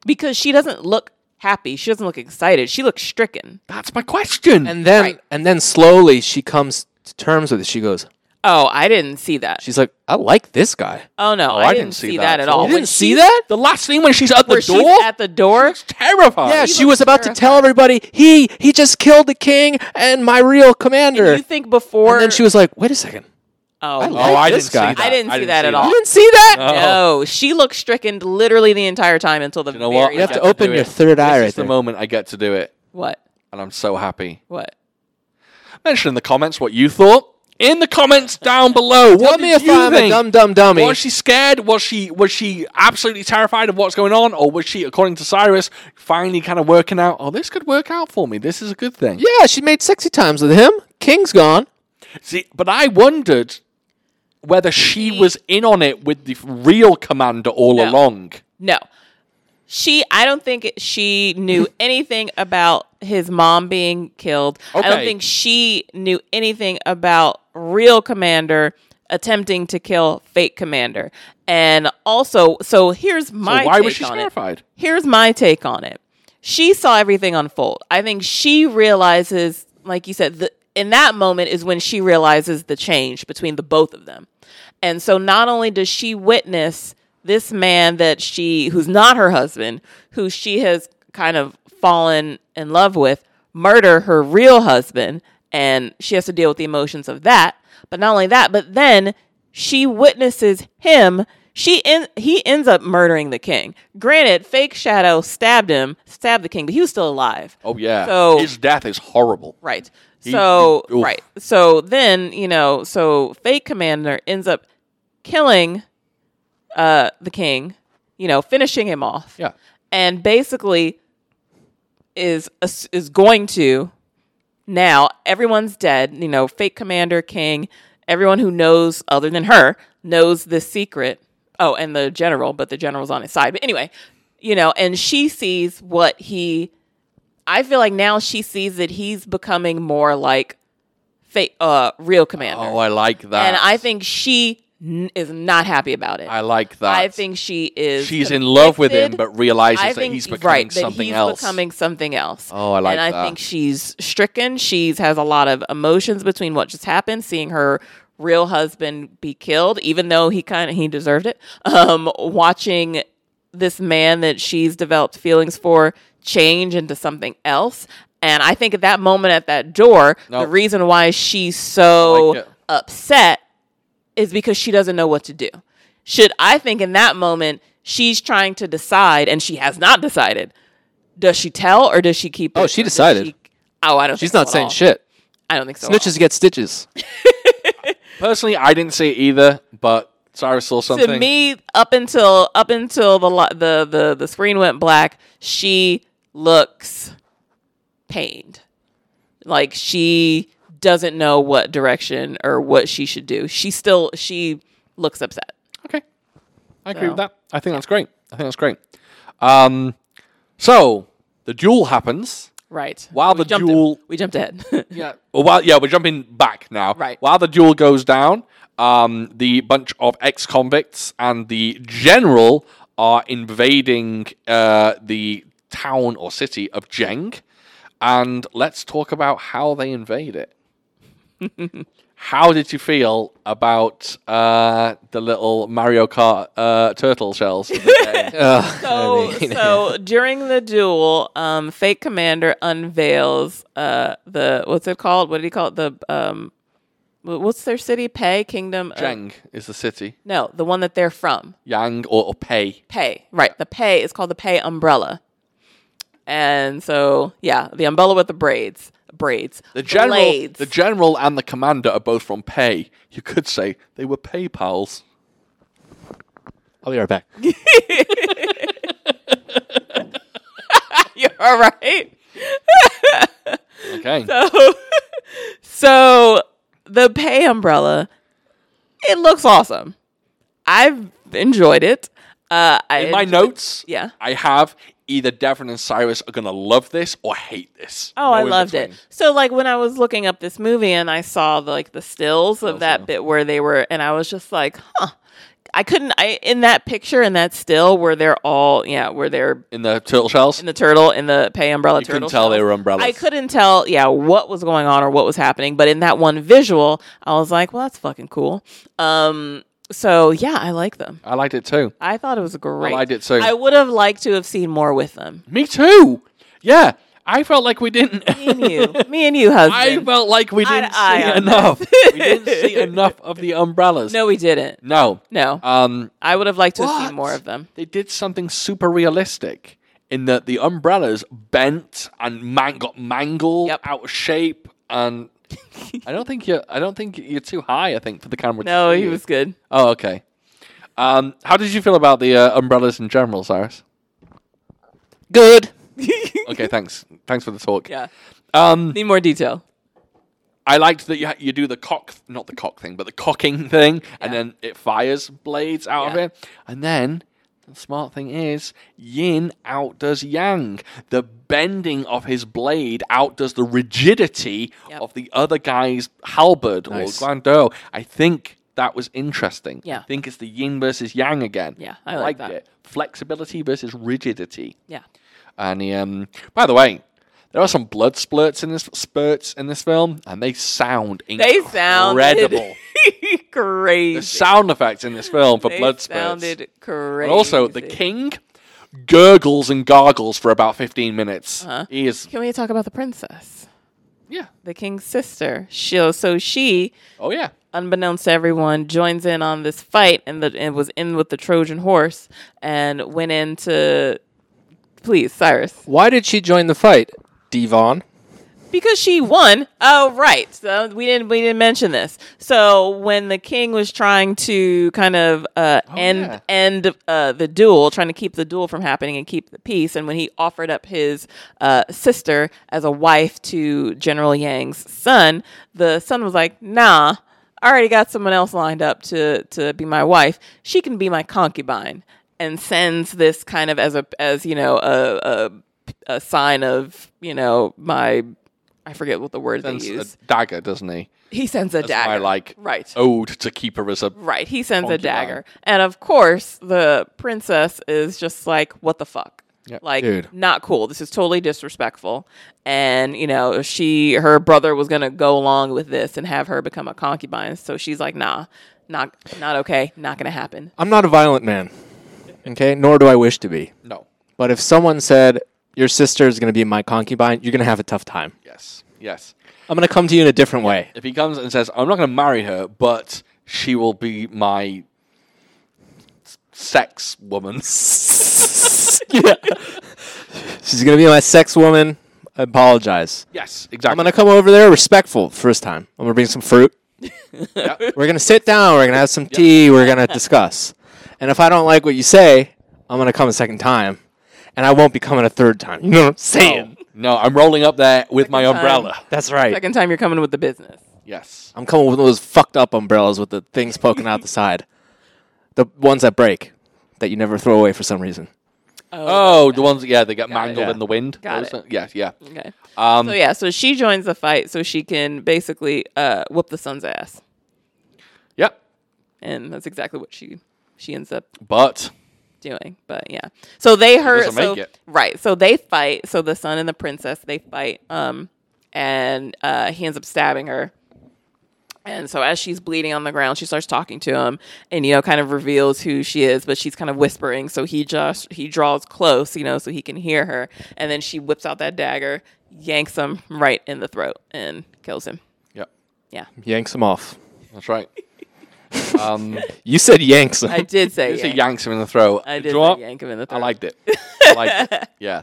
[SPEAKER 3] because she doesn't look happy. She doesn't look excited. She looks stricken.
[SPEAKER 1] That's my question.
[SPEAKER 2] And then and then slowly she comes to terms with it. She goes,
[SPEAKER 3] Oh, I didn't see that.
[SPEAKER 2] she's like, I like this guy.
[SPEAKER 3] oh no, I, didn't see that, at
[SPEAKER 1] all.
[SPEAKER 3] all.
[SPEAKER 2] You
[SPEAKER 3] When
[SPEAKER 2] didn't see
[SPEAKER 3] she's-
[SPEAKER 2] that?
[SPEAKER 1] the last scene when she's at the
[SPEAKER 3] Where she's
[SPEAKER 1] door,
[SPEAKER 3] at the door.
[SPEAKER 1] terrified.
[SPEAKER 2] Yeah, she
[SPEAKER 3] looks
[SPEAKER 2] was about to tell everybody he he just killed the king and my real commander.
[SPEAKER 3] You think before?
[SPEAKER 2] and then she was like, wait a second,
[SPEAKER 3] oh,
[SPEAKER 2] I
[SPEAKER 1] oh,
[SPEAKER 2] like
[SPEAKER 1] I
[SPEAKER 2] this
[SPEAKER 1] didn't
[SPEAKER 2] guy.
[SPEAKER 1] see that.
[SPEAKER 3] I didn't see that at all.
[SPEAKER 2] you didn't see that?
[SPEAKER 3] no, she looked stricken literally the entire time until the
[SPEAKER 1] You know
[SPEAKER 3] very.
[SPEAKER 1] what?
[SPEAKER 2] You have
[SPEAKER 1] I
[SPEAKER 2] to
[SPEAKER 1] get
[SPEAKER 2] open
[SPEAKER 1] do
[SPEAKER 2] your
[SPEAKER 1] it.
[SPEAKER 2] third eye
[SPEAKER 1] This
[SPEAKER 2] right
[SPEAKER 1] is the
[SPEAKER 2] there.
[SPEAKER 1] moment I get to do it,
[SPEAKER 3] what?
[SPEAKER 1] and I'm so happy.
[SPEAKER 3] What?
[SPEAKER 1] Mention in the comments what you thought. In the comments down below,
[SPEAKER 2] Tell
[SPEAKER 1] what
[SPEAKER 2] me
[SPEAKER 1] did
[SPEAKER 2] if
[SPEAKER 1] you
[SPEAKER 2] I'm
[SPEAKER 1] think?
[SPEAKER 2] a dumb dumb dummy.
[SPEAKER 1] Was she scared? Was she was she absolutely terrified of what's going on, or was she, according to Cyrus, finally kind of working out? Oh, this could work out for me. This is a good thing.
[SPEAKER 2] yeah, she made sexy times with him. King's gone.
[SPEAKER 1] See, but I wondered whether she was in on it with the real commander all
[SPEAKER 3] No.
[SPEAKER 1] along.
[SPEAKER 3] No. She, I don't think it- she knew anything about his mom being killed. I
[SPEAKER 1] Okay.
[SPEAKER 3] don't think she knew anything about real commander attempting to kill fake commander. And also, so here's
[SPEAKER 1] So
[SPEAKER 3] my
[SPEAKER 1] why
[SPEAKER 3] take
[SPEAKER 1] was she
[SPEAKER 3] on it.
[SPEAKER 1] terrified?
[SPEAKER 3] Here's my take on it. She saw everything unfold. I think she realizes, like you said, the, in that moment is when she realizes the change between the both of them. And so not only does she witness this man that she, who's not her husband, who she has kind of fallen in love with, murder her real husband, and she has to deal with the emotions of that. But not only that, but then she witnesses him. She en- he ends up murdering the king. Granted, fake shadow stabbed him, stabbed the king, but he was still alive.
[SPEAKER 1] Oh yeah,
[SPEAKER 3] So-
[SPEAKER 1] his death is horrible.
[SPEAKER 3] Right. So
[SPEAKER 1] he- oof.
[SPEAKER 3] right. So then you know. So fake commander ends up killing uh the king. You know, finishing him off.
[SPEAKER 1] Yeah.
[SPEAKER 3] And basically is is going to now everyone's dead you know fake commander king everyone who knows other than her knows this secret oh and the general but the general's on his side but anyway you know and she sees what he i feel like now she sees that he's becoming more like fake uh real commander
[SPEAKER 1] Oh, I like that.
[SPEAKER 3] and i think she n- is not happy about it
[SPEAKER 1] I like that.
[SPEAKER 3] I think she is
[SPEAKER 1] she's in love with him,
[SPEAKER 3] conflicted.
[SPEAKER 1] but realizes
[SPEAKER 3] I
[SPEAKER 1] that
[SPEAKER 3] think
[SPEAKER 1] he's becoming
[SPEAKER 3] right, that
[SPEAKER 1] something
[SPEAKER 3] he's
[SPEAKER 1] else.
[SPEAKER 3] Becoming something else.
[SPEAKER 1] Oh, I like
[SPEAKER 3] And I
[SPEAKER 1] that.
[SPEAKER 3] think she's stricken. She's has a lot of emotions between what just happened, seeing her real husband be killed, even though he kind of he deserved it. Um, watching this man that she's developed feelings for change into something else, and I think at that moment at that door, the
[SPEAKER 1] Nope.
[SPEAKER 3] reason why she's so
[SPEAKER 1] Like it.
[SPEAKER 3] upset is because she doesn't know what to do. Should I think in that moment she's trying to decide and she has not decided? Does she tell or does she keep?
[SPEAKER 2] Oh,
[SPEAKER 3] it,
[SPEAKER 2] she
[SPEAKER 3] or does
[SPEAKER 2] decided.
[SPEAKER 3] she- oh, I don't. think
[SPEAKER 2] She's
[SPEAKER 3] so
[SPEAKER 2] not
[SPEAKER 3] at
[SPEAKER 2] saying
[SPEAKER 3] all.
[SPEAKER 2] shit.
[SPEAKER 3] I don't think so. at all.
[SPEAKER 2] Snitches get stitches.
[SPEAKER 1] Personally, I didn't see it either, but Cyrus saw something.
[SPEAKER 3] to me up until up until the lo- the the the screen went black she looks pained like she doesn't know what direction or what she should do she still she looks upset
[SPEAKER 1] Okay. I agree
[SPEAKER 3] So.
[SPEAKER 1] with that. I think that's great. I think that's great. Um, so the duel happens.
[SPEAKER 3] right
[SPEAKER 1] While
[SPEAKER 3] we
[SPEAKER 1] the
[SPEAKER 3] jumped
[SPEAKER 1] duel-
[SPEAKER 3] we jumped ahead yeah
[SPEAKER 1] Well, while, yeah, we're jumping back now.
[SPEAKER 3] Right.
[SPEAKER 1] While the duel goes down, um, the bunch of ex convicts and the general are invading uh, the town or city of Jeng. And let's talk about how they invade it. how did you feel about uh, the little Mario Kart uh, turtle shells? that they're getting?
[SPEAKER 3] so, so during the duel, um, fake commander unveils uh, the what's it called? What did he call it? The um, wh- what's their city? Pei Kingdom? uh,
[SPEAKER 1] Jeng is the city.
[SPEAKER 3] no, the one that they're from.
[SPEAKER 1] Yang or, or Pei.
[SPEAKER 3] Pei, right? The Pei is called the Pei umbrella, and so yeah, the umbrella with the braids, braids,
[SPEAKER 1] The general,
[SPEAKER 3] blades.
[SPEAKER 1] the general, and the commander are both from Pei. You could say they were Pei pals.
[SPEAKER 2] I'll be right back.
[SPEAKER 3] You're right.
[SPEAKER 1] Okay,
[SPEAKER 3] So the pay umbrella, it looks awesome. I've enjoyed it. Uh, I
[SPEAKER 1] in my notes,
[SPEAKER 3] yeah.
[SPEAKER 1] I have either Devon and Cyrus are gonna love this or hate this.
[SPEAKER 3] Oh,
[SPEAKER 1] No
[SPEAKER 3] I
[SPEAKER 1] in
[SPEAKER 3] loved
[SPEAKER 1] between.
[SPEAKER 3] it. So like when I was looking up this movie and I saw the, like the stills of that bit where they were, and I was just like, huh. I couldn't. I in that picture in that still where they're all yeah where they're
[SPEAKER 1] in the turtle shells.
[SPEAKER 3] in the turtle in the pay umbrella
[SPEAKER 1] you
[SPEAKER 3] turtle.
[SPEAKER 1] couldn't tell
[SPEAKER 3] shells.
[SPEAKER 1] they were umbrellas.
[SPEAKER 3] I couldn't tell, yeah, what was going on or what was happening. But in that one visual, I was like, well, that's fucking cool. Um, so yeah, I like them.
[SPEAKER 1] I liked it too.
[SPEAKER 3] I thought it was great.
[SPEAKER 1] liked it too.
[SPEAKER 3] I would have liked to have seen more with them.
[SPEAKER 1] Me too. Yeah, I felt like we didn't.
[SPEAKER 3] Me and you, me and you,
[SPEAKER 1] I
[SPEAKER 3] husband.
[SPEAKER 1] felt like we
[SPEAKER 3] Eye to
[SPEAKER 1] didn't
[SPEAKER 3] eye
[SPEAKER 1] see
[SPEAKER 3] on
[SPEAKER 1] enough. we didn't see enough of the umbrellas.
[SPEAKER 3] no, we didn't.
[SPEAKER 1] no.
[SPEAKER 3] No,
[SPEAKER 1] Um,
[SPEAKER 3] I would have liked to have
[SPEAKER 1] What?
[SPEAKER 3] seen more of them.
[SPEAKER 1] they did something super realistic in that the umbrellas bent and man- got mangled
[SPEAKER 3] Yep.
[SPEAKER 1] out of shape and I don't think you're I don't think you're too high I think for the camera to
[SPEAKER 3] No,
[SPEAKER 1] see
[SPEAKER 3] he
[SPEAKER 1] you.
[SPEAKER 3] was good.
[SPEAKER 1] Oh okay. Um, how did you feel about the uh, umbrellas in general, Cyrus?
[SPEAKER 2] Good.
[SPEAKER 1] Okay, thanks. Thanks for the talk.
[SPEAKER 3] Yeah,
[SPEAKER 1] Um,
[SPEAKER 3] need more detail.
[SPEAKER 1] I liked that you ha- you do the cock not the cock thing, but the cocking thing and
[SPEAKER 3] Yeah.
[SPEAKER 1] then it fires blades out of
[SPEAKER 3] Yeah.
[SPEAKER 1] it. And then the smart thing is yin outdoes yang. The bending of his blade outdoes the rigidity
[SPEAKER 3] Yep.
[SPEAKER 1] of the other guy's halberd
[SPEAKER 2] Nice.
[SPEAKER 1] or guando. I think that was interesting.
[SPEAKER 3] Yeah.
[SPEAKER 1] I think it's the yin versus yang again.
[SPEAKER 3] Yeah, I
[SPEAKER 1] liked
[SPEAKER 3] like that.
[SPEAKER 1] it. Flexibility versus rigidity.
[SPEAKER 3] Yeah,
[SPEAKER 1] And he, um, by the way, there are some blood splurts in this spurts in this film, and they sound
[SPEAKER 3] they
[SPEAKER 1] incredible.
[SPEAKER 3] sounded crazy.
[SPEAKER 1] the sound effects in this film for
[SPEAKER 3] they
[SPEAKER 1] blood spurts.
[SPEAKER 3] sounded crazy.
[SPEAKER 1] And also, the king gurgles and gargles for about fifteen minutes.
[SPEAKER 3] Uh-huh.
[SPEAKER 1] He is,
[SPEAKER 3] Can we talk about the princess?
[SPEAKER 1] yeah,
[SPEAKER 3] the king's sister. She so she,
[SPEAKER 1] oh yeah,
[SPEAKER 3] unbeknownst to everyone, joins in on this fight and the and was in with the Trojan horse and went into please Cyrus
[SPEAKER 2] Why did she join the fight, Devon?
[SPEAKER 3] because she won. Oh right, so we didn't we didn't mention this. So when the king was trying to kind of uh, end
[SPEAKER 1] yeah.
[SPEAKER 3] end uh, the duel, trying to keep the duel from happening and keep the peace, and when he offered up his uh, sister as a wife to General Yang's son, the son was like, "Nah." I already got someone else lined up to to be my wife. She can be my concubine, and sends this kind of as a as you know a a, a sign of you know my I forget what the word
[SPEAKER 1] sends
[SPEAKER 3] they
[SPEAKER 1] a
[SPEAKER 3] use.
[SPEAKER 1] dagger, doesn't he?
[SPEAKER 3] he sends a dagger.
[SPEAKER 1] My like
[SPEAKER 3] right.
[SPEAKER 1] ode to keep her as a
[SPEAKER 3] Right, he sends a
[SPEAKER 1] Concubine.
[SPEAKER 3] dagger. And of course, the princess is just like, what the fuck? Like,
[SPEAKER 2] Dude.
[SPEAKER 3] not cool. This is totally disrespectful. And, you know, she, her brother was going to go along with this and have her become a concubine. So she's like, nah, not, not okay. Not going to happen.
[SPEAKER 2] I'm not a violent man. Okay, nor do I wish to be.
[SPEAKER 1] No.
[SPEAKER 2] But if someone said your sister is going to be my concubine, you're going to have a tough time.
[SPEAKER 1] Yes. Yes.
[SPEAKER 2] I'm going to come to you in a different way.
[SPEAKER 1] If he comes and says, "I'm not going to marry her, but she will be my s- sex woman,"
[SPEAKER 2] yeah. She's going to be my sex woman. I apologize.
[SPEAKER 1] yes, exactly.
[SPEAKER 2] I'm going to come over there respectful first time. I'm going to bring some fruit. We're going to sit down. We're going to have some tea. We're going to discuss. And if I don't like what you say, I'm going to come a second time. And I won't be coming a third time. You know what I'm saying?
[SPEAKER 1] No, I'm rolling up there with my
[SPEAKER 3] Second time.
[SPEAKER 1] umbrella.
[SPEAKER 2] Oh. That's right.
[SPEAKER 3] Second time you're coming with the business.
[SPEAKER 1] Yes.
[SPEAKER 2] I'm coming with those fucked up umbrellas with the things poking out the side. The ones that break that you never throw away for some reason.
[SPEAKER 1] Oh, the ones yeah, they get mangled
[SPEAKER 2] Yeah.
[SPEAKER 1] in the wind.
[SPEAKER 3] Got
[SPEAKER 1] Those- Yes, yeah.
[SPEAKER 3] Okay.
[SPEAKER 1] Um,
[SPEAKER 3] so yeah, so she joins the fight so she can basically uh, whoop the son's ass,
[SPEAKER 1] Yep.
[SPEAKER 3] and that's exactly what she she ends up
[SPEAKER 1] But
[SPEAKER 3] doing. But yeah, so they hurt.
[SPEAKER 1] doesn't make
[SPEAKER 3] So,
[SPEAKER 1] it.
[SPEAKER 3] right, so they fight. So the son and the princess they fight, um, and uh, he ends up stabbing her. And so as she's bleeding on the ground, she starts talking to him, and you know, kind of reveals who she is, but she's kind of whispering. So he just he draws close, you know, so he can hear her, and then she whips out that dagger, yanks him right in the throat, and kills him.
[SPEAKER 1] yep,
[SPEAKER 3] Yeah,
[SPEAKER 2] Yanks them off.
[SPEAKER 1] that's right. um,
[SPEAKER 2] You said yanks them.
[SPEAKER 3] I did say
[SPEAKER 1] it's a
[SPEAKER 3] yank.
[SPEAKER 1] yanks him in the throat.
[SPEAKER 3] I
[SPEAKER 1] Do
[SPEAKER 3] did
[SPEAKER 1] you know what?
[SPEAKER 3] say yank him in the throat.
[SPEAKER 1] I liked it. I liked it. Yeah.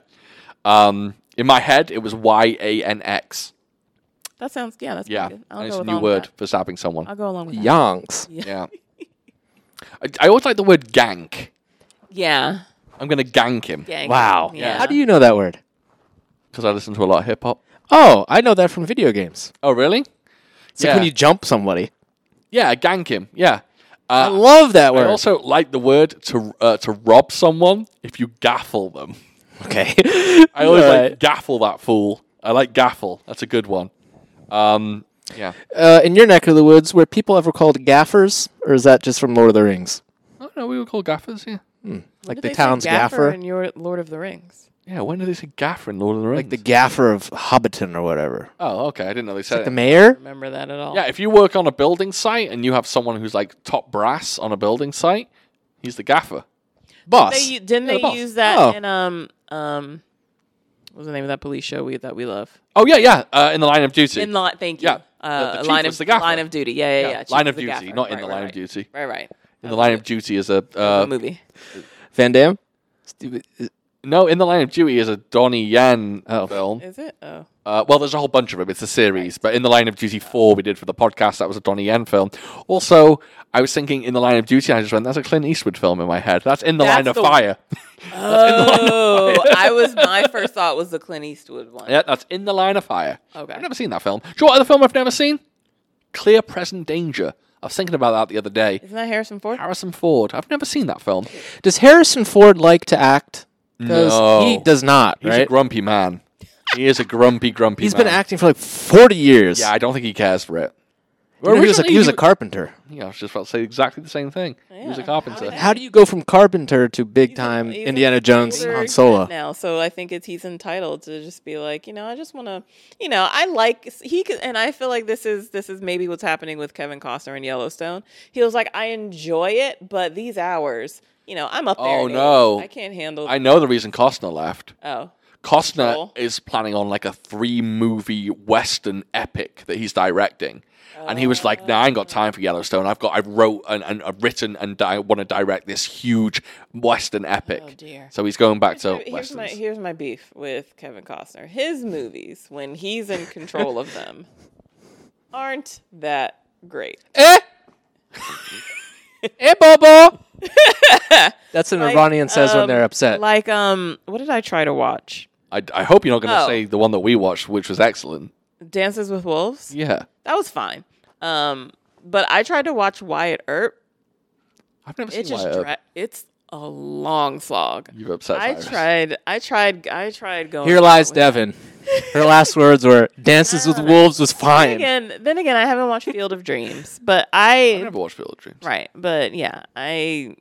[SPEAKER 1] Um, in my head, it was Y A N X.
[SPEAKER 3] that. Sounds yeah, that's
[SPEAKER 1] Yeah,
[SPEAKER 3] pretty good. I'll
[SPEAKER 1] and
[SPEAKER 3] go
[SPEAKER 1] it's a
[SPEAKER 3] with
[SPEAKER 1] new
[SPEAKER 3] along with
[SPEAKER 1] word
[SPEAKER 3] that.
[SPEAKER 1] for stabbing someone.
[SPEAKER 3] I'll go along with that.
[SPEAKER 2] Yanks.
[SPEAKER 1] yeah. I, I always like the word gank.
[SPEAKER 3] Yeah.
[SPEAKER 1] I'm gonna gank him
[SPEAKER 3] Gang.
[SPEAKER 2] Wow.
[SPEAKER 3] Yeah.
[SPEAKER 2] How do you know that word?
[SPEAKER 1] because I listen to a lot of hip hop.
[SPEAKER 2] Oh, I know that from video games.
[SPEAKER 1] Oh, really?
[SPEAKER 2] It's like when you jump somebody.
[SPEAKER 1] yeah, gank him. Yeah.
[SPEAKER 2] I
[SPEAKER 1] Uh,
[SPEAKER 2] love that
[SPEAKER 1] I
[SPEAKER 2] word.
[SPEAKER 1] also like the word to uh, to rob someone if you gaffle them.
[SPEAKER 2] okay.
[SPEAKER 1] I always like
[SPEAKER 2] Right.
[SPEAKER 1] gaffle that fool. I like gaffle. That's a good one. Um, yeah.
[SPEAKER 2] uh, in your neck of the woods, were people ever called gaffers, or is that just from Lord of the Rings?
[SPEAKER 1] Oh no, we were called gaffers. Yeah.
[SPEAKER 2] Like the town's gaffer,
[SPEAKER 3] in your Lord of the Rings.
[SPEAKER 1] Yeah. When did they say gaffer in Lord of the Rings?
[SPEAKER 2] like the gaffer of Hobbiton or whatever.
[SPEAKER 1] oh, okay. I didn't know they said
[SPEAKER 2] Like the
[SPEAKER 1] it.
[SPEAKER 2] mayor.
[SPEAKER 3] Remember that at all?
[SPEAKER 1] yeah. If you work on a building site and you have someone who's like top brass on a building site, he's the gaffer.
[SPEAKER 2] Boss.
[SPEAKER 3] They u- didn't
[SPEAKER 1] Yeah, the
[SPEAKER 3] they
[SPEAKER 1] boss.
[SPEAKER 3] use that
[SPEAKER 2] Oh.
[SPEAKER 3] in um um what was the name of that police show we that we love?
[SPEAKER 1] Oh yeah, yeah. Uh, in the line of duty.
[SPEAKER 3] In line, thank you.
[SPEAKER 1] Yeah.
[SPEAKER 3] Uh,
[SPEAKER 1] The- the
[SPEAKER 3] line
[SPEAKER 1] chief
[SPEAKER 3] of
[SPEAKER 1] was the gaffer.
[SPEAKER 3] line of duty. Yeah, yeah, yeah. Chief
[SPEAKER 1] line
[SPEAKER 3] was
[SPEAKER 1] of
[SPEAKER 3] the
[SPEAKER 1] duty,
[SPEAKER 3] gaffer.
[SPEAKER 1] not in
[SPEAKER 3] Right,
[SPEAKER 1] the
[SPEAKER 3] right,
[SPEAKER 1] line
[SPEAKER 3] right.
[SPEAKER 1] of duty.
[SPEAKER 3] Right, right.
[SPEAKER 1] In the line of duty is a
[SPEAKER 3] The
[SPEAKER 1] uh,
[SPEAKER 3] movie.
[SPEAKER 2] Van Damme. Stupid.
[SPEAKER 1] no. In the line of duty is a Donnie Yen uh,
[SPEAKER 2] Oh.
[SPEAKER 1] film.
[SPEAKER 3] Is it? Oh.
[SPEAKER 1] Uh, well, there's a whole bunch of them. It's a series, but in the Line of Duty four we did for the podcast, that was a Donnie Yen film. Also, I was thinking in the Line of Duty, I just went, "That's a Clint Eastwood film in my head. That's in the
[SPEAKER 3] That's
[SPEAKER 1] Line of
[SPEAKER 3] the-
[SPEAKER 1] Fire.
[SPEAKER 3] Oh, I was my first thought was the Clint Eastwood one.
[SPEAKER 1] yeah, that's in the Line of Fire.
[SPEAKER 3] Okay.
[SPEAKER 1] I've never seen that film. Do you know what other film I've never seen? Clear Present Danger. I was thinking about that the other day.
[SPEAKER 3] Isn't that Harrison Ford?
[SPEAKER 1] Harrison Ford. I've never seen that film.
[SPEAKER 2] Does Harrison Ford like to act? 'Cause
[SPEAKER 1] No.
[SPEAKER 2] he does not.
[SPEAKER 1] He's a
[SPEAKER 2] right?
[SPEAKER 1] grumpy man. He is a grumpy, grumpy.
[SPEAKER 2] He's
[SPEAKER 1] man.
[SPEAKER 2] been acting for like forty years.
[SPEAKER 1] Yeah, I don't think he cares for it.
[SPEAKER 2] You know, he was a,
[SPEAKER 1] Originally,
[SPEAKER 2] he was a carpenter.
[SPEAKER 1] Yeah, I was just about to say exactly the same thing. He was a
[SPEAKER 3] Yeah.
[SPEAKER 1] carpenter.
[SPEAKER 2] How do you go from carpenter to big time
[SPEAKER 3] He's
[SPEAKER 2] Indiana
[SPEAKER 3] an
[SPEAKER 2] Jones
[SPEAKER 3] older
[SPEAKER 2] on Solo?
[SPEAKER 3] kid now, so I think it's he's entitled to just be like, you know, I just want to, you know, I like he could, and I feel like this is this is maybe what's happening with Kevin Costner in Yellowstone. He was like, I enjoy it, but these hours, you know, I'm up there.
[SPEAKER 1] Oh,
[SPEAKER 3] in age.
[SPEAKER 1] no.
[SPEAKER 3] I can't handle.
[SPEAKER 1] I know the reason Costner left.
[SPEAKER 3] oh,
[SPEAKER 1] Costner
[SPEAKER 3] Cool.
[SPEAKER 1] is planning on like a three movie Western epic that he's directing. And he was like, "No, I ain't got time for Yellowstone. I've got, I wrote and, and I've written and I want to direct this huge Western epic."
[SPEAKER 3] Oh, dear.
[SPEAKER 1] So he's going back to
[SPEAKER 3] So here's my
[SPEAKER 1] westerns.
[SPEAKER 3] here's my beef with Kevin Costner. His movies, when he's in control of them, aren't that great.
[SPEAKER 2] Eh? eh, Bobo. That's an Iranian says when
[SPEAKER 3] um,
[SPEAKER 2] they're upset.
[SPEAKER 3] Like, um, what did I try to watch?
[SPEAKER 1] I, I hope you're not going to
[SPEAKER 3] Oh.
[SPEAKER 1] say the one that we watched, which was excellent.
[SPEAKER 3] Dances with Wolves.
[SPEAKER 1] Yeah,
[SPEAKER 3] That was fine. Um, but I tried to watch Wyatt Earp.
[SPEAKER 1] I've never
[SPEAKER 3] It
[SPEAKER 1] seen
[SPEAKER 3] just
[SPEAKER 1] Wyatt Earp.
[SPEAKER 3] dra- it's a long slog.
[SPEAKER 1] You've upset.
[SPEAKER 3] I
[SPEAKER 1] Cyrus.
[SPEAKER 3] tried. I tried. I tried going.
[SPEAKER 2] Here
[SPEAKER 3] along
[SPEAKER 2] lies
[SPEAKER 3] with
[SPEAKER 2] Devin. Her last words were "Dances
[SPEAKER 3] Uh,
[SPEAKER 2] with Wolves" was
[SPEAKER 3] Then
[SPEAKER 2] fine.
[SPEAKER 3] again, then again, I haven't watched Field of Dreams, but I
[SPEAKER 1] I never watched Field of Dreams.
[SPEAKER 3] right, but yeah, I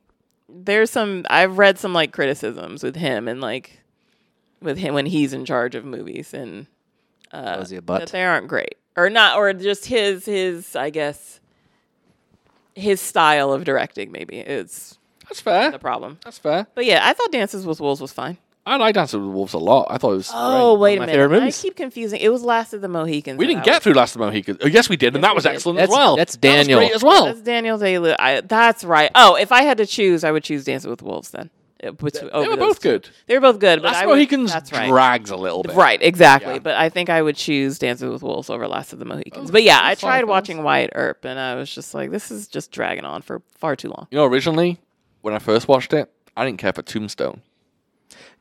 [SPEAKER 3] there's some. I've read some like criticisms with him and like with him when he's in charge of movies and
[SPEAKER 2] was he a
[SPEAKER 3] that
[SPEAKER 2] butt?
[SPEAKER 3] they aren't great or not or just his his I guess his style of directing maybe is
[SPEAKER 1] That's fair.
[SPEAKER 3] the problem.
[SPEAKER 1] That's fair.
[SPEAKER 3] But yeah, I thought Dances with Wolves was fine.
[SPEAKER 1] I like Dancing with Wolves a lot. I thought it was.
[SPEAKER 3] Oh
[SPEAKER 1] great.
[SPEAKER 3] wait a
[SPEAKER 2] my
[SPEAKER 3] minute,
[SPEAKER 2] favorite
[SPEAKER 3] I
[SPEAKER 2] movies.
[SPEAKER 3] keep confusing. It was Last of the Mohicans.
[SPEAKER 1] We
[SPEAKER 3] that
[SPEAKER 1] didn't
[SPEAKER 3] I
[SPEAKER 1] get through Last of the Mohicans. Oh, yes, we did, and that was
[SPEAKER 3] we did.
[SPEAKER 1] excellent as
[SPEAKER 2] That's-
[SPEAKER 1] well.
[SPEAKER 2] that's
[SPEAKER 1] That was
[SPEAKER 2] Daniel.
[SPEAKER 1] great as well.
[SPEAKER 3] That's Daniel Day Lewis. That's right. Oh, if I had to choose, I would choose Dancing with Wolves then. They
[SPEAKER 1] they were both good.
[SPEAKER 3] They were both good, but
[SPEAKER 1] Last
[SPEAKER 3] I
[SPEAKER 1] of the
[SPEAKER 3] would,
[SPEAKER 1] Mohicans
[SPEAKER 3] that's right.
[SPEAKER 1] drags a little bit.
[SPEAKER 3] Right, exactly.
[SPEAKER 1] Yeah. Oh,
[SPEAKER 3] But I think I would choose Dances with Wolves over Last of the Mohicans. but yeah, I
[SPEAKER 1] that's fine,
[SPEAKER 3] tried
[SPEAKER 1] that's
[SPEAKER 3] watching Wyatt Earp, and I was just like, this is just dragging on for far too long.
[SPEAKER 1] You know, originally when I first watched it, I didn't care for Tombstone,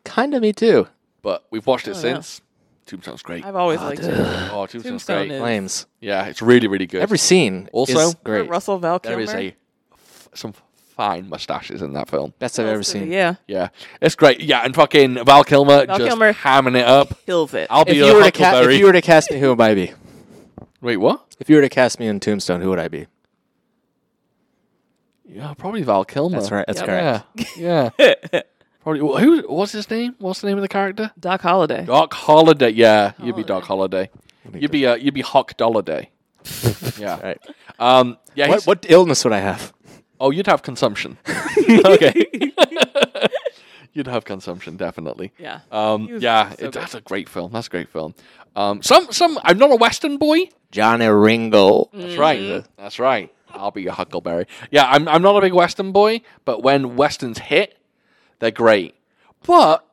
[SPEAKER 2] Kind of me too.
[SPEAKER 1] but we've
[SPEAKER 2] Oh,
[SPEAKER 1] watched it since. Tombstone's great.
[SPEAKER 3] I've always liked it.
[SPEAKER 1] oh, Tombstone's
[SPEAKER 3] Tombstone
[SPEAKER 1] great.
[SPEAKER 3] is-
[SPEAKER 2] Flames.
[SPEAKER 1] Yeah, it's really, really good.
[SPEAKER 2] Every scene
[SPEAKER 1] Also-
[SPEAKER 2] is great.
[SPEAKER 3] Russell Val
[SPEAKER 1] there
[SPEAKER 3] Kilmer.
[SPEAKER 1] is a f- some fine mustaches in that film.
[SPEAKER 2] Best I've ever seen.
[SPEAKER 3] Yeah,
[SPEAKER 1] Yeah, it's great. Yeah, and fucking Val Kilmer
[SPEAKER 3] Val
[SPEAKER 1] just
[SPEAKER 3] Kilmer.
[SPEAKER 1] hamming it up.
[SPEAKER 3] kills it.
[SPEAKER 1] I'll
[SPEAKER 2] If
[SPEAKER 1] be
[SPEAKER 2] you,
[SPEAKER 1] your
[SPEAKER 2] were to ca-
[SPEAKER 1] Huckleberry.
[SPEAKER 2] if you were to cast me, who would I be?
[SPEAKER 1] Wait, what?
[SPEAKER 2] If you were to cast me in Tombstone, who would I be?
[SPEAKER 1] Yeah, probably Val Kilmer.
[SPEAKER 2] That's right. That's
[SPEAKER 3] Yep.
[SPEAKER 2] correct.
[SPEAKER 1] Yeah, yeah. probably. wh- Who? What's his name? What's the name of the character?
[SPEAKER 3] Doc Holliday.
[SPEAKER 1] Doc Holiday. Yeah, you'd be Doc Holiday. You'd be uh, you'd be Hawk Dolliday. yeah.
[SPEAKER 2] Right.
[SPEAKER 1] Um. Yeah.
[SPEAKER 2] What,
[SPEAKER 1] he's-
[SPEAKER 2] what illness would I have?
[SPEAKER 1] Oh, you'd have consumption.
[SPEAKER 2] okay.
[SPEAKER 1] You'd have consumption definitely.
[SPEAKER 3] Yeah. He
[SPEAKER 1] Um,
[SPEAKER 3] was
[SPEAKER 1] yeah,
[SPEAKER 3] so
[SPEAKER 1] it,
[SPEAKER 3] good.
[SPEAKER 1] that's a great film. That's a great film. Um, some, some. I'm not a Western boy.
[SPEAKER 2] Johnny Ringo.
[SPEAKER 3] Mm.
[SPEAKER 1] That's right. That's right. I'll be your Huckleberry. Yeah, I'm. I'm not a big Western boy, but when westerns hit, they're great. But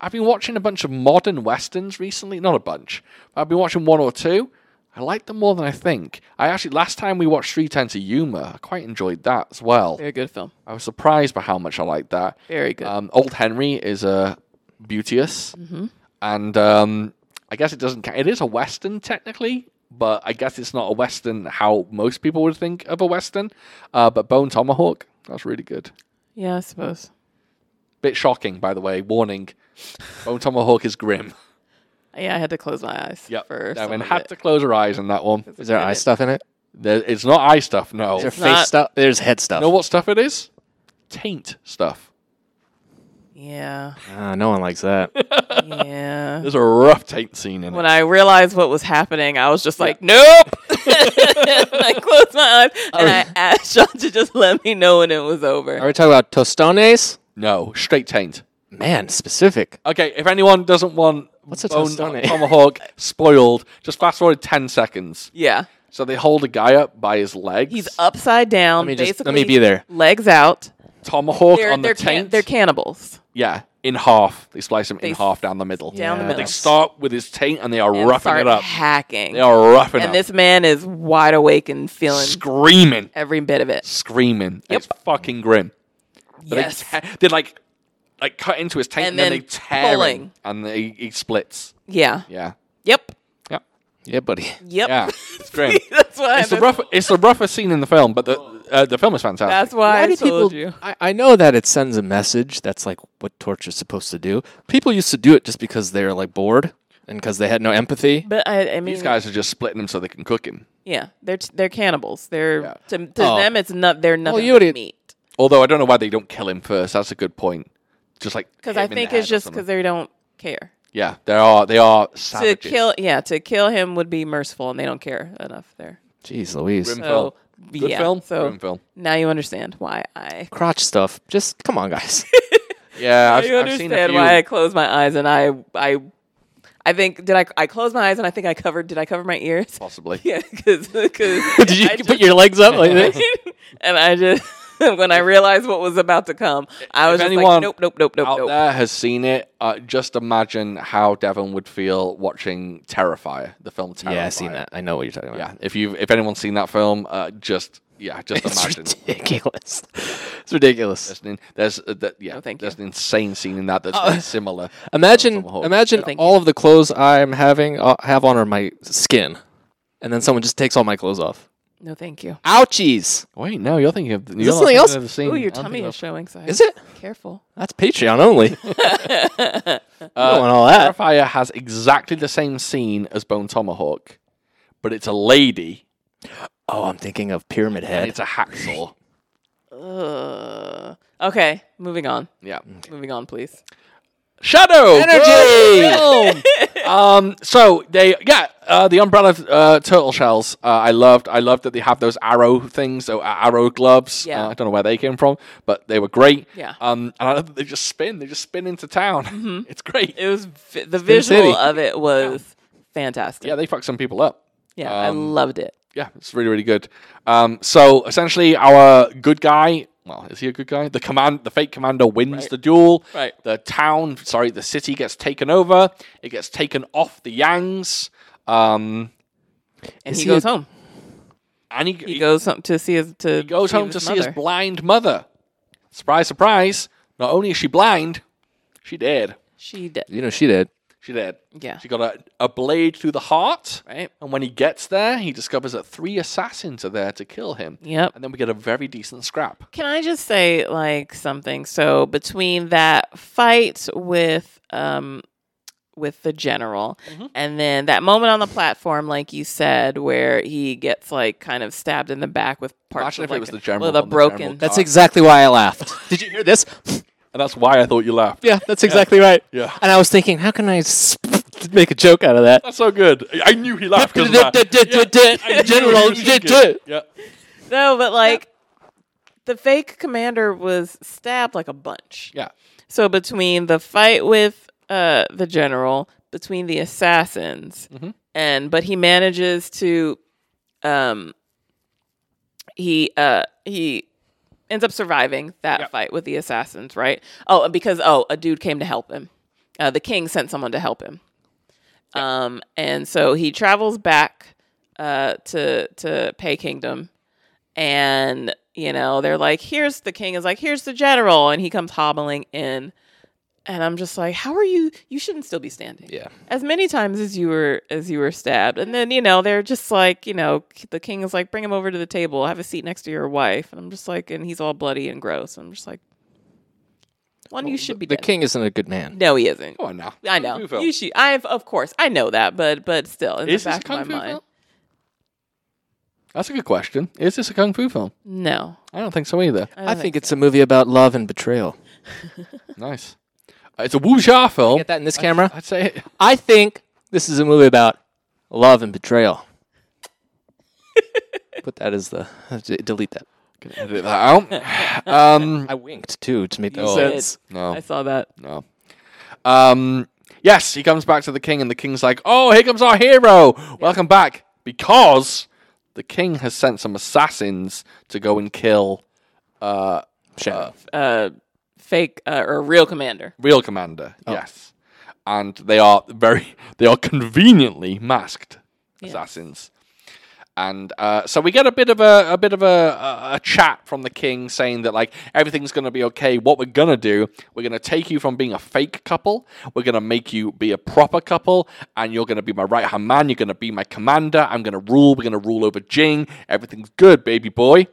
[SPEAKER 1] I've been watching a bunch of modern westerns recently. Not a bunch. But I've been watching one or two. I like them more than I think. I actually last time we watched Three Times to Yuma, I quite enjoyed that as well.
[SPEAKER 3] Very good film.
[SPEAKER 1] I was surprised by how much I liked that.
[SPEAKER 3] Very good.
[SPEAKER 1] Um, Old Henry is uh, beauteous, and um, I guess it doesn't. ca- It is a western technically, but I guess it's not a western how most people would think of a western. Uh, but Bone Tomahawk, that's really good.
[SPEAKER 3] Yeah, I suppose.
[SPEAKER 1] Bit shocking, by the way. Warning: Bone Tomahawk is grim.
[SPEAKER 3] Yeah, I had to close my eyes.
[SPEAKER 1] Yep.
[SPEAKER 3] For
[SPEAKER 1] I
[SPEAKER 3] some
[SPEAKER 1] mean,
[SPEAKER 3] of
[SPEAKER 1] had
[SPEAKER 3] it.
[SPEAKER 1] to close her eyes on that one.
[SPEAKER 2] Is there eye stuff in it?
[SPEAKER 1] There, it's not eye stuff. No.
[SPEAKER 2] Is there
[SPEAKER 1] You
[SPEAKER 2] face
[SPEAKER 3] not-
[SPEAKER 2] stuff? There's head stuff.
[SPEAKER 1] know what stuff it is? Taint stuff.
[SPEAKER 3] Yeah,
[SPEAKER 2] Ah, no one likes that.
[SPEAKER 3] yeah.
[SPEAKER 1] There's a rough taint scene in it.
[SPEAKER 3] when I realized what was happening, I was just like, nope. And I closed my eyes and I asked Sean to just let me know when it was
[SPEAKER 2] Are
[SPEAKER 3] over.
[SPEAKER 2] we talking about tostones?
[SPEAKER 1] No, straight taint.
[SPEAKER 2] Man, specific.
[SPEAKER 1] Okay, if anyone doesn't want
[SPEAKER 2] What's a
[SPEAKER 1] bone
[SPEAKER 2] tostone?
[SPEAKER 1] tomahawk spoiled, just fast forward ten seconds.
[SPEAKER 3] Yeah.
[SPEAKER 1] So they hold a guy up by his legs.
[SPEAKER 3] He's upside down.
[SPEAKER 2] Let me
[SPEAKER 3] basically,
[SPEAKER 2] just- let me be there.
[SPEAKER 3] Legs out.
[SPEAKER 1] tomahawk
[SPEAKER 3] They're,
[SPEAKER 1] on the
[SPEAKER 3] they're, can-
[SPEAKER 1] taint.
[SPEAKER 3] they're cannibals.
[SPEAKER 1] yeah, in half. They slice him
[SPEAKER 3] They
[SPEAKER 1] in
[SPEAKER 3] s-
[SPEAKER 1] half down the middle.
[SPEAKER 3] down the
[SPEAKER 1] But They
[SPEAKER 3] middle.
[SPEAKER 1] start with his taint and they are
[SPEAKER 3] And
[SPEAKER 1] roughing
[SPEAKER 3] start
[SPEAKER 1] it up.
[SPEAKER 3] hacking.
[SPEAKER 1] They are roughing
[SPEAKER 3] and
[SPEAKER 1] up,
[SPEAKER 3] this man is wide awake and feeling
[SPEAKER 1] screaming,
[SPEAKER 3] every bit of it.
[SPEAKER 1] screaming. It's fucking grim. But
[SPEAKER 3] Yes.
[SPEAKER 1] they, te- they like like cut into his taint and,
[SPEAKER 3] And
[SPEAKER 1] then,
[SPEAKER 3] then
[SPEAKER 1] they tear him
[SPEAKER 3] pulling.
[SPEAKER 1] and they, he splits.
[SPEAKER 3] yeah.
[SPEAKER 1] Yeah,
[SPEAKER 3] Yep.
[SPEAKER 1] yeah,
[SPEAKER 2] Yeah, buddy.
[SPEAKER 3] Yep.
[SPEAKER 1] yeah. It's grim.
[SPEAKER 3] that's why.
[SPEAKER 1] It's the
[SPEAKER 3] that's-
[SPEAKER 1] rough. It's the rougher scene in the film, but the uh, the film is fantastic.
[SPEAKER 3] That's why, I
[SPEAKER 2] do
[SPEAKER 3] told
[SPEAKER 2] people?
[SPEAKER 3] you.
[SPEAKER 2] I, I know that it sends a message. That's like what torture's supposed to do. People used to do it just because they were like bored and because they had no empathy.
[SPEAKER 3] But I, I mean,
[SPEAKER 1] These guys are just splitting him so they can cook him.
[SPEAKER 3] yeah, they're t- they're cannibals. They're to, to
[SPEAKER 2] Oh.
[SPEAKER 3] them, it's not they're nothing
[SPEAKER 2] you
[SPEAKER 3] but
[SPEAKER 2] would-
[SPEAKER 3] meat.
[SPEAKER 1] Although I don't know why they don't kill him first. That's a good point. Just like
[SPEAKER 3] Because
[SPEAKER 1] hit
[SPEAKER 3] I
[SPEAKER 1] him in the
[SPEAKER 3] think
[SPEAKER 1] head
[SPEAKER 3] it's
[SPEAKER 1] or
[SPEAKER 3] just
[SPEAKER 1] something.
[SPEAKER 3] because they don't care.
[SPEAKER 1] yeah, they are they are
[SPEAKER 3] To
[SPEAKER 1] savages.
[SPEAKER 3] kill, yeah, to kill him would be merciful, and they don't care enough there.
[SPEAKER 2] Jeez, Louise.
[SPEAKER 1] Grim film.
[SPEAKER 3] So
[SPEAKER 1] Good
[SPEAKER 3] yeah,
[SPEAKER 1] film.
[SPEAKER 3] So
[SPEAKER 1] Grim film.
[SPEAKER 3] now you understand why I.
[SPEAKER 2] Crotch stuff. Just come on, guys.
[SPEAKER 1] Yeah, I've, I've
[SPEAKER 3] You
[SPEAKER 1] seen a
[SPEAKER 3] understand
[SPEAKER 1] few.
[SPEAKER 3] why I closed my eyes and I I. I think did I I closed my eyes and I think I covered did I cover my ears?
[SPEAKER 1] Possibly.
[SPEAKER 3] Yeah, because
[SPEAKER 2] Did you put your legs up like this?
[SPEAKER 3] and I just when I realized what was about to come, I was
[SPEAKER 1] if
[SPEAKER 3] just
[SPEAKER 1] anyone
[SPEAKER 3] like, nope, nope, nope, nope,
[SPEAKER 1] out
[SPEAKER 3] nope.
[SPEAKER 1] there has seen it, uh, just imagine how Devon would feel watching Terrifier, the film Terrifier.
[SPEAKER 2] Yeah, I've seen that. I know what you're talking about.
[SPEAKER 1] Yeah, if you if anyone's seen that film, uh, just yeah, just
[SPEAKER 2] It's
[SPEAKER 1] imagine.
[SPEAKER 2] ridiculous. It's ridiculous.
[SPEAKER 1] There's an, there's uh, that yeah,
[SPEAKER 3] Oh, thank
[SPEAKER 1] there's
[SPEAKER 3] you. Oh.
[SPEAKER 1] an insane scene in that that's very similar.
[SPEAKER 2] Imagine,
[SPEAKER 1] Tomahawk.
[SPEAKER 2] imagine
[SPEAKER 3] thank
[SPEAKER 2] all of the clothes I'm having uh, have on are my skin, and then someone just takes all my clothes off.
[SPEAKER 3] No, thank you.
[SPEAKER 2] Ouchies!
[SPEAKER 1] Wait, no, you're thinking of you're not
[SPEAKER 2] something
[SPEAKER 1] thinking
[SPEAKER 2] else?
[SPEAKER 1] of the scene.
[SPEAKER 3] Oh, your
[SPEAKER 1] I'm
[SPEAKER 3] tummy
[SPEAKER 1] thinking
[SPEAKER 3] is showing. So
[SPEAKER 2] Is it?
[SPEAKER 3] Careful.
[SPEAKER 2] That's Patreon only. Uh, I don't want all that.
[SPEAKER 1] Terrifier has exactly the same scene as Bone Tomahawk, but it's a lady
[SPEAKER 2] Oh, I'm thinking of Pyramid
[SPEAKER 1] and
[SPEAKER 2] Head.
[SPEAKER 1] it's a hacksaw.
[SPEAKER 3] Uh, okay, moving on.
[SPEAKER 1] yeah.
[SPEAKER 3] Moving on, please.
[SPEAKER 1] Shadow Great.
[SPEAKER 2] Film.
[SPEAKER 1] Um, so they, yeah, uh, the umbrella uh, turtle shells. Uh, I loved. I loved that they have those arrow things, so uh, arrow gloves.
[SPEAKER 3] Yeah.
[SPEAKER 1] Uh, I don't know where they came from, but they were great.
[SPEAKER 3] Yeah. Mm-hmm.
[SPEAKER 1] Um, and I love that they just spin. They just spin into town. It's great.
[SPEAKER 3] It was vi- the visual
[SPEAKER 2] City.
[SPEAKER 3] of it was fantastic.
[SPEAKER 1] yeah, they fuck some people up.
[SPEAKER 3] Yeah, I loved it.
[SPEAKER 1] Yeah, it's really really good. Um, so essentially, our good guy. Well, is he a good guy? The command, the fake commander wins the duel.
[SPEAKER 3] Right.
[SPEAKER 1] The town, sorry, the city gets taken over. It gets taken off the Yangs. Um,
[SPEAKER 3] And
[SPEAKER 2] Is
[SPEAKER 3] he
[SPEAKER 2] he
[SPEAKER 3] goes
[SPEAKER 2] a-
[SPEAKER 3] home.
[SPEAKER 1] and he,
[SPEAKER 3] He goes home to see his to
[SPEAKER 1] He goes home to
[SPEAKER 3] his
[SPEAKER 1] see his
[SPEAKER 3] mother.
[SPEAKER 1] blind mother. Surprise, surprise. Not only is she blind, she dead.
[SPEAKER 3] She did.
[SPEAKER 2] you know she did.
[SPEAKER 1] She dead.
[SPEAKER 3] Yeah.
[SPEAKER 1] She got a, a blade through the heart.
[SPEAKER 3] Right.
[SPEAKER 1] And when he gets there, he discovers that three assassins are there to kill him.
[SPEAKER 3] Yep.
[SPEAKER 1] And then we get a very decent scrap.
[SPEAKER 3] Can I just say like something? So between that fight with um with the general
[SPEAKER 1] Mm-hmm.
[SPEAKER 3] and then that moment on the platform, like you said, where he gets like kind of stabbed in the back with parts
[SPEAKER 1] Imagine
[SPEAKER 3] of
[SPEAKER 1] if it
[SPEAKER 3] like
[SPEAKER 1] was
[SPEAKER 3] a-
[SPEAKER 1] the general
[SPEAKER 3] with a
[SPEAKER 1] on the general
[SPEAKER 3] broken
[SPEAKER 1] car.
[SPEAKER 2] That's exactly why I laughed. Uh, Did you hear this?
[SPEAKER 1] And that's why I thought you laughed.
[SPEAKER 2] Yeah, that's exactly right.
[SPEAKER 1] Yeah.
[SPEAKER 2] And I was thinking, how can I s- make a joke out of that?
[SPEAKER 1] That's so good. I I knew he laughed. 'cause of that. I knew he
[SPEAKER 2] General,
[SPEAKER 1] was thinking. Yeah.
[SPEAKER 3] No, but like the fake commander was stabbed like a bunch.
[SPEAKER 1] Yeah.
[SPEAKER 3] So between the fight with uh the general, between the assassins, and but he manages to um he uh he ends up surviving that
[SPEAKER 1] Yep.
[SPEAKER 3] fight with the assassins, right? Oh, and because oh, a dude came to help him. Uh, the king sent someone to help him. Um and so he travels back uh to to Pay Kingdom and you know they're like here's the king is like here's the general and he comes hobbling in and i'm just like how are you you shouldn't still be standing
[SPEAKER 2] Yeah.
[SPEAKER 3] as many times as you were as you were stabbed and then you know they're just like you know the king is like bring him over to the table have a seat next to your wife and i'm just like and he's all bloody and gross i'm just like one you should be
[SPEAKER 2] The
[SPEAKER 3] dead.
[SPEAKER 2] king isn't a good man.
[SPEAKER 3] no he isn't
[SPEAKER 1] Come on now.
[SPEAKER 3] i know
[SPEAKER 1] Kung Fu film.
[SPEAKER 3] you should i've of course i know that but but still in
[SPEAKER 1] Is
[SPEAKER 3] the
[SPEAKER 1] this a
[SPEAKER 3] back
[SPEAKER 1] kung
[SPEAKER 3] of
[SPEAKER 1] fu
[SPEAKER 3] my mind
[SPEAKER 1] film? That's a good question. Is this a kung fu film?
[SPEAKER 3] no
[SPEAKER 1] I don't think so either.
[SPEAKER 3] I,
[SPEAKER 2] I,
[SPEAKER 3] don't
[SPEAKER 2] think it's a movie about love and betrayal.
[SPEAKER 1] Nice. Uh, it's a wuxia film.
[SPEAKER 2] Get that in this camera?
[SPEAKER 1] I'd say it.
[SPEAKER 2] I think this is a movie about love and betrayal. Put that as the d- delete that.
[SPEAKER 1] Can edit that out. Um,
[SPEAKER 2] I winked too to make that
[SPEAKER 1] Oh.
[SPEAKER 2] sense.
[SPEAKER 3] i
[SPEAKER 1] no,
[SPEAKER 3] saw that
[SPEAKER 1] no. Um, yes, he comes back to the king, and the king's like, "Oh, here comes our hero! Welcome back!" Because the king has sent some assassins to go and kill uh,
[SPEAKER 2] Shadow.
[SPEAKER 3] uh, fake uh, or real commander.
[SPEAKER 1] real commander. Yes, and they are very, they are conveniently masked assassins. and uh, so we get a bit of a, a bit of a, a, a chat from the king saying that like everything's going to be okay. What we're going to do, we're going to take you from being a fake couple, we're going to make you be a proper couple, and you're going to be my right hand man. You're going to be my commander. I'm going to rule. We're going to rule over Jing. Everything's good, baby boy.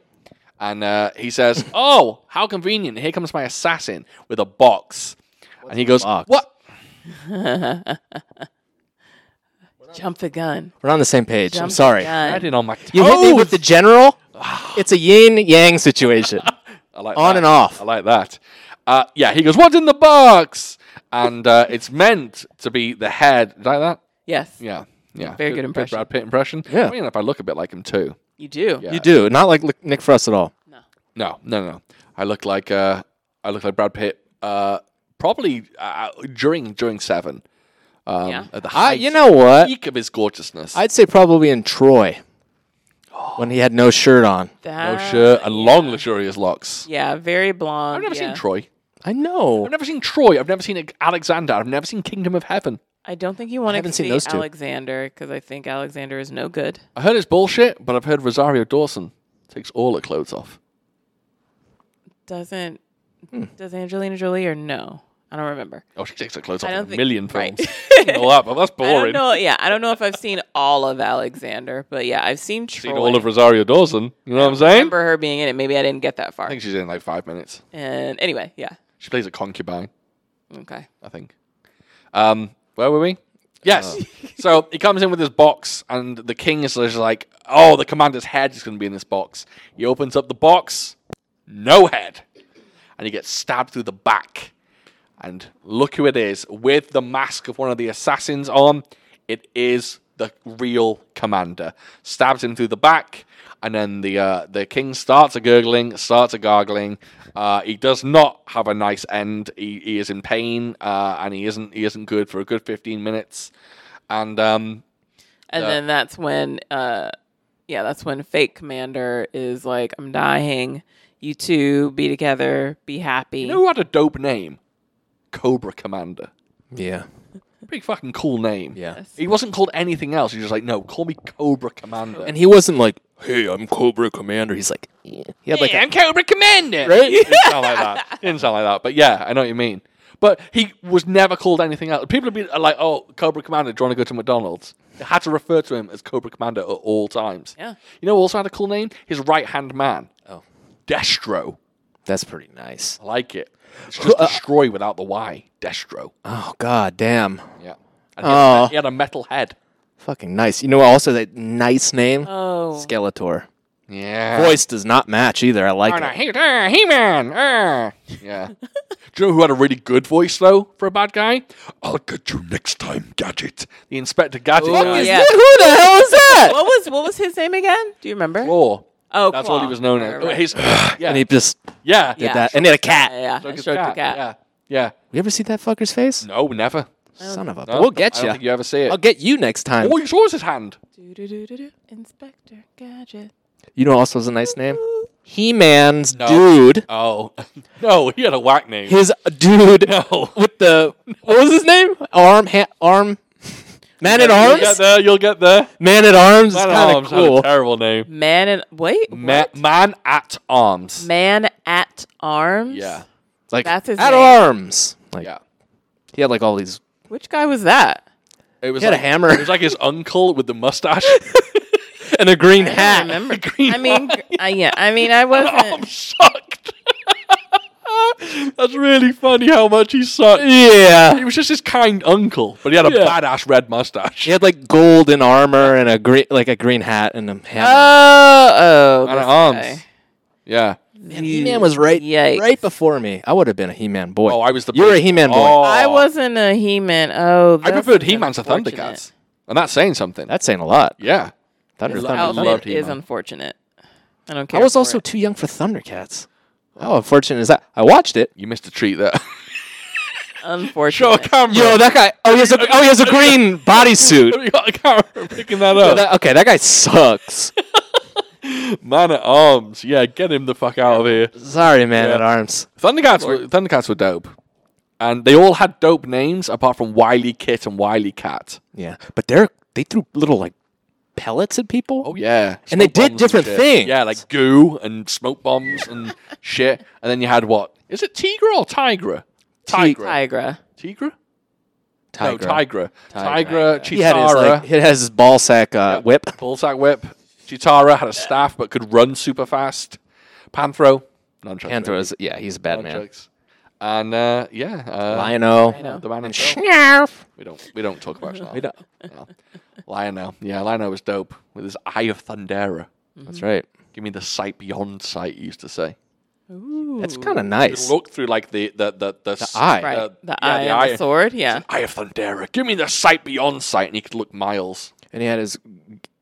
[SPEAKER 1] And uh, he says, "Oh, how convenient! Here comes my assassin with a box." and he goes,
[SPEAKER 2] box?
[SPEAKER 1] "What?
[SPEAKER 3] Jump the gun.
[SPEAKER 2] We're on the same page. I'm
[SPEAKER 3] Jump
[SPEAKER 2] sorry.
[SPEAKER 3] The gun.
[SPEAKER 1] Right in on my toes.
[SPEAKER 2] You hit me with the general. It's a yin yang situation.
[SPEAKER 1] I like
[SPEAKER 2] On
[SPEAKER 1] that.
[SPEAKER 2] and off.
[SPEAKER 1] I like that. Uh, yeah, he goes, "What's in the box?" And uh, it's meant to be the head. Did I like that?
[SPEAKER 3] Yes,
[SPEAKER 1] Yeah, yeah.
[SPEAKER 3] Very good impression.
[SPEAKER 1] Brad Pitt impression.
[SPEAKER 2] Yeah.
[SPEAKER 1] I mean, if I look a bit like him too.
[SPEAKER 3] you do.
[SPEAKER 1] Yeah.
[SPEAKER 2] You do not like Lick- Nick Frost at all.
[SPEAKER 1] No, no, no. I look like uh, I look like Brad Pitt. Uh, probably uh, during during Seven. Um,
[SPEAKER 3] Yeah.
[SPEAKER 1] At the
[SPEAKER 2] I,
[SPEAKER 1] height,
[SPEAKER 2] you know what?
[SPEAKER 1] peak of his gorgeousness.
[SPEAKER 2] I'd say probably in Troy when he had no shirt on.
[SPEAKER 1] no
[SPEAKER 3] That,
[SPEAKER 1] shirt Oh, and long, luxurious locks.
[SPEAKER 3] Yeah, very blonde.
[SPEAKER 1] I've never
[SPEAKER 3] yeah.
[SPEAKER 1] seen Troy.
[SPEAKER 2] I know.
[SPEAKER 1] I've never seen Troy. I've never seen Alexander. I've never seen Kingdom of Heaven.
[SPEAKER 3] I don't think you want to
[SPEAKER 2] haven't
[SPEAKER 3] see
[SPEAKER 2] seen those two.
[SPEAKER 3] Alexander because I think Alexander is no good.
[SPEAKER 1] I heard it's bullshit, but I've heard Rosario Dawson takes all her clothes off.
[SPEAKER 3] Doesn't does Angelina Jolie or no? I don't remember.
[SPEAKER 1] Oh, she takes her clothes off
[SPEAKER 3] I
[SPEAKER 1] in
[SPEAKER 3] don't
[SPEAKER 1] a
[SPEAKER 3] think-
[SPEAKER 1] million
[SPEAKER 3] right.
[SPEAKER 1] films. Well, that- well, that's
[SPEAKER 3] I don't
[SPEAKER 1] boring.
[SPEAKER 3] know. Yeah, I don't know if I've seen all of Alexander, but yeah, I've seen Troy.
[SPEAKER 1] Seen all of Rosario Dawson. You know what I'm
[SPEAKER 3] I
[SPEAKER 1] saying?
[SPEAKER 3] remember her being in it. Maybe I didn't get that
[SPEAKER 1] I
[SPEAKER 3] far.
[SPEAKER 1] think she's in like five minutes.
[SPEAKER 3] And anyway, yeah.
[SPEAKER 1] She plays a concubine,
[SPEAKER 3] Okay.
[SPEAKER 1] I think. Uh. Um, where were we? Yes. so he comes in with his box, and the king is just like, "Oh, the commander's head is going to be in this box." He opens up the box, no head, and he gets stabbed through the back. And look who it is with the mask of one of the assassins on. It is the real commander. Stabs him through the back, and then the uh, the king starts a gurgling, starts a gargling. Uh, he does not have a nice end. He, he is in pain, uh, and he isn't he isn't good for a good fifteen minutes. And um,
[SPEAKER 3] And then that's when, uh, yeah, that's when fake commander is like, I'm dying. You two be together, be happy.
[SPEAKER 1] you know who had a dope name? Cobra Commander.
[SPEAKER 2] Yeah.
[SPEAKER 1] Pretty fucking cool name.
[SPEAKER 2] Yeah.
[SPEAKER 1] He wasn't called anything else. He was just like, no, call me Cobra Commander.
[SPEAKER 2] And he wasn't like, hey, I'm Cobra Commander. He's like, yeah. He had like
[SPEAKER 1] I'm Cobra Commander.
[SPEAKER 2] Right?
[SPEAKER 1] Didn't sound like that. Didn't sound like that. But yeah, I know what you mean. But he was never called anything else. People have been like, "Oh, Cobra Commander, do you want to go to McDonald's?" They had to refer to him as Cobra Commander at all times.
[SPEAKER 3] Yeah.
[SPEAKER 1] You know, who also had a cool name. His right hand man,
[SPEAKER 2] a. Oh,
[SPEAKER 1] Destro.
[SPEAKER 2] that's pretty nice.
[SPEAKER 1] I like it. It's just destroy without the Y. Destro.
[SPEAKER 2] Oh, god damn.
[SPEAKER 1] Yeah. And he, had,
[SPEAKER 2] Oh.
[SPEAKER 1] a- he had a metal head.
[SPEAKER 2] Fucking nice. You know, also that nice name?
[SPEAKER 3] Oh.
[SPEAKER 2] Skeletor.
[SPEAKER 1] Yeah.
[SPEAKER 2] Voice does not match either. I like
[SPEAKER 1] Oh, no,
[SPEAKER 2] it.
[SPEAKER 1] He, uh, He-Man. uh. Yeah. Do you know who had a really good voice though for a bad guy? I'll get you next time, Gadget. The Inspector Gadget
[SPEAKER 2] What
[SPEAKER 1] guy.
[SPEAKER 2] is
[SPEAKER 3] Yeah.
[SPEAKER 2] that? Who the hell is that?
[SPEAKER 3] What was what was his name again? Do you remember?
[SPEAKER 1] Claw.
[SPEAKER 3] Oh,
[SPEAKER 1] That's
[SPEAKER 3] Claw.
[SPEAKER 1] what he was known as.
[SPEAKER 3] Right, right.
[SPEAKER 1] His- yeah.
[SPEAKER 2] And he just
[SPEAKER 1] yeah.
[SPEAKER 2] did
[SPEAKER 3] Yeah.
[SPEAKER 2] that. And he had a cat.
[SPEAKER 3] Yeah, yeah.
[SPEAKER 1] Like
[SPEAKER 3] I
[SPEAKER 1] his
[SPEAKER 3] stroked
[SPEAKER 1] cat.
[SPEAKER 3] the cat.
[SPEAKER 1] Yeah.
[SPEAKER 2] You ever see that fucker's face?
[SPEAKER 1] Yeah. No, never.
[SPEAKER 2] Son of a.
[SPEAKER 1] No,
[SPEAKER 2] we'll get
[SPEAKER 1] I don't
[SPEAKER 2] you.
[SPEAKER 1] think you ever see it.
[SPEAKER 2] I'll get you next time.
[SPEAKER 1] Oh, you saw was his hand.
[SPEAKER 3] Do-do-do-do-do. Inspector Gadget.
[SPEAKER 2] You know, also was a nice name. He Man's
[SPEAKER 1] No.
[SPEAKER 2] dude.
[SPEAKER 1] Oh. no, he had a whack name.
[SPEAKER 2] His dude
[SPEAKER 1] No.
[SPEAKER 2] with the what was his name? Arm, ha- arm, man at
[SPEAKER 1] You'll
[SPEAKER 2] arms.
[SPEAKER 1] get there. You'll get there.
[SPEAKER 2] Man at arms is
[SPEAKER 1] Man at
[SPEAKER 2] kind of
[SPEAKER 1] Arms had a
[SPEAKER 2] cool.
[SPEAKER 1] terrible name.
[SPEAKER 3] Man and wait,
[SPEAKER 1] Ma-
[SPEAKER 3] what?
[SPEAKER 1] man at Arms.
[SPEAKER 3] man at arms.
[SPEAKER 1] Yeah.
[SPEAKER 2] It's like
[SPEAKER 3] That's his
[SPEAKER 2] at
[SPEAKER 3] name.
[SPEAKER 2] arms. Like
[SPEAKER 1] Yeah.
[SPEAKER 2] he had like all these.
[SPEAKER 3] Which guy was that?
[SPEAKER 1] It was
[SPEAKER 2] He had a
[SPEAKER 1] like-
[SPEAKER 2] hammer.
[SPEAKER 1] It was like his uncle with the mustache.
[SPEAKER 2] and a green
[SPEAKER 3] I
[SPEAKER 2] hat.
[SPEAKER 3] don't remember.
[SPEAKER 1] green Oh,
[SPEAKER 3] I mean, I, yeah. I mean, I
[SPEAKER 1] I'm
[SPEAKER 3] wasn't.
[SPEAKER 1] shocked. That's really funny how much he sucked. He
[SPEAKER 2] Yeah.
[SPEAKER 1] was just his kind uncle, but he had a
[SPEAKER 2] Yeah.
[SPEAKER 1] badass red mustache.
[SPEAKER 2] He had like gold and armor and a green, like a green hat and a hammer.
[SPEAKER 3] Oh, oh,
[SPEAKER 1] Man
[SPEAKER 3] this
[SPEAKER 1] at arms.
[SPEAKER 3] guy.
[SPEAKER 1] Yeah.
[SPEAKER 2] Man, He-Man was right,
[SPEAKER 3] Yikes.
[SPEAKER 2] right before me. I would have been a He-Man boy.
[SPEAKER 1] Oh, I was the.
[SPEAKER 2] You were a
[SPEAKER 1] big-
[SPEAKER 2] He-Man boy.
[SPEAKER 1] Oh.
[SPEAKER 3] I wasn't a He-Man. Oh,
[SPEAKER 1] I
[SPEAKER 3] that's
[SPEAKER 1] preferred He-Man to
[SPEAKER 3] unfortunate.
[SPEAKER 1] Thundercats, and that's saying something.
[SPEAKER 2] That's saying a lot.
[SPEAKER 1] yeah.
[SPEAKER 2] Thunder,
[SPEAKER 3] His
[SPEAKER 1] Love-
[SPEAKER 2] Thunder,
[SPEAKER 1] I
[SPEAKER 2] Thunder.
[SPEAKER 1] loved
[SPEAKER 3] outfit is
[SPEAKER 1] He-Man.
[SPEAKER 3] unfortunate. I don't care.
[SPEAKER 2] I was
[SPEAKER 3] for
[SPEAKER 2] also
[SPEAKER 3] it.
[SPEAKER 2] too young for Thundercats. How unfortunate is that? I watched it.
[SPEAKER 1] You missed a treat there. Show a
[SPEAKER 3] unfortunate.
[SPEAKER 1] camera.
[SPEAKER 2] Yo, that guy. Oh, he has a, oh, he has a green bodysuit.
[SPEAKER 1] you got a camera picking that
[SPEAKER 2] Yo,
[SPEAKER 1] up.
[SPEAKER 2] Oh, that- okay, that guy sucks.
[SPEAKER 1] Man at Arms. Yeah, get him the fuck out of here.
[SPEAKER 2] Sorry, man
[SPEAKER 1] Yeah.
[SPEAKER 2] at arms.
[SPEAKER 1] Thundercats were, Thundercats were dope. And they all had dope names apart from Wily Kit and Wily Cat.
[SPEAKER 2] Yeah, but they're they threw little like pellets at people.
[SPEAKER 1] Oh yeah,
[SPEAKER 2] And they
[SPEAKER 1] Smoke
[SPEAKER 2] did
[SPEAKER 1] bombs
[SPEAKER 2] different
[SPEAKER 1] shit.
[SPEAKER 2] things.
[SPEAKER 1] Yeah, like goo and smoke bombs and shit. And then you had what? Is it Tigra or Tigra? Tigra.
[SPEAKER 3] Tigra.
[SPEAKER 1] Tigra. No,
[SPEAKER 2] Tigra.
[SPEAKER 1] Tigra. Tigra.
[SPEAKER 2] He had his like,
[SPEAKER 1] Chitara.
[SPEAKER 2] he has his ball sack uh, whip.
[SPEAKER 1] Bullsack whip. Chitara had a staff but could run super fast. Panthro. None jokes.
[SPEAKER 2] Panthro is yeah, he's a bad
[SPEAKER 1] really. None
[SPEAKER 2] man.
[SPEAKER 1] jokes. And uh, yeah, uh,
[SPEAKER 2] Lionel.
[SPEAKER 1] the man himself.
[SPEAKER 2] Snarf.
[SPEAKER 1] We don't we don't talk about Schnarf.
[SPEAKER 2] We don't-
[SPEAKER 1] No. Lionel. Yeah, Lionel was dope with his Eye of Thundera.
[SPEAKER 2] That's right.
[SPEAKER 1] Give me the sight beyond sight, he used to say.
[SPEAKER 2] That's kind of
[SPEAKER 1] You
[SPEAKER 2] nice.
[SPEAKER 1] look through like the the the the, s-
[SPEAKER 2] eye.
[SPEAKER 3] Right.
[SPEAKER 1] uh,
[SPEAKER 3] the
[SPEAKER 1] yeah,
[SPEAKER 3] eye and the sword. Yeah.
[SPEAKER 1] Eye of Thundera. Give me the sight beyond sight, and he could look miles.
[SPEAKER 2] And he had his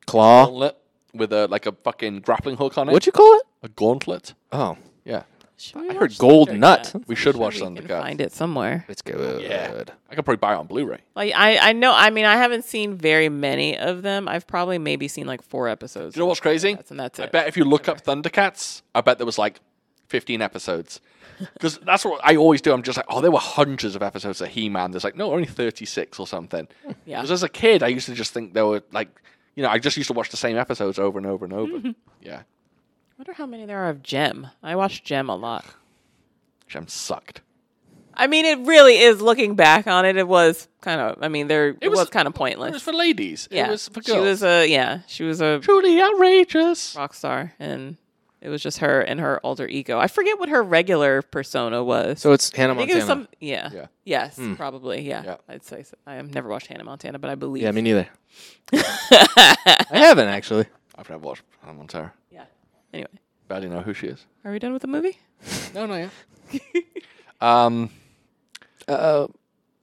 [SPEAKER 2] claw.
[SPEAKER 1] Gauntlet with a like a fucking grappling hook on it.
[SPEAKER 2] What'd you call it?
[SPEAKER 1] a gauntlet.
[SPEAKER 2] Oh,
[SPEAKER 1] Yeah,
[SPEAKER 3] Should we
[SPEAKER 2] I
[SPEAKER 3] watch
[SPEAKER 2] heard gold
[SPEAKER 3] Thundercats?
[SPEAKER 2] nut.
[SPEAKER 1] we should watch
[SPEAKER 3] We can
[SPEAKER 1] Thundercats.
[SPEAKER 3] find it somewhere.
[SPEAKER 2] It's good.
[SPEAKER 1] Yeah, I could probably buy it on Blu-ray.
[SPEAKER 3] Like I, I know. I mean, I haven't seen very many of them. I've probably maybe seen like four episodes.
[SPEAKER 1] Do you know what's crazy?
[SPEAKER 3] That's- and that's
[SPEAKER 1] I
[SPEAKER 3] it.
[SPEAKER 1] bet if you look up Thundercats, I bet there was like 15 episodes. Because that's what I always do. I'm just like, oh, there were hundreds of episodes of He-Man. There's like, no, only 36 or something.
[SPEAKER 3] Yeah.
[SPEAKER 1] Because as a kid, I used to just think there were like, you know, I just used to watch the same episodes over and over and
[SPEAKER 3] Mm-hmm.
[SPEAKER 1] over. yeah.
[SPEAKER 3] I wonder how many there are of Gem. I watched Gem a lot.
[SPEAKER 1] Which I'm sucked.
[SPEAKER 3] I mean, it really is. Looking back on it, it was kind of. I mean, there it, was,
[SPEAKER 1] was-
[SPEAKER 3] kind of
[SPEAKER 1] It
[SPEAKER 3] pointless.
[SPEAKER 1] was for ladies.
[SPEAKER 3] yeah,
[SPEAKER 1] It was for
[SPEAKER 3] she
[SPEAKER 1] girls.
[SPEAKER 3] was a yeah, she was a
[SPEAKER 1] truly outrageous.
[SPEAKER 3] rock star, and it was just her and her alter ego. I forget what her regular persona was.
[SPEAKER 2] So it's Hannah
[SPEAKER 3] I think
[SPEAKER 2] Montana.
[SPEAKER 3] it was some yeah,
[SPEAKER 1] Yeah.
[SPEAKER 3] yes, probably yeah.
[SPEAKER 1] Yeah.
[SPEAKER 3] I'd say so. I have never watched Hannah Montana, but I believe
[SPEAKER 2] Yeah, me neither. I haven't actually.
[SPEAKER 1] I've never watched Hannah Montana.
[SPEAKER 3] yeah. Anyway,
[SPEAKER 1] Barely know who she is.
[SPEAKER 3] are we done with the movie?
[SPEAKER 1] No, no, yeah. um,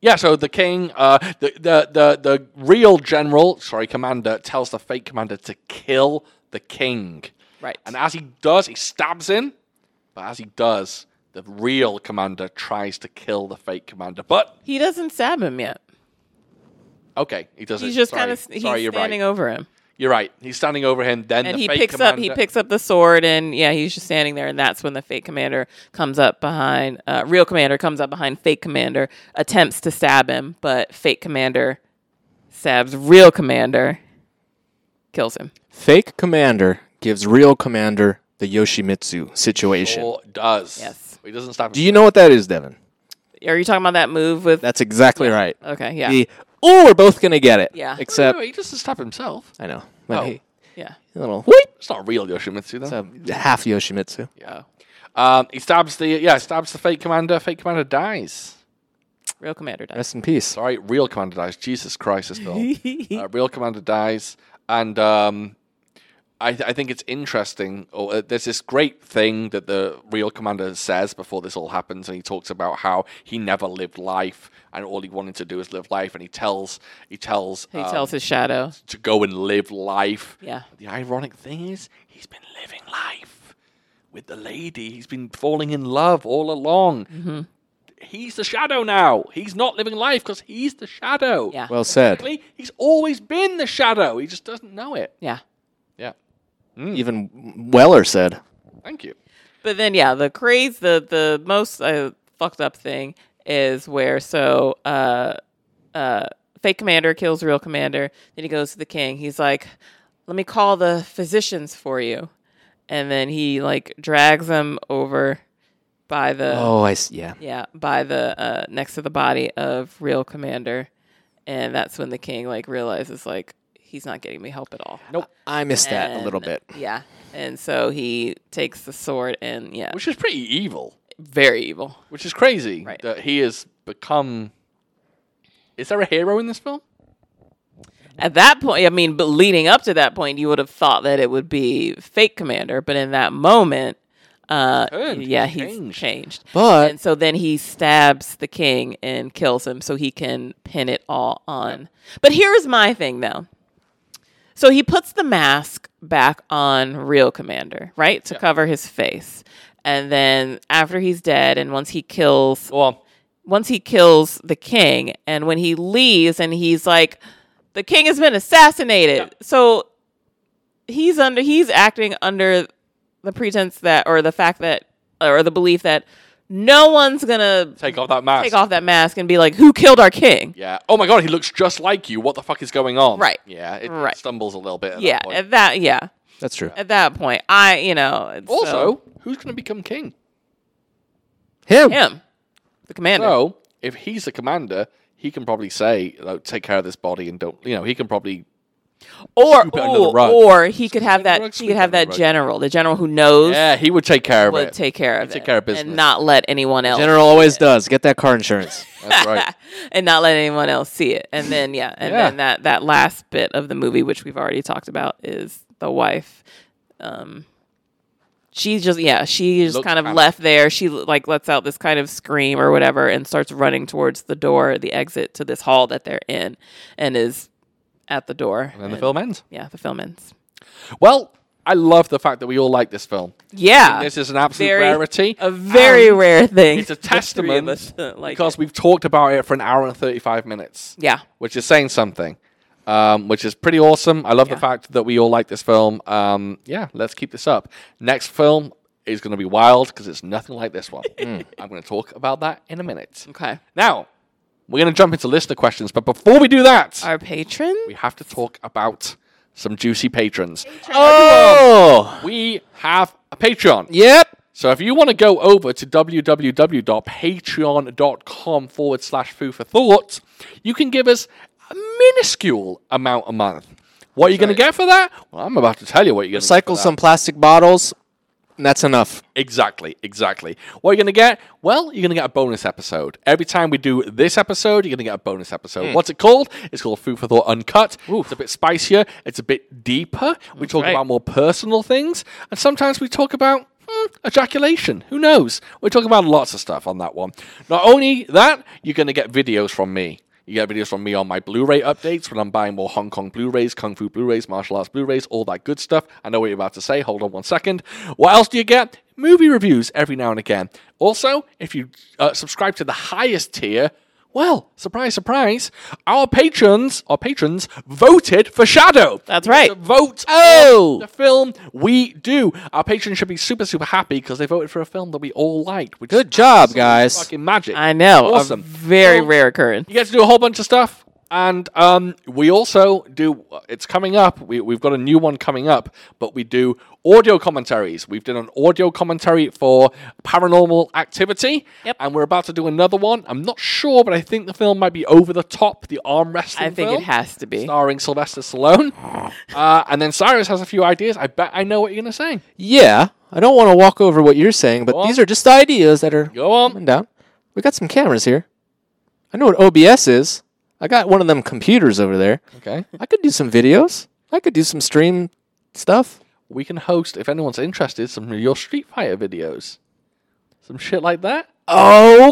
[SPEAKER 1] Yeah, so the king, uh, the, the the the real general, sorry, commander, tells the fake commander to kill the king.
[SPEAKER 3] Right.
[SPEAKER 1] And as he does, he stabs him. But as he does, the real commander tries to kill the fake commander. But
[SPEAKER 3] He doesn't stab him yet.
[SPEAKER 1] okay, he does
[SPEAKER 3] He's
[SPEAKER 1] it.
[SPEAKER 3] just
[SPEAKER 1] Sorry.
[SPEAKER 3] kind of he's
[SPEAKER 1] sorry, you're
[SPEAKER 3] standing
[SPEAKER 1] right.
[SPEAKER 3] over him,
[SPEAKER 1] You're right. He's standing over him. Then
[SPEAKER 3] and
[SPEAKER 1] the
[SPEAKER 3] he
[SPEAKER 1] fake
[SPEAKER 3] picks up he
[SPEAKER 1] commander-
[SPEAKER 3] picks up the sword, and yeah, he's just standing there, and that's when the fake commander comes up behind. Uh, real commander comes up behind fake commander, attempts to stab him, but fake commander stabs real commander, kills him.
[SPEAKER 2] Fake commander gives real commander the Yoshimitsu situation.
[SPEAKER 1] Or does
[SPEAKER 3] Yes.
[SPEAKER 1] He doesn't stab.
[SPEAKER 2] Do
[SPEAKER 1] him.
[SPEAKER 2] you know what that is, Devin?
[SPEAKER 3] Are you talking about that move with?
[SPEAKER 2] That's exactly right.
[SPEAKER 3] okay, yeah,
[SPEAKER 2] The oh, we're both gonna get it.
[SPEAKER 3] Yeah.
[SPEAKER 1] No,
[SPEAKER 2] Except
[SPEAKER 1] no, he doesn't stab himself.
[SPEAKER 2] I know. But
[SPEAKER 1] Oh.
[SPEAKER 2] hey,
[SPEAKER 3] yeah.
[SPEAKER 2] a little whoop,
[SPEAKER 1] It's not real Yoshimitsu though.
[SPEAKER 2] it's a half Yoshimitsu.
[SPEAKER 1] yeah. Um, he stabs the yeah stabs the fake commander. Fake commander dies.
[SPEAKER 3] Real commander dies.
[SPEAKER 2] Rest in peace.
[SPEAKER 1] Sorry, real commander dies. Jesus Christ, this film. uh, real commander dies, and um, I, th- I think it's interesting. Or uh, there's this great thing that the real commander says before this all happens, and he talks about how he never lived life, and all he wanted to do is live life, and he tells he tells
[SPEAKER 3] He
[SPEAKER 1] um,
[SPEAKER 3] tells his shadow.
[SPEAKER 1] to go and live life.
[SPEAKER 3] Yeah.
[SPEAKER 1] The ironic thing is, he's been living life with the lady. He's been falling in love all along.
[SPEAKER 3] Mm-hmm.
[SPEAKER 1] He's the shadow now. He's not living life because he's the shadow.
[SPEAKER 3] Yeah.
[SPEAKER 2] Well said.
[SPEAKER 1] Basically, He's always been the shadow. He just doesn't know it.
[SPEAKER 3] Yeah.
[SPEAKER 1] Yeah.
[SPEAKER 2] Mm, Even Weller said.
[SPEAKER 1] Thank you.
[SPEAKER 3] But then, yeah, the craze, the the most uh, fucked up thing is where so uh, uh, fake commander kills real commander. Then he goes to the king. He's like, "Let me call the physicians for you," and then he like drags him over by the
[SPEAKER 2] Oh, I s- yeah.
[SPEAKER 3] yeah by the uh, next to the body of real commander, and that's when the king like realizes like he's not getting me help at all.
[SPEAKER 1] Nope.
[SPEAKER 2] I missed that a little
[SPEAKER 1] Uh,
[SPEAKER 3] And-
[SPEAKER 2] bit.
[SPEAKER 3] Yeah. And so he takes the sword and yeah,
[SPEAKER 1] Which is pretty evil.
[SPEAKER 3] very evil.
[SPEAKER 1] Which is crazy
[SPEAKER 3] Right.
[SPEAKER 1] that he has become. Is there a hero in this film?
[SPEAKER 3] At that point, I mean, but leading up to that point, you would have thought that it would be fake commander, but in that moment, uh,
[SPEAKER 1] turned.
[SPEAKER 3] yeah,
[SPEAKER 1] He's
[SPEAKER 3] he's
[SPEAKER 1] changed.
[SPEAKER 3] changed.
[SPEAKER 2] But
[SPEAKER 3] and so then he stabs the king and kills him so he can pin it all on. But here's my thing though. So he puts the mask back on real commander, right? To cover his face. And then after he's dead and once he kills
[SPEAKER 1] Go on.
[SPEAKER 3] once he kills the king and when he leaves and he's like the king has been assassinated so he's under he's acting under the pretense that or the fact that or the belief that no one's gonna
[SPEAKER 1] Take off that mask.
[SPEAKER 3] take off that mask and be like who killed our king
[SPEAKER 1] Yeah. Oh my god, he looks just like you. What the fuck is going on?
[SPEAKER 3] Right.
[SPEAKER 1] Yeah. It
[SPEAKER 3] Right.
[SPEAKER 1] stumbles a little bit. At
[SPEAKER 3] yeah
[SPEAKER 1] That point.
[SPEAKER 3] at that yeah
[SPEAKER 2] that's true.
[SPEAKER 1] uh,
[SPEAKER 3] at that point i you know it's,
[SPEAKER 1] also, who's going to become king?
[SPEAKER 3] so,
[SPEAKER 2] Him.
[SPEAKER 3] him the commander
[SPEAKER 1] So, if he's the commander, he can probably say, like, "Take care of this body and don't." You know, he can probably.
[SPEAKER 3] or
[SPEAKER 1] scoop it under the
[SPEAKER 3] or,
[SPEAKER 1] rug.
[SPEAKER 3] or he could have
[SPEAKER 1] under the
[SPEAKER 3] that
[SPEAKER 1] rug,
[SPEAKER 3] he
[SPEAKER 1] sweep
[SPEAKER 3] could have
[SPEAKER 1] under the
[SPEAKER 3] that
[SPEAKER 1] rug.
[SPEAKER 3] general the general who knows
[SPEAKER 1] Yeah, he would take care of
[SPEAKER 3] would
[SPEAKER 1] it.
[SPEAKER 3] take care of
[SPEAKER 1] He'd
[SPEAKER 3] it
[SPEAKER 1] take care of
[SPEAKER 3] and
[SPEAKER 1] business.
[SPEAKER 3] not let anyone else
[SPEAKER 2] General always does. Get that car insurance.
[SPEAKER 1] That's right.
[SPEAKER 3] and not let anyone else see it. And then yeah, and
[SPEAKER 1] Yeah.
[SPEAKER 3] then that that last bit of the movie, which we've already talked about, is the wife. Um, she just yeah, she just
[SPEAKER 1] Looks
[SPEAKER 3] kind of
[SPEAKER 1] panicked.
[SPEAKER 3] left there. She like lets out this kind of scream or whatever, and starts running towards the door, the exit to this hall that they're in, and is at the door.
[SPEAKER 1] And then the film ends.
[SPEAKER 3] yeah, the film ends.
[SPEAKER 1] Well, I love the fact that we all like this film.
[SPEAKER 3] Yeah,
[SPEAKER 1] This is an absolute
[SPEAKER 3] Very-
[SPEAKER 1] rarity.
[SPEAKER 3] a very
[SPEAKER 1] And
[SPEAKER 3] rare
[SPEAKER 1] um,
[SPEAKER 3] thing.
[SPEAKER 1] It's a
[SPEAKER 3] The three of
[SPEAKER 1] testament
[SPEAKER 3] us don't like
[SPEAKER 1] because
[SPEAKER 3] it.
[SPEAKER 1] we've talked about it for an hour and 35 minutes.
[SPEAKER 3] yeah,
[SPEAKER 1] Which is saying something. Um, which is pretty awesome. I love the
[SPEAKER 3] Yeah.
[SPEAKER 1] fact that we all like this film. Um, yeah, let's keep this up. Next film is going to be wild because it's nothing like this one. I'm going to talk about that in a minute.
[SPEAKER 3] Hmm. okay.
[SPEAKER 1] Now, we're going to jump into listener questions, but before we do that,
[SPEAKER 3] Our patron.
[SPEAKER 1] we have to talk about some juicy patrons.
[SPEAKER 2] oh.
[SPEAKER 1] We have a Patreon.
[SPEAKER 2] Yep.
[SPEAKER 1] So if you want to go over to www.patreon.com forward slash food for thought, you can give us a minuscule amount a month. What are you going to get for that? Well, I'm about to tell you what you're going to
[SPEAKER 2] Cycle some plastic bottles. And that's enough.
[SPEAKER 1] Exactly, exactly. What are you going to get? Well, you're going to get a bonus episode. Every time we do this episode, you're going to get a bonus episode. What's it called? It's called Food for Thought Uncut. It's a bit spicier, it's a bit deeper. We talk
[SPEAKER 2] right.
[SPEAKER 1] about more personal things, and sometimes we talk about hmm, ejaculation. Who knows? We're talking about lots of stuff on that one. Not only that, you're going to get videos from me. You get videos from me on my Blu-ray updates when I'm buying more Hong Kong Blu-rays, Kung Fu Blu-rays, martial arts Blu-rays, all that good stuff. I know what you're about to say. Hold on one second. What else do you get? Movie reviews every now and again. Also, if you uh, subscribe to the highest tier, well, surprise, surprise, our patrons, our patrons voted for Shadow.
[SPEAKER 3] That's right.
[SPEAKER 1] It's a vote.
[SPEAKER 2] Oh!
[SPEAKER 1] The film we do. Our patrons should be super, super happy because they voted for a film that we all liked. Which
[SPEAKER 2] Good
[SPEAKER 1] is
[SPEAKER 2] job,
[SPEAKER 1] absolute
[SPEAKER 2] guys.
[SPEAKER 1] Fucking magic.
[SPEAKER 3] I know.
[SPEAKER 1] Awesome.
[SPEAKER 3] A very
[SPEAKER 1] So-
[SPEAKER 3] rare occurrence.
[SPEAKER 1] You get to do a whole bunch of stuff. And um, we also do, it's coming up. We, we've got a new one coming up, but we do audio commentaries. We've done an audio commentary for paranormal activity.
[SPEAKER 3] Yep.
[SPEAKER 1] And we're about to do another one. I'm not sure, but I think the film might be over the top, the arm wrestling
[SPEAKER 3] I think
[SPEAKER 1] film
[SPEAKER 3] it has to be.
[SPEAKER 1] starring Sylvester Stallone. Uh, and then Cyrus has a few ideas. I bet I know what you're going to say.
[SPEAKER 2] Yeah, I don't want to walk over what you're saying, but these
[SPEAKER 1] on.
[SPEAKER 2] are just ideas that are
[SPEAKER 1] Go on.
[SPEAKER 2] coming down. We got some cameras here. I know what OBS is. I got one of them computers over there.
[SPEAKER 1] Okay.
[SPEAKER 2] I could do some videos. I could do some stream stuff.
[SPEAKER 1] We can host, if anyone's interested, some of your Street Fighter videos. Some shit like that.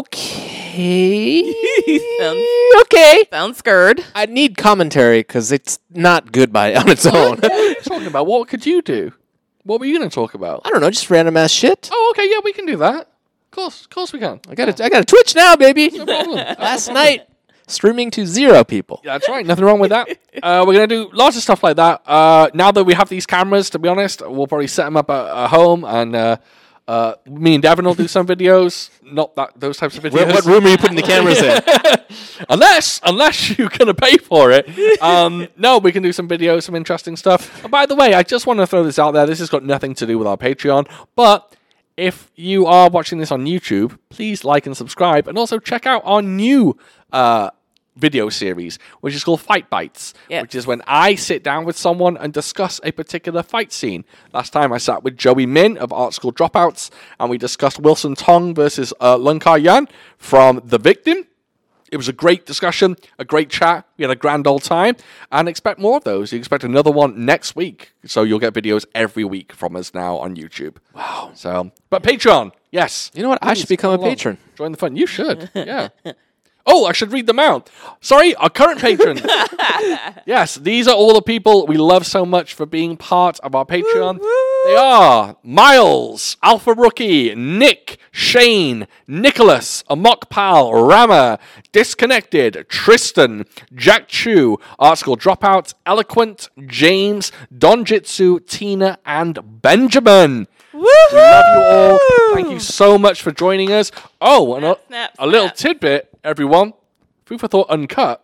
[SPEAKER 2] Okay.
[SPEAKER 3] Sounds-
[SPEAKER 2] okay.
[SPEAKER 3] Sounds scared.
[SPEAKER 2] I need commentary because it's not good by on its own.
[SPEAKER 1] What are you talking about? What could you do? What were you going to talk about?
[SPEAKER 2] I don't know, just random ass shit.
[SPEAKER 1] Oh, okay. Yeah, we can do that. Of course. Of course we can.
[SPEAKER 2] I got a, I got a Twitch now, baby.
[SPEAKER 1] No problem.
[SPEAKER 2] Last night, streaming to zero people.
[SPEAKER 1] That's right. Nothing wrong with that. Uh, we're gonna do lots of stuff like that. Uh, now that we have these cameras, to be honest, we'll probably set them up at, at home, and uh, uh, me and Devin will do some videos. Not that those types of videos.
[SPEAKER 2] room are you putting the cameras in?
[SPEAKER 1] unless unless you're gonna pay for it. Um, no, we can do some videos, some interesting stuff. And by the way, I just want to throw this out there. This has got nothing to do with our Patreon, but if you are watching this on YouTube, please like and subscribe, and also check out our new. Uh, Video series, which is called Fight Bites,
[SPEAKER 3] Yeah.
[SPEAKER 1] which is when I sit down with someone and discuss a particular fight scene. Last time I sat with Joey Min of Art School Dropouts, and we discussed Wilson Tong versus uh, Lunkar Yan from The Victim. It was a great discussion, a great chat. We had a grand old time, and expect more of those. You expect another one next week, so you'll get videos every week from us now on YouTube. Wow! So, but Patreon, yes.
[SPEAKER 2] You know what? I should become a
[SPEAKER 1] Come along.
[SPEAKER 2] patron.
[SPEAKER 1] Join the fun. You should. Yeah. Oh, I should read them out. Sorry, our current patrons. yes, these are all the people we love so much for being part of our Patreon. They are Miles, Alpha Rookie, Nick, Shane, Nicholas, Amok Pal, Rama, Disconnected, Tristan, Jack Chu, Art School Dropout, Eloquent, James, Donjitsu, Tina, and Benjamin. We love you all. Thank you so much for joining us. Oh, and a,
[SPEAKER 3] Snap,
[SPEAKER 1] a little
[SPEAKER 3] snap.
[SPEAKER 1] tidbit, everyone. Food for Thought Uncut,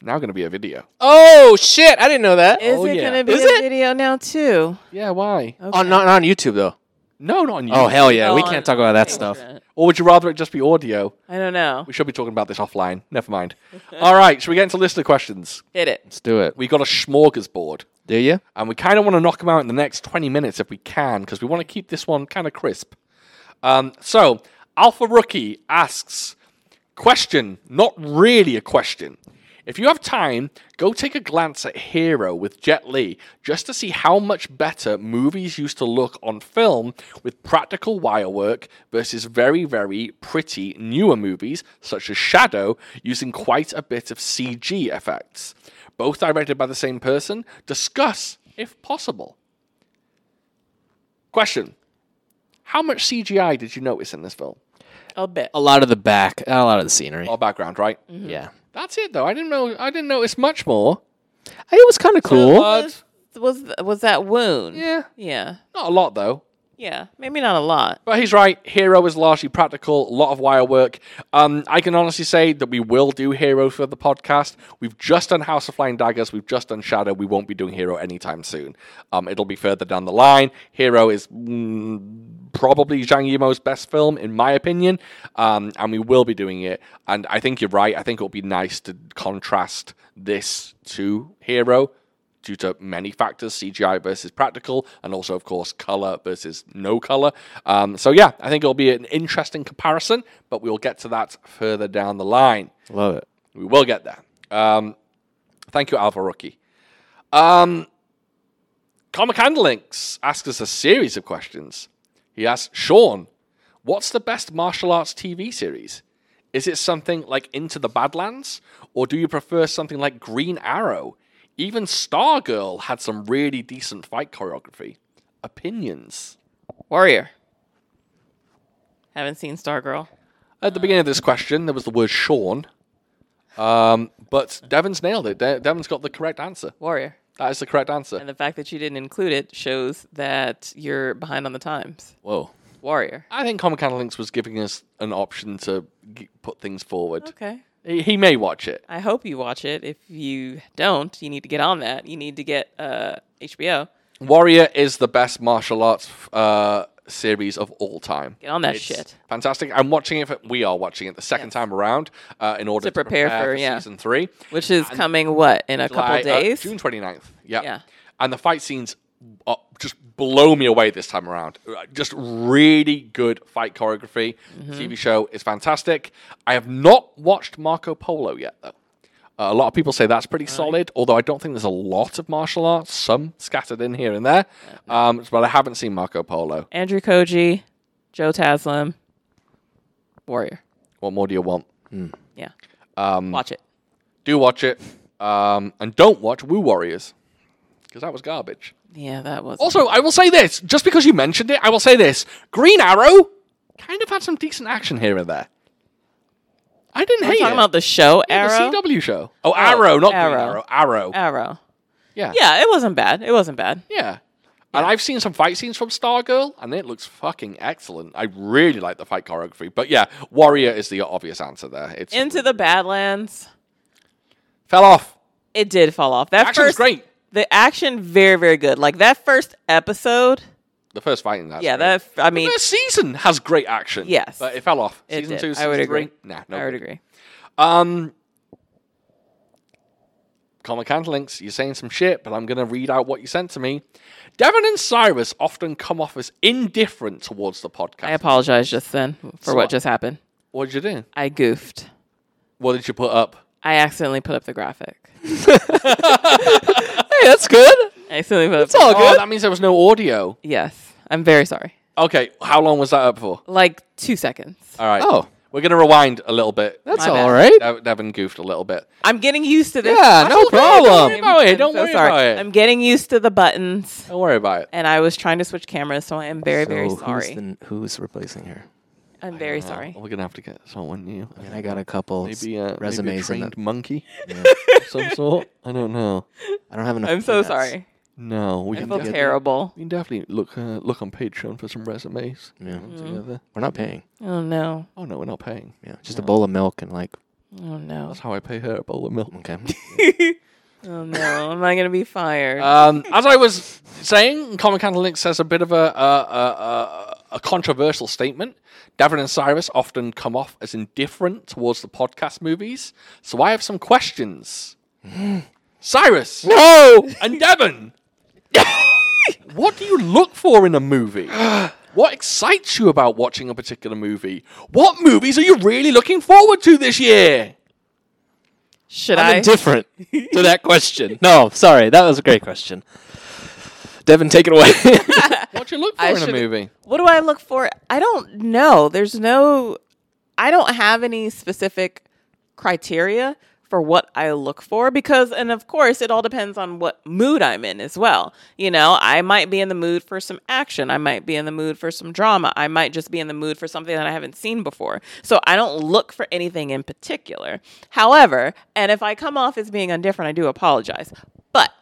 [SPEAKER 1] now going to be a video.
[SPEAKER 2] Oh shit! I didn't know that.
[SPEAKER 3] Is
[SPEAKER 1] Oh,
[SPEAKER 3] it
[SPEAKER 1] yeah.
[SPEAKER 3] gonna be
[SPEAKER 2] Is
[SPEAKER 3] a
[SPEAKER 2] it?
[SPEAKER 3] video now too?
[SPEAKER 1] Yeah, why?
[SPEAKER 2] On not on YouTube though.
[SPEAKER 1] No, not on you.
[SPEAKER 2] Oh hell yeah!
[SPEAKER 3] Oh,
[SPEAKER 2] we
[SPEAKER 3] on-
[SPEAKER 2] can't talk about that stuff.
[SPEAKER 1] Or would you rather it just be audio?
[SPEAKER 3] I don't know.
[SPEAKER 1] We should be talking about this offline. Never mind. All right, should we get into listener questions?
[SPEAKER 3] Hit it.
[SPEAKER 2] Let's do it.
[SPEAKER 1] We got a smorgasbord,
[SPEAKER 2] Do you?
[SPEAKER 1] and we kind of want to knock them out in the next 20 minutes if we can, because we want to keep this one kind of crisp. Um, so, Alpha Rookie asks Question, not really a question. If you have time, go take a glance at Hero with Jet Li just to see how much better movies used to look on film with practical wire work versus very, very pretty newer movies such as Shadow using quite a bit of CG effects. Both directed by the same person, discuss if possible. Question How much CGI did you notice in this film?
[SPEAKER 3] I'll bet.
[SPEAKER 2] A lot of the back, not a lot of
[SPEAKER 3] Oh.
[SPEAKER 2] the scenery.
[SPEAKER 1] Or background, right?
[SPEAKER 2] Yeah,
[SPEAKER 1] That's it though. I didn't know. I didn't notice much more.
[SPEAKER 2] it was kind of cool.
[SPEAKER 3] uh,
[SPEAKER 1] But
[SPEAKER 3] Was was that wound?
[SPEAKER 1] yeah,
[SPEAKER 3] Yeah.
[SPEAKER 1] not a lot though.
[SPEAKER 3] Yeah. Maybe not a lot.
[SPEAKER 1] But he's right. Hero is largely practical. A lot of wire work. Um, I can honestly say that we will do Hero for the podcast. We've just done House of Flying Daggers. We've just done Shadow. We won't be doing Hero anytime soon. Um, it'll be further down the line. Hero is mm, probably Zhang Yimou's best film, in my opinion. Um, and we will be doing it. And I think you're right. I think it'll be nice to contrast this to Hero due to many factors CGI versus practical, and also, of course, color versus no color. Um, so, yeah, I think it'll be an interesting comparison, but we'll get to that further down the line.
[SPEAKER 2] Love it.
[SPEAKER 1] We will get there. Um, thank you, Alpha Rookie. Um, Comic Handlinks asks us a series of questions. He asks Sean, "What's the best martial arts TV series? Is it something like Into the Badlands, or do you prefer something like Green Arrow? Even Stargirl had some really decent fight choreography. Opinions."
[SPEAKER 3] Warrior. Haven't seen Stargirl.
[SPEAKER 1] At the beginning of this question, there was the word Sean, um, but Devon's nailed it. De- Devon's got the correct answer.
[SPEAKER 3] Warrior.
[SPEAKER 1] That is the correct answer.
[SPEAKER 3] And the fact that you didn't include it shows that you're behind on the times.
[SPEAKER 1] Whoa.
[SPEAKER 3] Warrior.
[SPEAKER 1] I think Comic Con Links was giving us an option to g- put things forward.
[SPEAKER 3] Okay.
[SPEAKER 1] He, he may watch it.
[SPEAKER 3] I hope you watch it. If you don't, you need to get on that. You need to get uh, HBO.
[SPEAKER 1] Warrior is the best martial arts uh, series of all time.
[SPEAKER 3] Get on that
[SPEAKER 1] It's
[SPEAKER 3] shit.
[SPEAKER 1] Fantastic. I'm watching it. For, we are watching it the second
[SPEAKER 3] Yes.
[SPEAKER 1] time around uh, in order to,
[SPEAKER 3] prepare for, yeah.
[SPEAKER 1] season three.
[SPEAKER 3] Which is coming what in a couple
[SPEAKER 1] July- uh,
[SPEAKER 3] days?
[SPEAKER 1] June 29th. Yeah.
[SPEAKER 3] Yeah.
[SPEAKER 1] And the fight scenes uh, just blow me away this time around. Uh, Just really good fight choreography.
[SPEAKER 3] Mm-hmm.
[SPEAKER 1] TV show is fantastic. I have not watched Marco Polo yet, though. Uh, a lot of people say that's pretty solid, although I don't think there's a lot of martial arts, some scattered in here and there. Um, but I haven't seen Marco Polo.
[SPEAKER 3] Andrew Koji, Joe Taslim, Warrior.
[SPEAKER 1] What more do you want?
[SPEAKER 3] Yeah. Um, Watch it.
[SPEAKER 1] Do watch it. Um, and don't watch Woo Warriors, because that was garbage.
[SPEAKER 3] Yeah, that was.
[SPEAKER 1] Also, I will say this, just because you mentioned it, I will say this. Green Arrow kind of had some decent action here and there. I didn't
[SPEAKER 3] We're
[SPEAKER 1] hate
[SPEAKER 3] talking
[SPEAKER 1] it.
[SPEAKER 3] about the show Arrow.
[SPEAKER 1] The CW show. Oh, Arrow, not Green
[SPEAKER 3] Arrow. Uh,
[SPEAKER 1] Arrow. Arrow.
[SPEAKER 3] Arrow.
[SPEAKER 1] Yeah.
[SPEAKER 3] Yeah, it wasn't bad. It wasn't bad.
[SPEAKER 1] Yeah. And I've seen some fight scenes from Stargirl, and it looks fucking excellent. I really like the fight choreography. But yeah, Warrior is the obvious answer there. It's
[SPEAKER 3] Into the Badlands.
[SPEAKER 1] fell off.
[SPEAKER 3] It did fall off. That
[SPEAKER 1] Action was
[SPEAKER 3] first
[SPEAKER 1] great.
[SPEAKER 3] The action very very good. Like that first episode.
[SPEAKER 1] The first fight in that.
[SPEAKER 3] yeah, that f- I mean,
[SPEAKER 1] first season has great action.
[SPEAKER 3] Yes.
[SPEAKER 1] But it fell off.
[SPEAKER 3] It
[SPEAKER 1] season
[SPEAKER 3] did.
[SPEAKER 1] two,
[SPEAKER 3] I
[SPEAKER 1] season
[SPEAKER 3] would
[SPEAKER 1] three.
[SPEAKER 3] agree.
[SPEAKER 1] Nah, no
[SPEAKER 3] I would
[SPEAKER 1] good.
[SPEAKER 3] agree.
[SPEAKER 1] Um, Comic Con links, you're saying some shit, but I'm going to read out what you sent to me. Devon and Cyrus often come off as indifferent towards the podcast.
[SPEAKER 3] I apologize just then for
[SPEAKER 1] So
[SPEAKER 3] what
[SPEAKER 1] what?
[SPEAKER 3] just happened.
[SPEAKER 1] What did you do?
[SPEAKER 3] I goofed.
[SPEAKER 1] What did you put up?
[SPEAKER 3] I accidentally put up the graphic.
[SPEAKER 2] Hey, that's good.
[SPEAKER 3] I accidentally put up. the-
[SPEAKER 2] all
[SPEAKER 1] Oh,
[SPEAKER 2] good.
[SPEAKER 1] that means there was no audio.
[SPEAKER 3] Yes, I'm very sorry.
[SPEAKER 1] Okay, how long was that up for?
[SPEAKER 3] Like two seconds.
[SPEAKER 1] All right.
[SPEAKER 2] Oh.
[SPEAKER 1] We're going to rewind a little bit. Uh,
[SPEAKER 2] That's
[SPEAKER 3] My bad.
[SPEAKER 2] all right.
[SPEAKER 1] Dev- Devon goofed a little bit.
[SPEAKER 3] I'm getting used to this.
[SPEAKER 2] Yeah, no
[SPEAKER 1] Don't worry
[SPEAKER 2] problem.
[SPEAKER 1] about it.
[SPEAKER 3] I'm
[SPEAKER 1] Don't
[SPEAKER 3] so
[SPEAKER 1] worry
[SPEAKER 3] sorry.
[SPEAKER 1] about it.
[SPEAKER 3] I'm getting used to the buttons,
[SPEAKER 1] Don't worry about it.
[SPEAKER 3] and I was trying to switch cameras, so I am very very sorry.
[SPEAKER 2] Who's, replacing her?
[SPEAKER 3] I'm very sorry.
[SPEAKER 1] We're going to have to get someone new.
[SPEAKER 2] And I got a couple
[SPEAKER 1] Maybe, uh, maybe a
[SPEAKER 2] resumes.
[SPEAKER 1] trained monkey of some sort. I don't know.
[SPEAKER 2] I don't have enough.
[SPEAKER 3] I'm so sorry.
[SPEAKER 1] No, we
[SPEAKER 3] I
[SPEAKER 1] can
[SPEAKER 3] feel
[SPEAKER 1] get-
[SPEAKER 3] terrible.
[SPEAKER 1] We can definitely look uh, look on Patreon for some resumes.
[SPEAKER 2] Yeah.
[SPEAKER 1] Together.
[SPEAKER 2] We're not paying.
[SPEAKER 3] Oh no.
[SPEAKER 1] Oh no, we're not paying.
[SPEAKER 2] Yeah, just a bowl of milk and like.
[SPEAKER 3] Oh no.
[SPEAKER 1] That's how I pay her a bowl of milk.
[SPEAKER 2] Okay.
[SPEAKER 3] Oh no. Am I gonna be fired?
[SPEAKER 1] Um, as I was saying, Comic Candle Link says a bit of a, a, a, a- a controversial statement. Davin and Cyrus often come off as indifferent towards the podcast movies, so I have some questions. Cyrus
[SPEAKER 2] no.
[SPEAKER 1] and Devon, what do you look for in a movie? What excites you about watching a particular movie? What movies are you really looking forward to this year?
[SPEAKER 3] Should
[SPEAKER 2] I'm
[SPEAKER 3] I?
[SPEAKER 2] indifferent to that question. No, sorry, that was a great question. Devin, take it away.
[SPEAKER 1] What you look for
[SPEAKER 3] I
[SPEAKER 1] in a
[SPEAKER 3] should-
[SPEAKER 1] movie?
[SPEAKER 3] what do I look for? I don't know. There's no, I don't have any specific criteria for what I look for because, and of course, it all depends on what mood I'm in as well. You know, I might be in the mood for some action, I might be in the mood for some drama, I might just be in the mood for something that I haven't seen before. So I don't look for anything in particular. However, and if I come off as being indifferent, I do apologize. But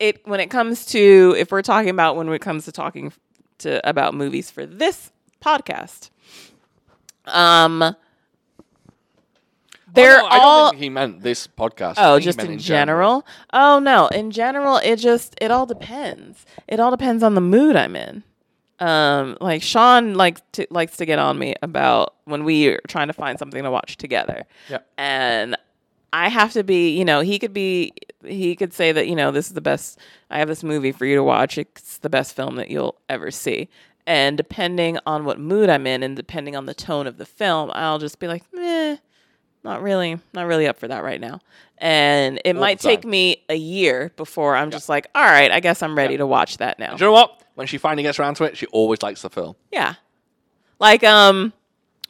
[SPEAKER 3] it when it comes to if we're talking about when it comes to talking to about movies for this podcast um they're
[SPEAKER 1] Oh, no, I don't
[SPEAKER 3] all
[SPEAKER 1] think he meant this podcast. I
[SPEAKER 3] oh
[SPEAKER 1] think he
[SPEAKER 3] just
[SPEAKER 1] meant
[SPEAKER 3] in general. oh no in general it just it all depends it all depends on the mood i'm in um like sean like to, likes to get on me about when we are trying to find something to watch together
[SPEAKER 1] Yeah.
[SPEAKER 3] and I have to be, you know, he could be, he could say that, you know, this is the best, I have this movie for you to watch. It's the best film that you'll ever see. And depending on what mood I'm in and depending on the tone of the film, I'll just be like, meh, not really, not really up for that right now. And it
[SPEAKER 1] the
[SPEAKER 3] might take
[SPEAKER 1] time.
[SPEAKER 3] me a year before I'm just like, all right, I guess I'm ready to watch that now.
[SPEAKER 1] Do you know what? when she finally gets around to it, she always likes the film.
[SPEAKER 3] Yeah. Like um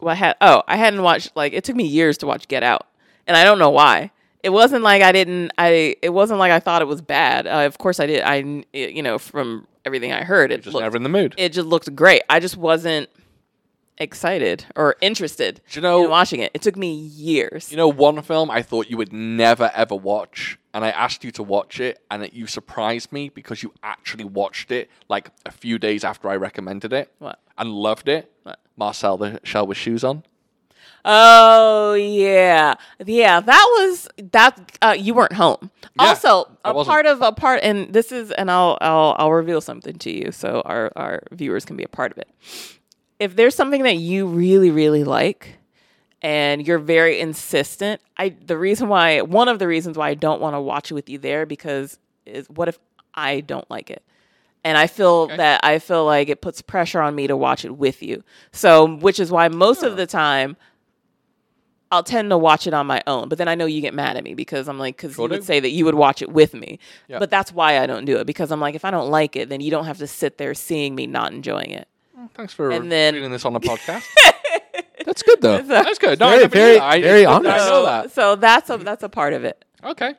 [SPEAKER 3] well I had oh, I hadn't watched like it took me years to watch Get Out. And I don't know why. It wasn't like I didn't I it wasn't like I thought it was bad. Uh, of course I did. I kn- it- you know from everything I heard it
[SPEAKER 1] Just
[SPEAKER 3] looked,
[SPEAKER 1] never in the mood.
[SPEAKER 3] it just looked great. I just wasn't excited or interested
[SPEAKER 1] you know-
[SPEAKER 3] in watching it. It took me years.
[SPEAKER 1] You know, one film I thought you would never ever watch, and I asked you to watch it, and it, you surprised me because you actually watched it like a few days after I recommended it
[SPEAKER 3] What?
[SPEAKER 1] and loved it. Marcel the Shell with Shoes on.
[SPEAKER 3] Oh yeah, yeah. That was that. Uh, you weren't home.
[SPEAKER 1] Yeah,
[SPEAKER 3] also,
[SPEAKER 1] I
[SPEAKER 3] a
[SPEAKER 1] wasn't.
[SPEAKER 3] part of a part, and this is, and I'll I'll I'll reveal something to you, so our our viewers can be a part of it. If there's something that you really really like, and you're very insistent, I the reason why one of the reasons why I don't want to watch it with you there because is what if I don't like it and I feel that I feel like it puts pressure on me to watch it with you. So, which is why most of the time I'll tend to watch it on my own. But then I know you get mad at me because I'm like, because
[SPEAKER 1] Sure
[SPEAKER 3] you would
[SPEAKER 1] do.
[SPEAKER 3] say that you would watch it with me.
[SPEAKER 1] Yeah.
[SPEAKER 3] But that's why I don't do it because I'm like, if I don't like it, then you don't have to sit there seeing me not enjoying it.
[SPEAKER 1] Thanks for
[SPEAKER 3] And then-
[SPEAKER 1] reading this on the podcast.
[SPEAKER 2] That's good though.
[SPEAKER 1] That's good. No, I
[SPEAKER 2] Very,
[SPEAKER 1] never knew
[SPEAKER 2] very-
[SPEAKER 1] that. I,
[SPEAKER 2] very
[SPEAKER 1] I
[SPEAKER 2] honest.
[SPEAKER 1] know
[SPEAKER 3] So,
[SPEAKER 1] that. Mm-hmm.
[SPEAKER 3] so that's a that's a part of it.
[SPEAKER 1] Okay.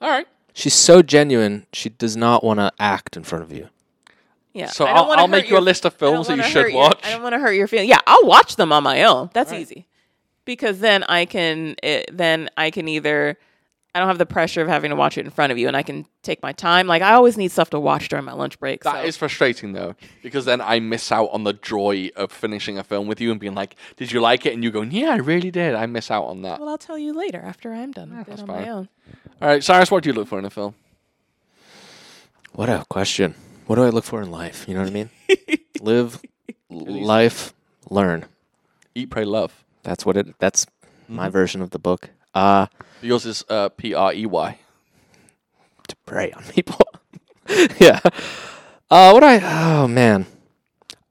[SPEAKER 1] All right.
[SPEAKER 2] She's so genuine. She does not want to act in front of you.
[SPEAKER 3] Yeah.
[SPEAKER 1] So
[SPEAKER 3] I don't
[SPEAKER 1] I'll-
[SPEAKER 3] wanna
[SPEAKER 1] I'll
[SPEAKER 3] hurt
[SPEAKER 1] make you a
[SPEAKER 3] your-
[SPEAKER 1] list of
[SPEAKER 3] I don't
[SPEAKER 1] films that you
[SPEAKER 3] wanna
[SPEAKER 1] should
[SPEAKER 3] hurt your-
[SPEAKER 1] watch.
[SPEAKER 3] I don't want to hurt your feelings. Yeah, I'll watch them on my own. That's
[SPEAKER 1] Right.
[SPEAKER 3] easy. Because then I can it, then I can either I don't have the pressure of having to watch it in front of you and I can take my time. Like I always need stuff to watch during my lunch break.
[SPEAKER 1] That is
[SPEAKER 3] so.
[SPEAKER 1] frustrating though, because then I miss out on the joy of finishing a film with you and being like, "Did you like it?" And you going, "Yeah, I really did." I miss out on that.
[SPEAKER 3] well, I'll tell you later after I'm done with
[SPEAKER 1] Ah, that's
[SPEAKER 3] it on
[SPEAKER 1] fine.
[SPEAKER 3] my own.
[SPEAKER 1] All right, Cyrus, what do you look for in a film?
[SPEAKER 2] What a question. What do I look for in life? You know what I mean? Live, life, learn.
[SPEAKER 1] Eat, pray, love.
[SPEAKER 2] That's what it. That's
[SPEAKER 1] Mm-hmm.
[SPEAKER 2] my version of the book. Uh
[SPEAKER 1] Yours is uh, P R E Y.
[SPEAKER 2] to prey on people. yeah. Uh, what do I? Oh man,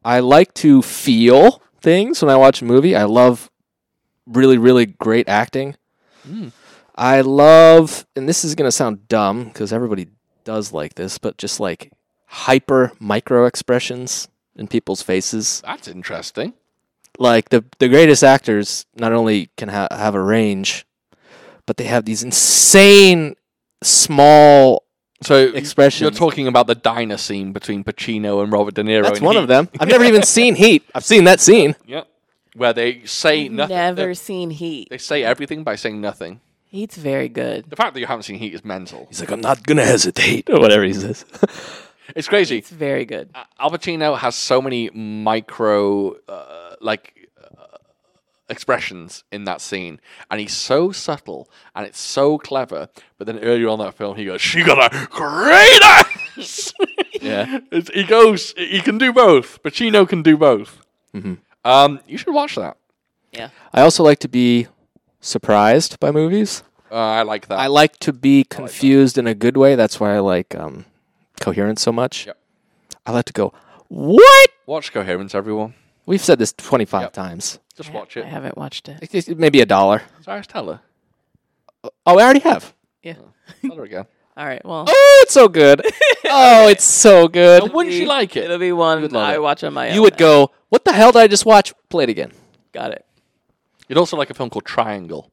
[SPEAKER 2] I like to feel things when I watch a movie. I love really, really great acting. I love, and this is gonna sound dumb because everybody does like this, but just like hyper micro expressions in people's faces.
[SPEAKER 1] That's interesting.
[SPEAKER 2] Like the the greatest actors not only can ha- have a range, but they have these insane small
[SPEAKER 1] So y- You're
[SPEAKER 2] Expressions.
[SPEAKER 1] talking about the diner scene between Pacino and Robert De Niro.
[SPEAKER 2] That's
[SPEAKER 1] in
[SPEAKER 2] one
[SPEAKER 1] Heat.
[SPEAKER 2] of them. I've never even seen Heat. I've seen that scene.
[SPEAKER 1] Yeah, where they say nothing.
[SPEAKER 3] Never
[SPEAKER 1] They,
[SPEAKER 3] seen Heat.
[SPEAKER 1] they say everything by saying nothing.
[SPEAKER 3] Heat's very good.
[SPEAKER 1] The fact that you haven't seen Heat is mental.
[SPEAKER 2] He's like, I'm not gonna hesitate, or whatever he says.
[SPEAKER 1] It's crazy.
[SPEAKER 3] It's very good.
[SPEAKER 1] Al Pacino has so many micro, uh, like, uh, expressions in that scene, and he's so subtle and it's so clever. But then earlier on that film, he goes, "She got a great ass."
[SPEAKER 2] yeah,
[SPEAKER 1] It's- he goes, he can do both. Pacino can do both.
[SPEAKER 2] Mm-hmm.
[SPEAKER 1] Um, you should watch that.
[SPEAKER 3] Yeah.
[SPEAKER 2] I also like to be surprised by movies.
[SPEAKER 1] Uh, I like that.
[SPEAKER 2] Oh, I like to be confused in a good way. That's why I like um, coherence so much.
[SPEAKER 1] Yep.
[SPEAKER 2] I like to go, what?
[SPEAKER 1] watch Coherence, everyone.
[SPEAKER 2] We've said this 25 times.
[SPEAKER 1] Just watch
[SPEAKER 3] I
[SPEAKER 1] it.
[SPEAKER 3] haven't watched it.
[SPEAKER 2] It's just Maybe a dollar.
[SPEAKER 1] Cyrus Teller.
[SPEAKER 2] Oh, I already have.
[SPEAKER 3] Yeah.
[SPEAKER 1] Tell her again.
[SPEAKER 3] All right. Well,
[SPEAKER 2] Oh, it's so good. oh, it's so good.
[SPEAKER 1] And wouldn't you like
[SPEAKER 3] it'll
[SPEAKER 1] it?
[SPEAKER 3] be one
[SPEAKER 1] love
[SPEAKER 3] I
[SPEAKER 1] it.
[SPEAKER 3] watch on my own.
[SPEAKER 2] You would go, what the hell did I just watch? Play it again.
[SPEAKER 3] Got it.
[SPEAKER 1] You'd also like a film called Triangle.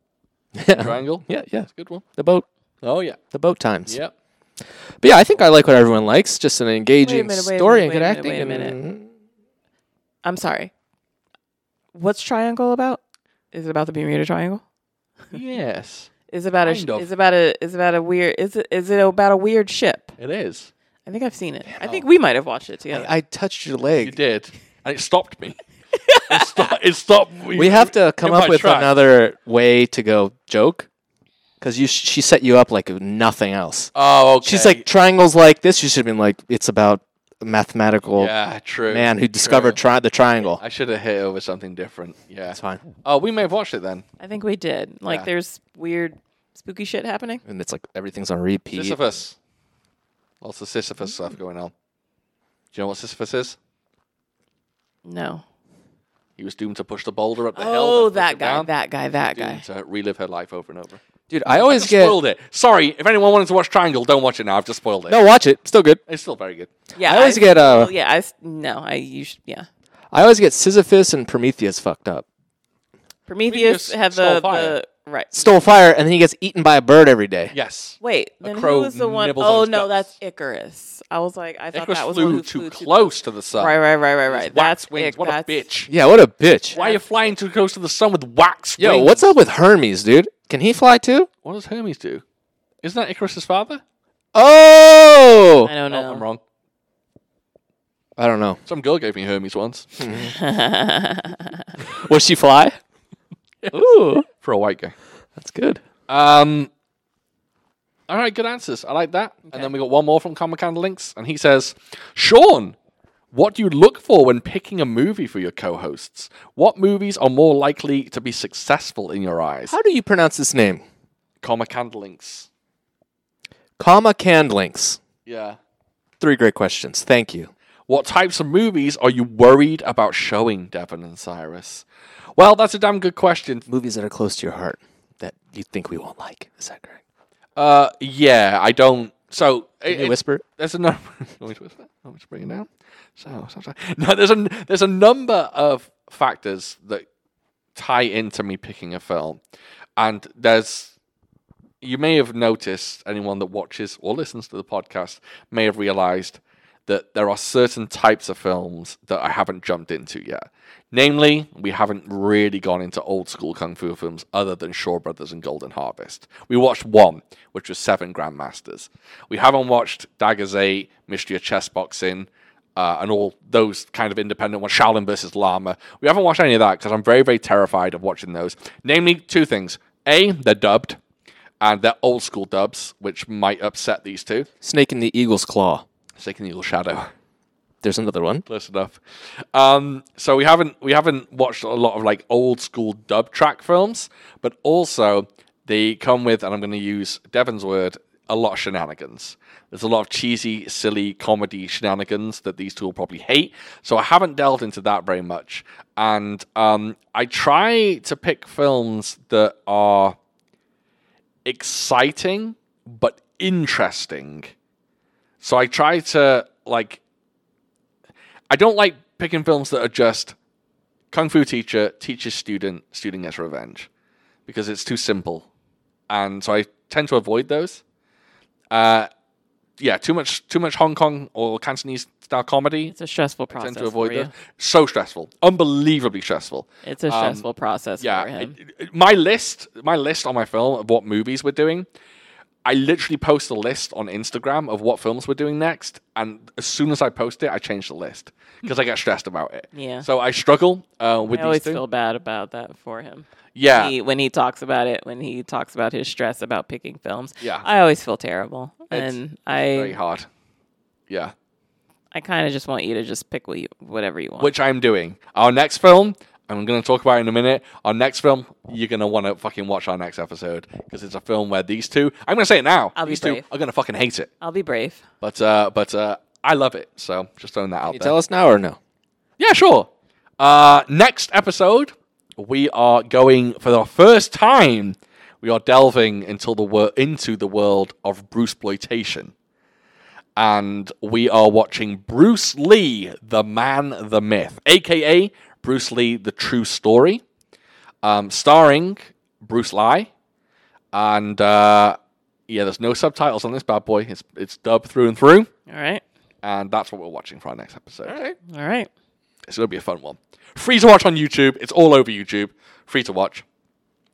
[SPEAKER 2] Yeah,
[SPEAKER 1] Triangle?
[SPEAKER 2] yeah, yeah.
[SPEAKER 1] Good one.
[SPEAKER 2] The boat,
[SPEAKER 1] Oh, yeah.
[SPEAKER 2] the boat times.
[SPEAKER 1] Yeah.
[SPEAKER 2] But yeah, I think I like what everyone likes, just an engaging
[SPEAKER 3] Wait a minute, wait a
[SPEAKER 2] story
[SPEAKER 3] minute,
[SPEAKER 2] and good
[SPEAKER 3] wait a
[SPEAKER 2] acting.
[SPEAKER 3] minute, wait a
[SPEAKER 2] and
[SPEAKER 3] I'm sorry. What's Triangle about? Is it about the Bermuda Triangle?
[SPEAKER 1] Yes.
[SPEAKER 3] Is about a sh-
[SPEAKER 1] Kind of.
[SPEAKER 3] is about a is about a weird is it is it about a weird ship?
[SPEAKER 1] It is.
[SPEAKER 3] I think I've seen it. I think we might have watched it together.
[SPEAKER 2] I, I touched your
[SPEAKER 1] You
[SPEAKER 2] leg.
[SPEAKER 1] did. And it stopped me. it, sto- it stopped me.
[SPEAKER 2] We have to come
[SPEAKER 1] in my
[SPEAKER 2] up with
[SPEAKER 1] tracks.
[SPEAKER 2] another way to go joke, because you she set you up like nothing else.
[SPEAKER 1] Oh, okay.
[SPEAKER 2] She's like triangles like this. You should have been like it's about a mathematical
[SPEAKER 1] yeah, true.
[SPEAKER 2] man who
[SPEAKER 1] true.
[SPEAKER 2] discovered tri- the triangle.
[SPEAKER 1] I should have hit over something different. Yeah.
[SPEAKER 2] That's fine.
[SPEAKER 1] Oh, we may have watched it then.
[SPEAKER 3] I think we did. Like
[SPEAKER 1] Yeah.
[SPEAKER 3] there's weird spooky shit happening.
[SPEAKER 2] And it's like everything's on repeat.
[SPEAKER 1] Sisyphus. Lots of Sisyphus stuff going on. Do you know what Sisyphus is?
[SPEAKER 3] No.
[SPEAKER 1] He was doomed to push the boulder up the hill.
[SPEAKER 3] Oh,
[SPEAKER 1] then push
[SPEAKER 3] that
[SPEAKER 1] it
[SPEAKER 3] guy,
[SPEAKER 1] down.
[SPEAKER 3] that guy, that
[SPEAKER 1] doomed
[SPEAKER 3] guy.
[SPEAKER 1] To relive her life over and over.
[SPEAKER 2] Dude, I always
[SPEAKER 1] Just
[SPEAKER 2] get.
[SPEAKER 1] spoiled it. Sorry, if anyone wanted to watch Triangle, don't watch it now. I've just spoiled it.
[SPEAKER 2] No, watch it. Still good.
[SPEAKER 1] It's still very good.
[SPEAKER 3] Yeah,
[SPEAKER 2] I always get, uh,
[SPEAKER 3] well, yeah. I s- no, I you should, yeah.
[SPEAKER 2] I always get Sisyphus and Prometheus fucked up.
[SPEAKER 3] Prometheus
[SPEAKER 1] Prometheus
[SPEAKER 3] had
[SPEAKER 1] stole
[SPEAKER 3] the,
[SPEAKER 1] fire.
[SPEAKER 3] the right.
[SPEAKER 2] Stole fire, and then he gets eaten by a bird every day.
[SPEAKER 1] Yes.
[SPEAKER 3] Wait, then who
[SPEAKER 1] crow
[SPEAKER 3] was the one?
[SPEAKER 1] nibbles on
[SPEAKER 3] Oh
[SPEAKER 1] his
[SPEAKER 3] no,
[SPEAKER 1] guts.
[SPEAKER 3] that's Icarus. I was like, I thought
[SPEAKER 1] Icarus
[SPEAKER 3] that was the one
[SPEAKER 1] flew too
[SPEAKER 3] who flew
[SPEAKER 1] close to the sun.
[SPEAKER 3] Right, right, right, right,
[SPEAKER 1] Wax
[SPEAKER 3] right. That's
[SPEAKER 1] wings.
[SPEAKER 3] Ic-
[SPEAKER 1] what a
[SPEAKER 3] that's-
[SPEAKER 1] bitch.
[SPEAKER 2] Yeah, what a bitch.
[SPEAKER 1] Why are you flying too close to the sun with wax
[SPEAKER 2] Yo,
[SPEAKER 1] wings?
[SPEAKER 2] what's up with Hermes, dude? Can he fly too?
[SPEAKER 1] What does Hermes do? Isn't that Icarus's father?
[SPEAKER 2] Oh,
[SPEAKER 3] I don't know.
[SPEAKER 1] Oh, I'm wrong.
[SPEAKER 2] I don't know.
[SPEAKER 1] Some girl gave me Hermes once
[SPEAKER 2] Will she fly? Ooh,
[SPEAKER 1] for a white guy.
[SPEAKER 2] that's good.
[SPEAKER 1] Um, all right, good answers. I like that. And then we got one more from Comic Candle Links, and he says, Sean, what do you look for when picking a movie for your co-hosts? What movies are more likely to be successful in your eyes?
[SPEAKER 2] How do you pronounce this name?
[SPEAKER 1] Comic Candle Links.
[SPEAKER 2] Comma Candlinks.
[SPEAKER 1] Yeah.
[SPEAKER 2] Three great questions. Thank you.
[SPEAKER 1] What types of movies are you worried about showing Devon and Cyrus? Well, that's a damn good question.
[SPEAKER 2] Movies that are close to your heart that you think we won't like. Is that correct?
[SPEAKER 1] Uh, yeah, I don't. So it-
[SPEAKER 2] Can you
[SPEAKER 1] it-
[SPEAKER 2] whisper?
[SPEAKER 1] There's a number. Want me to whisper? Want me to bring it down? So, so, so- no, there's a there's a number of factors that tie into me picking a film, and there's you may have noticed anyone that watches or listens to the podcast may have realized that there are certain types of films that I haven't jumped into yet. Namely, we haven't really gone into old school kung fu films other than Shaw Brothers and Golden Harvest. We watched one, which was Seven Grandmasters. We haven't watched Daggers 8, Mystery of Chess Boxing, uh, and all those kind of independent ones, Shaolin versus Lama. We haven't watched any of that because I'm very, very terrified of watching those. Namely, two things. A, they're dubbed, and they're old school dubs, which might upset these two.
[SPEAKER 2] Snake in the Eagle's Claw.
[SPEAKER 1] Taking the Eagle Shadow.
[SPEAKER 2] There's another one.
[SPEAKER 1] close enough. Um, so we haven't we haven't watched a lot of like old school dub track films, but also they come with, and I'm going to use Devon's word, a lot of shenanigans. There's a lot of cheesy, silly comedy shenanigans that these two will probably hate. So I haven't delved into that very much, and um, I try to pick films that are exciting but interesting. So I try to like I don't like picking films that are just kung fu teacher teaches student, student gets revenge, because it's too simple, and so I tend to avoid those. Uh, yeah, too much too much Hong Kong or Cantonese style comedy.
[SPEAKER 3] It's a stressful
[SPEAKER 1] I
[SPEAKER 3] process.
[SPEAKER 1] tend to avoid
[SPEAKER 3] for you.
[SPEAKER 1] those. So stressful, unbelievably stressful.
[SPEAKER 3] It's a stressful process
[SPEAKER 1] um, Yeah,
[SPEAKER 3] for him.
[SPEAKER 1] it- it- my list, my list on my film of what movies we're doing. I literally post a list on Instagram of what films we're doing next, and as soon as I post it, I change the list because I get stressed about it.
[SPEAKER 3] Yeah.
[SPEAKER 1] So I struggle uh, with
[SPEAKER 3] I
[SPEAKER 1] these
[SPEAKER 3] always
[SPEAKER 1] two.
[SPEAKER 3] feel bad about that for him.
[SPEAKER 1] yeah.
[SPEAKER 3] He, when he talks about it, when he talks about his stress about picking films,
[SPEAKER 1] Yeah.
[SPEAKER 3] I always feel terrible,
[SPEAKER 1] It's-
[SPEAKER 3] and
[SPEAKER 1] very
[SPEAKER 3] I,
[SPEAKER 1] hard. Yeah.
[SPEAKER 3] I kind of just want you to just pick what you, whatever you want.
[SPEAKER 1] Which I'm doing. Our next film, I'm going to talk about in a minute. Our next film, you're going to want to fucking watch our next episode because it's a film where these two, I'm going to say it now,
[SPEAKER 3] I'll be
[SPEAKER 1] these two
[SPEAKER 3] brave.
[SPEAKER 1] are going to fucking hate it.
[SPEAKER 3] I'll be brave.
[SPEAKER 1] But uh, but uh, I love it. So just throwing that out
[SPEAKER 2] You
[SPEAKER 1] there.
[SPEAKER 2] tell us now or no?
[SPEAKER 1] Yeah, sure. Uh, next episode, we are going for the first time. We are delving into the wor- into the world of Bruce exploitation, and we are watching Bruce Lee, the man, the myth, aka Bruce Lee, the true story, um, starring Bruce Lee, and uh, yeah, there's no subtitles on this bad boy. It's it's dubbed through and through,
[SPEAKER 3] All right,
[SPEAKER 1] and that's what we're watching for our next episode.
[SPEAKER 3] all right.
[SPEAKER 1] So it'll be a fun one. Free to watch on YouTube. It's all over YouTube. Free to watch.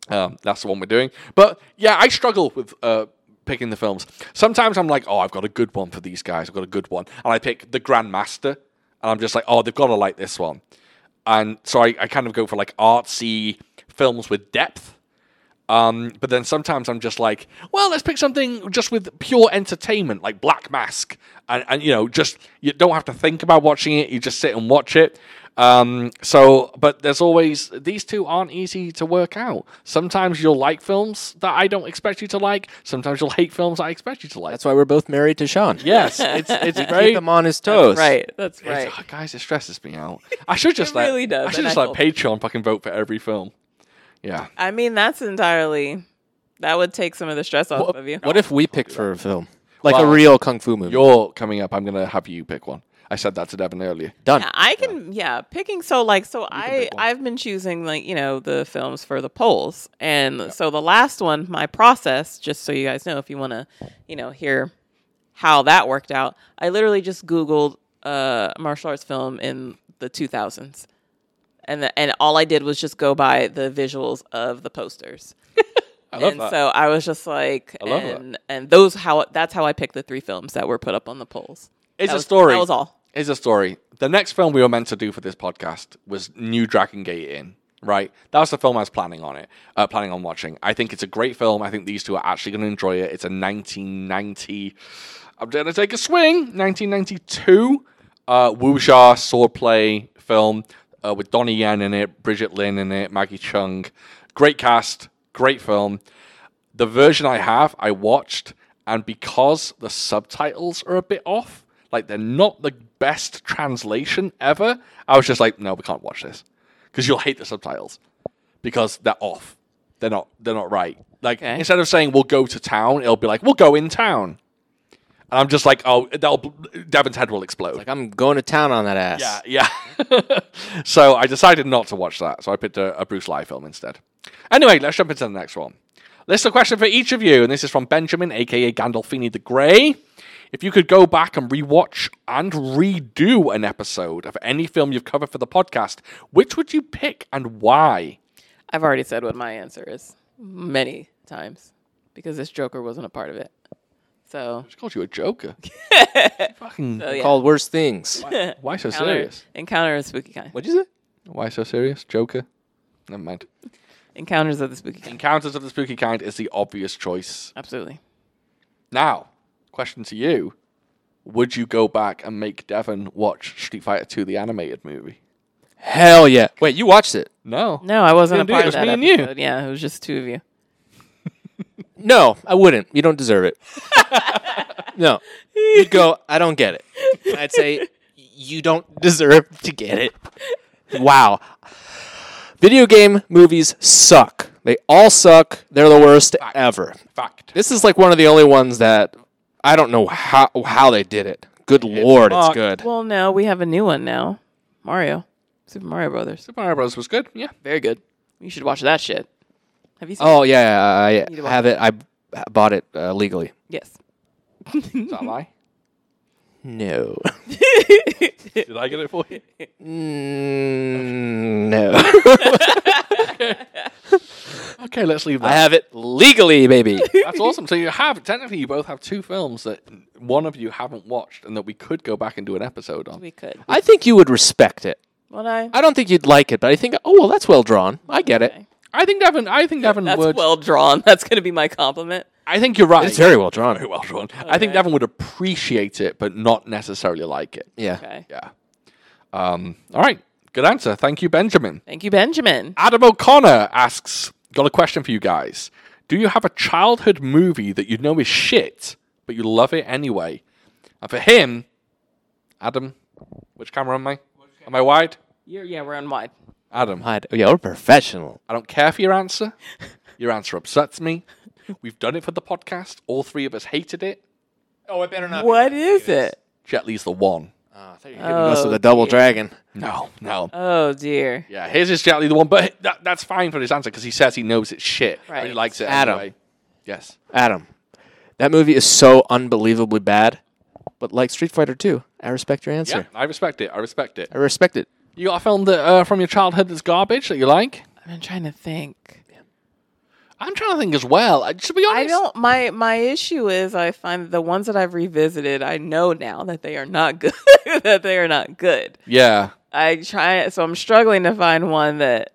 [SPEAKER 1] Um, that's the one we're doing. But yeah, I struggle with uh, picking the films. Sometimes I'm like, oh, I've got a good one for these guys. I've got a good one. And I pick The Grandmaster. And I'm just like, oh, they've got to like this one. And so I, I kind of go for like artsy films with depth. Um, but then sometimes I'm just like, well, let's pick something just with pure entertainment, like Black Mask, and, and you know, just you don't have to think about watching it; you just sit and watch it. Um, so, but there's always these two aren't easy to work out. Sometimes you'll like films that I don't expect you to like. Sometimes you'll hate films I expect you to like.
[SPEAKER 2] That's why we're both married to Sean.
[SPEAKER 1] yes, it's it's
[SPEAKER 2] Keep
[SPEAKER 1] very
[SPEAKER 2] him on his toes.
[SPEAKER 3] Right, that's right.
[SPEAKER 1] it's- oh, guys, it stresses me out. I should just
[SPEAKER 3] It
[SPEAKER 1] let
[SPEAKER 3] really does,
[SPEAKER 1] I should
[SPEAKER 3] and
[SPEAKER 1] just
[SPEAKER 3] I
[SPEAKER 1] let Patreon fucking vote for every film. Yeah.
[SPEAKER 3] I mean, that's entirely That would take some of the stress off of you.
[SPEAKER 2] What if we picked for a film? Like
[SPEAKER 1] Well,
[SPEAKER 2] a real kung fu movie.
[SPEAKER 1] You're coming up. I'm going to have you pick one. I said that to Devin earlier.
[SPEAKER 2] Done.
[SPEAKER 3] Yeah, I can. Yeah, picking. So like, so I
[SPEAKER 1] pick one.
[SPEAKER 3] I've been choosing like you know the films for the polls, and so the last one, my process, just so you guys know, if you want to, you know, hear how that worked out, I literally just googled uh, martial arts film in the 2000s, and the, and all I did was just go by the visuals of the posters.
[SPEAKER 1] I love
[SPEAKER 3] and
[SPEAKER 1] that.
[SPEAKER 3] so I was just like,
[SPEAKER 1] I love that.
[SPEAKER 3] and and those how that's how I picked the three films that were put up on the polls.
[SPEAKER 1] It's a
[SPEAKER 3] That was-
[SPEAKER 1] story.
[SPEAKER 3] That was all.
[SPEAKER 1] Here's a story. The next film we were meant to do for this podcast was New Dragon Gate In. Right, that was the film I was planning on it, uh, planning on watching. I think it's a great film. I think these two are actually going to enjoy it. It's a 1990. I'm going to take a swing. 1992 uh, wuxia swordplay film uh, with Donnie Yen in it, Bridget Lin in it, Maggie Chung. Great cast. Great film the version I have, I watched, and because the subtitles are a bit off, like they're not the best translation ever, I was just like, no, we can't watch this because you'll hate the subtitles because they're off. They're not. They're not right. Like
[SPEAKER 3] Okay.
[SPEAKER 1] instead of saying we'll go to town, it'll be like we'll go in town, and I'm just like, oh, that'll Devin's head will explode.
[SPEAKER 2] Like I'm going to town on that ass.
[SPEAKER 1] Yeah, yeah. so I decided not to watch that. So I picked a, a Bruce Lee film instead. Anyway, let's jump into the next one. List a question for each of you, and this is from Benjamin, aka Gandolfini the Grey. If you could go back and rewatch and redo an episode of any film you've covered for the podcast, which would you pick and why?
[SPEAKER 3] I've already said what my answer is many times because this Joker wasn't a part of it. So,
[SPEAKER 1] She called you a joker. Fucking,
[SPEAKER 3] so yeah.
[SPEAKER 2] Called worse things.
[SPEAKER 1] why so
[SPEAKER 3] Encounter-
[SPEAKER 1] serious?
[SPEAKER 3] Encounter of the spooky kind.
[SPEAKER 2] What'd you say?
[SPEAKER 1] Why so serious? Joker? Never mind.
[SPEAKER 3] Encounters of the spooky kind.
[SPEAKER 1] Encounters of the Spooky Kind is the obvious choice
[SPEAKER 3] Absolutely.
[SPEAKER 1] Now, question to you: Would you go back and make Devon watch Street Fighter Two, the animated movie?
[SPEAKER 2] Hell yeah. Wait, you watched it?
[SPEAKER 1] No.
[SPEAKER 3] No, I wasn't a
[SPEAKER 1] Didn't do it.
[SPEAKER 3] part
[SPEAKER 1] It
[SPEAKER 3] of
[SPEAKER 1] was
[SPEAKER 3] that
[SPEAKER 1] me and you.
[SPEAKER 3] episode. Yeah, it was just two of you.
[SPEAKER 2] No, I wouldn't. You don't deserve it. no. You'd go, I don't get it. And I'd say, you don't deserve to get it. Wow. Video game movies suck. They all suck. They're the worst ever.
[SPEAKER 1] Fact.
[SPEAKER 2] This is like one of the only ones that I don't know how how they did it. Good lord, it's
[SPEAKER 1] fucked.
[SPEAKER 2] good.
[SPEAKER 3] Well, no, we have a new one now Mario, Super Mario Brothers.
[SPEAKER 1] Super Mario Bros. was good. Yeah.
[SPEAKER 3] Very good. You should watch that shit. Have you seen it?
[SPEAKER 2] Oh yeah,
[SPEAKER 3] need
[SPEAKER 2] yeah,
[SPEAKER 3] to
[SPEAKER 2] I
[SPEAKER 3] watch
[SPEAKER 2] have it. I b- bought it uh, legally.
[SPEAKER 3] Yes.
[SPEAKER 1] Is that a lie?
[SPEAKER 2] No.
[SPEAKER 1] Did I get it for you?
[SPEAKER 2] Mm, no.
[SPEAKER 1] Okay, let's leave
[SPEAKER 2] I
[SPEAKER 1] that.
[SPEAKER 2] have it legally, baby.
[SPEAKER 1] That's awesome. So you have technically you both have two films that one of you haven't watched and that we could go back and do an episode on.
[SPEAKER 3] We could.
[SPEAKER 2] I think you would respect it.
[SPEAKER 3] Would I?
[SPEAKER 2] I don't think you'd like it, but I think oh well, that's well drawn. I get it.
[SPEAKER 3] Okay.
[SPEAKER 1] I think Devon. I think Devon
[SPEAKER 3] That's
[SPEAKER 1] would.
[SPEAKER 3] well drawn. That's going to be my compliment.
[SPEAKER 1] I think you're right.
[SPEAKER 2] It's very well drawn.
[SPEAKER 1] well drawn. I think Devon would appreciate it, but not necessarily like it.
[SPEAKER 2] Yeah.
[SPEAKER 3] Okay.
[SPEAKER 1] Yeah. Um. All right. Good answer. Thank you, Benjamin.
[SPEAKER 3] Thank you, Benjamin.
[SPEAKER 1] Adam O'Connor asks, got a question for you guys. Do you have a childhood movie that you know is shit, but you love it anyway? And for him, Adam, which camera am I? Am I wide?
[SPEAKER 3] You're, yeah, we're on wide.
[SPEAKER 1] Adam,
[SPEAKER 2] I'd- yeah, we're Oh, professional.
[SPEAKER 1] I don't care for your answer. Your answer upsets me. We've done it for the podcast. All three of us hated it.
[SPEAKER 2] Oh, it better not.
[SPEAKER 3] What is it?
[SPEAKER 1] Jet Li's the one.
[SPEAKER 2] us
[SPEAKER 3] Oh,
[SPEAKER 2] the double dragon.
[SPEAKER 1] No, no.
[SPEAKER 3] Oh, dear.
[SPEAKER 1] Yeah, his is Jet Li the one, but that, that's fine for his answer because he says he knows it's shit, but he
[SPEAKER 3] Right.
[SPEAKER 1] likes it
[SPEAKER 2] Adam.
[SPEAKER 1] anyway. Yes.
[SPEAKER 2] Adam, that movie is so unbelievably bad, but like Street Fighter 2, I respect your answer.
[SPEAKER 1] Yeah, I respect it. I respect it.
[SPEAKER 2] I respect it.
[SPEAKER 1] You got a film that uh, from your childhood that's garbage that you like?
[SPEAKER 3] I've been trying to think.
[SPEAKER 1] I'm trying to think as well. I, to be
[SPEAKER 3] I
[SPEAKER 1] honest,
[SPEAKER 3] don't. My my issue is I find the ones that I've revisited, I know now that they are not good. that they are not good.
[SPEAKER 1] Yeah,
[SPEAKER 3] I try, so I'm struggling to find one that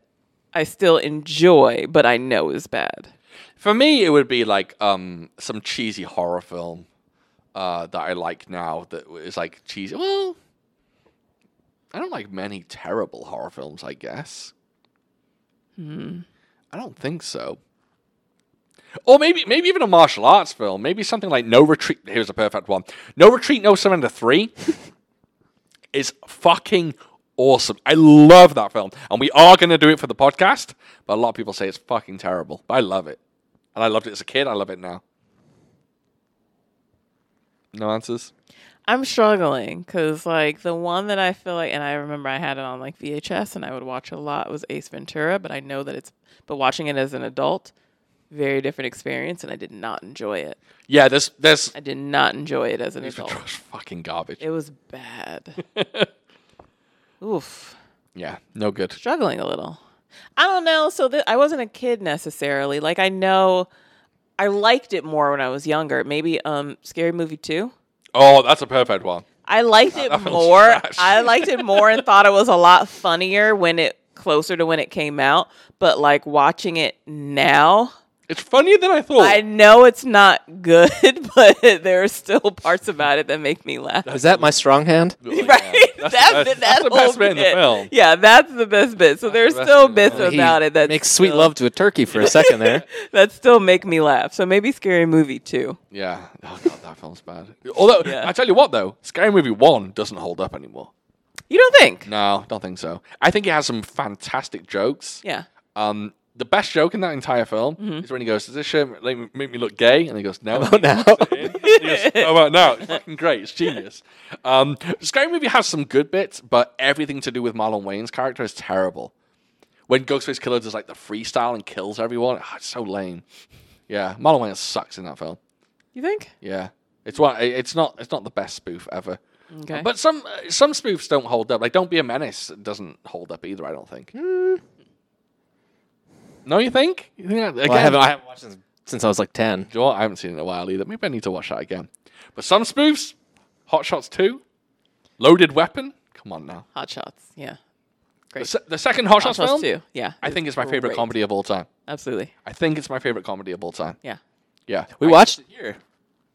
[SPEAKER 3] I still enjoy, but I know is bad.
[SPEAKER 1] for me it would be like um some cheesy horror film uh, that I like now that is like cheesy. Well, I don't like many terrible horror films. I guess. I don't think so. Or maybe maybe even a martial arts film. Maybe something like No Retreat. Here's a perfect one. No Retreat, No Surrender 3 is fucking awesome. I love that film. And we are going to do it for the podcast, but a lot of people say it's fucking terrible. But I love it. and I loved it as a kid. I love it now. No answers.
[SPEAKER 3] I'm struggling because like the one that I feel like, and I remember I had it on like VHS, and I would watch a lot was Ace Ventura. But I know that it's, but watching it as an adult, very different experience, and I did not enjoy it.
[SPEAKER 1] Yeah, this this
[SPEAKER 3] I did not enjoy it as an adult.
[SPEAKER 1] was fucking garbage.
[SPEAKER 3] It was bad. Oof,
[SPEAKER 1] Yeah, no good.
[SPEAKER 3] struggling a little. I don't know. So th- I wasn't a kid necessarily. Like I know, I liked it more when I was younger. Maybe um, Scary Movie Two.
[SPEAKER 1] Oh, that's a perfect one.
[SPEAKER 3] I liked it
[SPEAKER 1] that one's
[SPEAKER 3] more.
[SPEAKER 1] trash.
[SPEAKER 3] I liked it more and thought it was a lot funnier when it closer to when it came out. But like watching it now,
[SPEAKER 1] It's funnier than I thought.
[SPEAKER 3] I know it's not good, but there are still parts about it that make me laugh.
[SPEAKER 2] Is that my strong hand?
[SPEAKER 1] Yeah,
[SPEAKER 3] right?
[SPEAKER 1] That's,
[SPEAKER 3] That
[SPEAKER 1] the best,
[SPEAKER 3] bit-
[SPEAKER 1] that's the
[SPEAKER 3] whole
[SPEAKER 1] best bit in the film.
[SPEAKER 3] Yeah, that's the best bit. So there's
[SPEAKER 1] the best
[SPEAKER 3] still
[SPEAKER 1] bit in
[SPEAKER 3] bits
[SPEAKER 1] the
[SPEAKER 2] He
[SPEAKER 3] about it that
[SPEAKER 2] makes sweet
[SPEAKER 3] still-
[SPEAKER 2] love to a turkey for a second there.
[SPEAKER 3] that still make me laugh. So maybe Scary Movie too.
[SPEAKER 1] Yeah. Oh god, that film's bad. Although
[SPEAKER 3] Yeah.
[SPEAKER 1] I tell you what though, Scary Movie One doesn't hold up anymore.
[SPEAKER 3] You don't think?
[SPEAKER 1] No, don't think so. I think it has some fantastic jokes.
[SPEAKER 3] Yeah.
[SPEAKER 1] Um, the best joke in that entire film is when he goes, "Does this shit make me- make me look gay?" And he goes, "No."
[SPEAKER 2] Oh, now.
[SPEAKER 1] He goes, "How about now? It's fucking great. It's genius." Um, Scary Movie has some good bits, but everything to do with Marlon Wayne's character is terrible. When Ghostface Killer does like the freestyle and kills everyone, ah, it's so lame. Yeah, Marlon Wayne sucks in that film.
[SPEAKER 3] You think?
[SPEAKER 1] Yeah, it's one. it- It's not. It's not the best spoof ever.
[SPEAKER 3] Okay.
[SPEAKER 1] But some uh, some spoofs don't hold up. Like Don't Be a Menace doesn't hold up either. I don't think. No, you think? You think that- again,
[SPEAKER 2] Well, I haven't, I haven't watched this since I was like 10.
[SPEAKER 1] you know what? I haven't seen it in a while either. Maybe I need to watch that again. But some spoofs, Hot Shots Two, Loaded Weapon. Come on now.
[SPEAKER 3] Hot Shots. Yeah.
[SPEAKER 1] The, se- the second Hot,
[SPEAKER 3] Hot
[SPEAKER 1] Shots, film.
[SPEAKER 3] Shots too. Yeah.
[SPEAKER 1] I think it's my favorite
[SPEAKER 3] great.
[SPEAKER 1] comedy of all time.
[SPEAKER 3] Absolutely.
[SPEAKER 1] I think it's my favorite comedy of all time.
[SPEAKER 3] Yeah.
[SPEAKER 1] Yeah.
[SPEAKER 2] We watched it
[SPEAKER 1] here.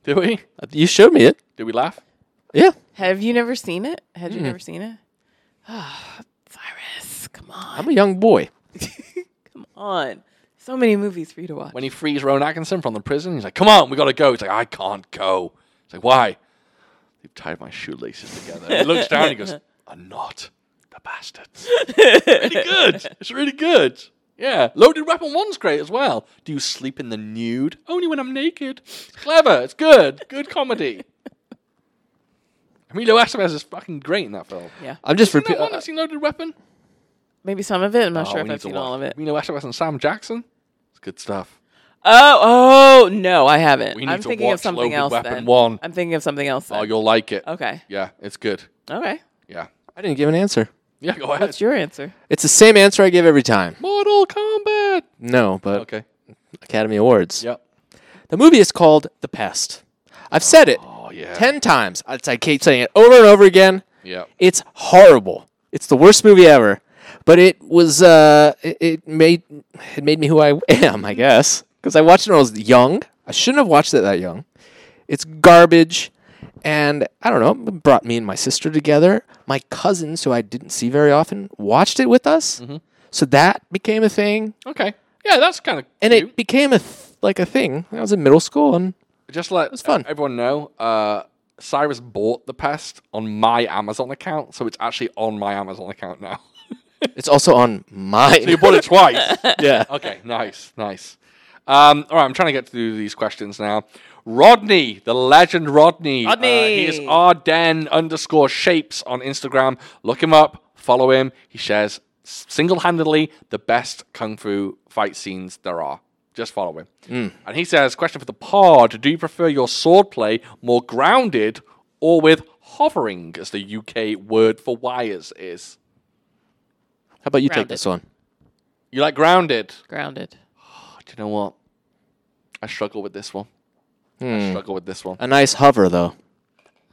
[SPEAKER 1] Did we?
[SPEAKER 2] You showed me it.
[SPEAKER 1] Did we laugh?
[SPEAKER 2] Yeah.
[SPEAKER 3] Have you never seen it? Had you never seen it? Cyrus, come on.
[SPEAKER 2] I'm a young boy.
[SPEAKER 3] Come on. So many movies for you to watch.
[SPEAKER 1] when he frees Rowan Atkinson from the prison, he's like, "Come on, we gotta go." He's like, "I can't go." He's like, "Why?" They've tied my shoelaces together. he looks down. He goes, "A knot, the bastards." really good. It's really good. Yeah, loaded weapon one's great as well. Do you sleep in the nude? Only when I'm naked. It's clever. It's good. Good comedy. Emilio Estevez is fucking great in that film.
[SPEAKER 3] yeah.
[SPEAKER 2] I'm just
[SPEAKER 1] Isn't that one
[SPEAKER 2] repeating.
[SPEAKER 1] that's in Loaded Weapon?
[SPEAKER 3] Maybe some of it. I'm not
[SPEAKER 1] Oh,
[SPEAKER 3] sure
[SPEAKER 1] we
[SPEAKER 3] if
[SPEAKER 1] need
[SPEAKER 3] I've
[SPEAKER 1] to
[SPEAKER 3] seen
[SPEAKER 1] watch
[SPEAKER 3] all of it.
[SPEAKER 1] Emilio Estevez and Sam Jackson. It's good stuff.
[SPEAKER 3] Oh, oh, no, I haven't.
[SPEAKER 1] We need
[SPEAKER 3] I'm
[SPEAKER 1] to
[SPEAKER 3] thinking
[SPEAKER 1] watch
[SPEAKER 3] of something
[SPEAKER 1] Loaded
[SPEAKER 3] else.
[SPEAKER 1] Weapon
[SPEAKER 3] then.
[SPEAKER 1] one.
[SPEAKER 3] I'm thinking of something else. Then.
[SPEAKER 1] Oh, you'll like it.
[SPEAKER 3] okay.
[SPEAKER 1] Yeah, it's good.
[SPEAKER 3] Okay.
[SPEAKER 1] Yeah.
[SPEAKER 2] I didn't give an answer.
[SPEAKER 1] Yeah, go ahead.
[SPEAKER 3] That's your answer.
[SPEAKER 2] It's the same answer I give every time.
[SPEAKER 1] Mortal Kombat.
[SPEAKER 2] No, but
[SPEAKER 1] Okay.
[SPEAKER 2] Academy Awards.
[SPEAKER 1] Yep.
[SPEAKER 2] The movie is called The Pest. I've said it
[SPEAKER 1] Oh yeah.
[SPEAKER 2] 10 times. I I keep saying it over and over again.
[SPEAKER 1] Yep.
[SPEAKER 2] It's horrible. It's the worst movie ever. But it was uh it, it made it made me who I am, I guess. Because I watched it when I was young. I shouldn't have watched it that young. It's garbage. And I don't know, it brought me and my sister together. My cousins, who I didn't see very often, watched it with us. So that became a thing.
[SPEAKER 1] Okay. Yeah, that's kind of
[SPEAKER 2] And it became a th- like a thing. I was in middle school and
[SPEAKER 1] just let was
[SPEAKER 2] fun.
[SPEAKER 1] everyone know. Uh, Cyrus bought the pest on my Amazon account, so it's actually on my Amazon account now.
[SPEAKER 2] it's also on mine.
[SPEAKER 1] you bought it twice.
[SPEAKER 2] yeah.
[SPEAKER 1] Okay. Nice. Nice. Um, all right, I'm trying to get through these questions now. Rodney, the legend Rodney.
[SPEAKER 3] Rodney.
[SPEAKER 1] Uh, he is Arden underscore shapes on Instagram. Look him up, follow him. He shares single handedly the best kung fu fight scenes there are. Just follow him. And he says, question for the pod Do you prefer your swordplay more grounded or with hovering, as the UK word for wires is?
[SPEAKER 2] How about you take
[SPEAKER 3] Grounded.
[SPEAKER 2] this one?
[SPEAKER 1] You like grounded?
[SPEAKER 3] Grounded.
[SPEAKER 1] Do you know what? I struggle with this one. I struggle with this one.
[SPEAKER 2] A nice hover though.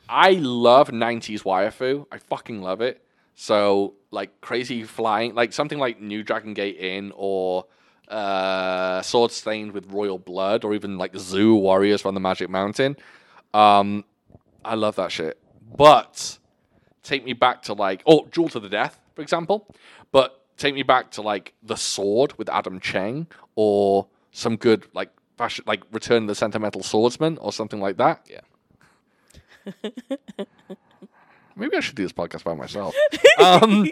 [SPEAKER 1] I love 90s wirefoo. I fucking love it. So, like, crazy flying, like something like New Dragon Gate Inn or uh, Sword Stained with Royal Blood or even like Zoo Warriors from the Magic Mountain. Um, I love that shit. But take me back to like, oh, Jewel to the Death, for example. But take me back to like The Sword with Adam Cheng or some good, like, fashion, like Return of the Sentimental Swordsman or something like that. Yeah. Maybe I should do this podcast by myself. um,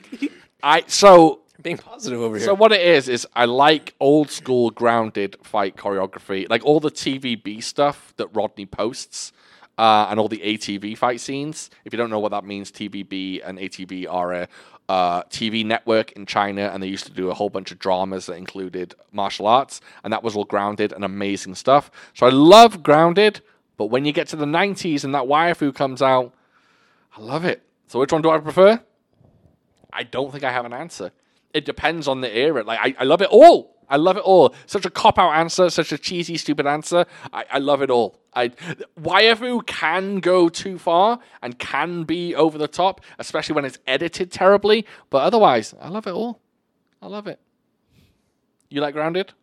[SPEAKER 1] I so
[SPEAKER 2] being positive over here.
[SPEAKER 1] So what it is is I like old school grounded fight choreography, like all the TVB stuff that Rodney posts, uh, and all the ATV fight scenes. If you don't know what that means, TVB and ATV are a uh, TV network in China, and they used to do a whole bunch of dramas that included martial arts, and that was all grounded and amazing stuff. So I love grounded, but when you get to the '90s and that Waifu comes out, I love it. So which one do I prefer? I don't think I have an answer. It depends on the era. Like I, I love it all. I love it all. Such a cop out answer, such a cheesy, stupid answer. I, I love it all. I YFU can go too far and can be over the top, especially when it's edited terribly. But otherwise, I love it all. I love it. You like grounded?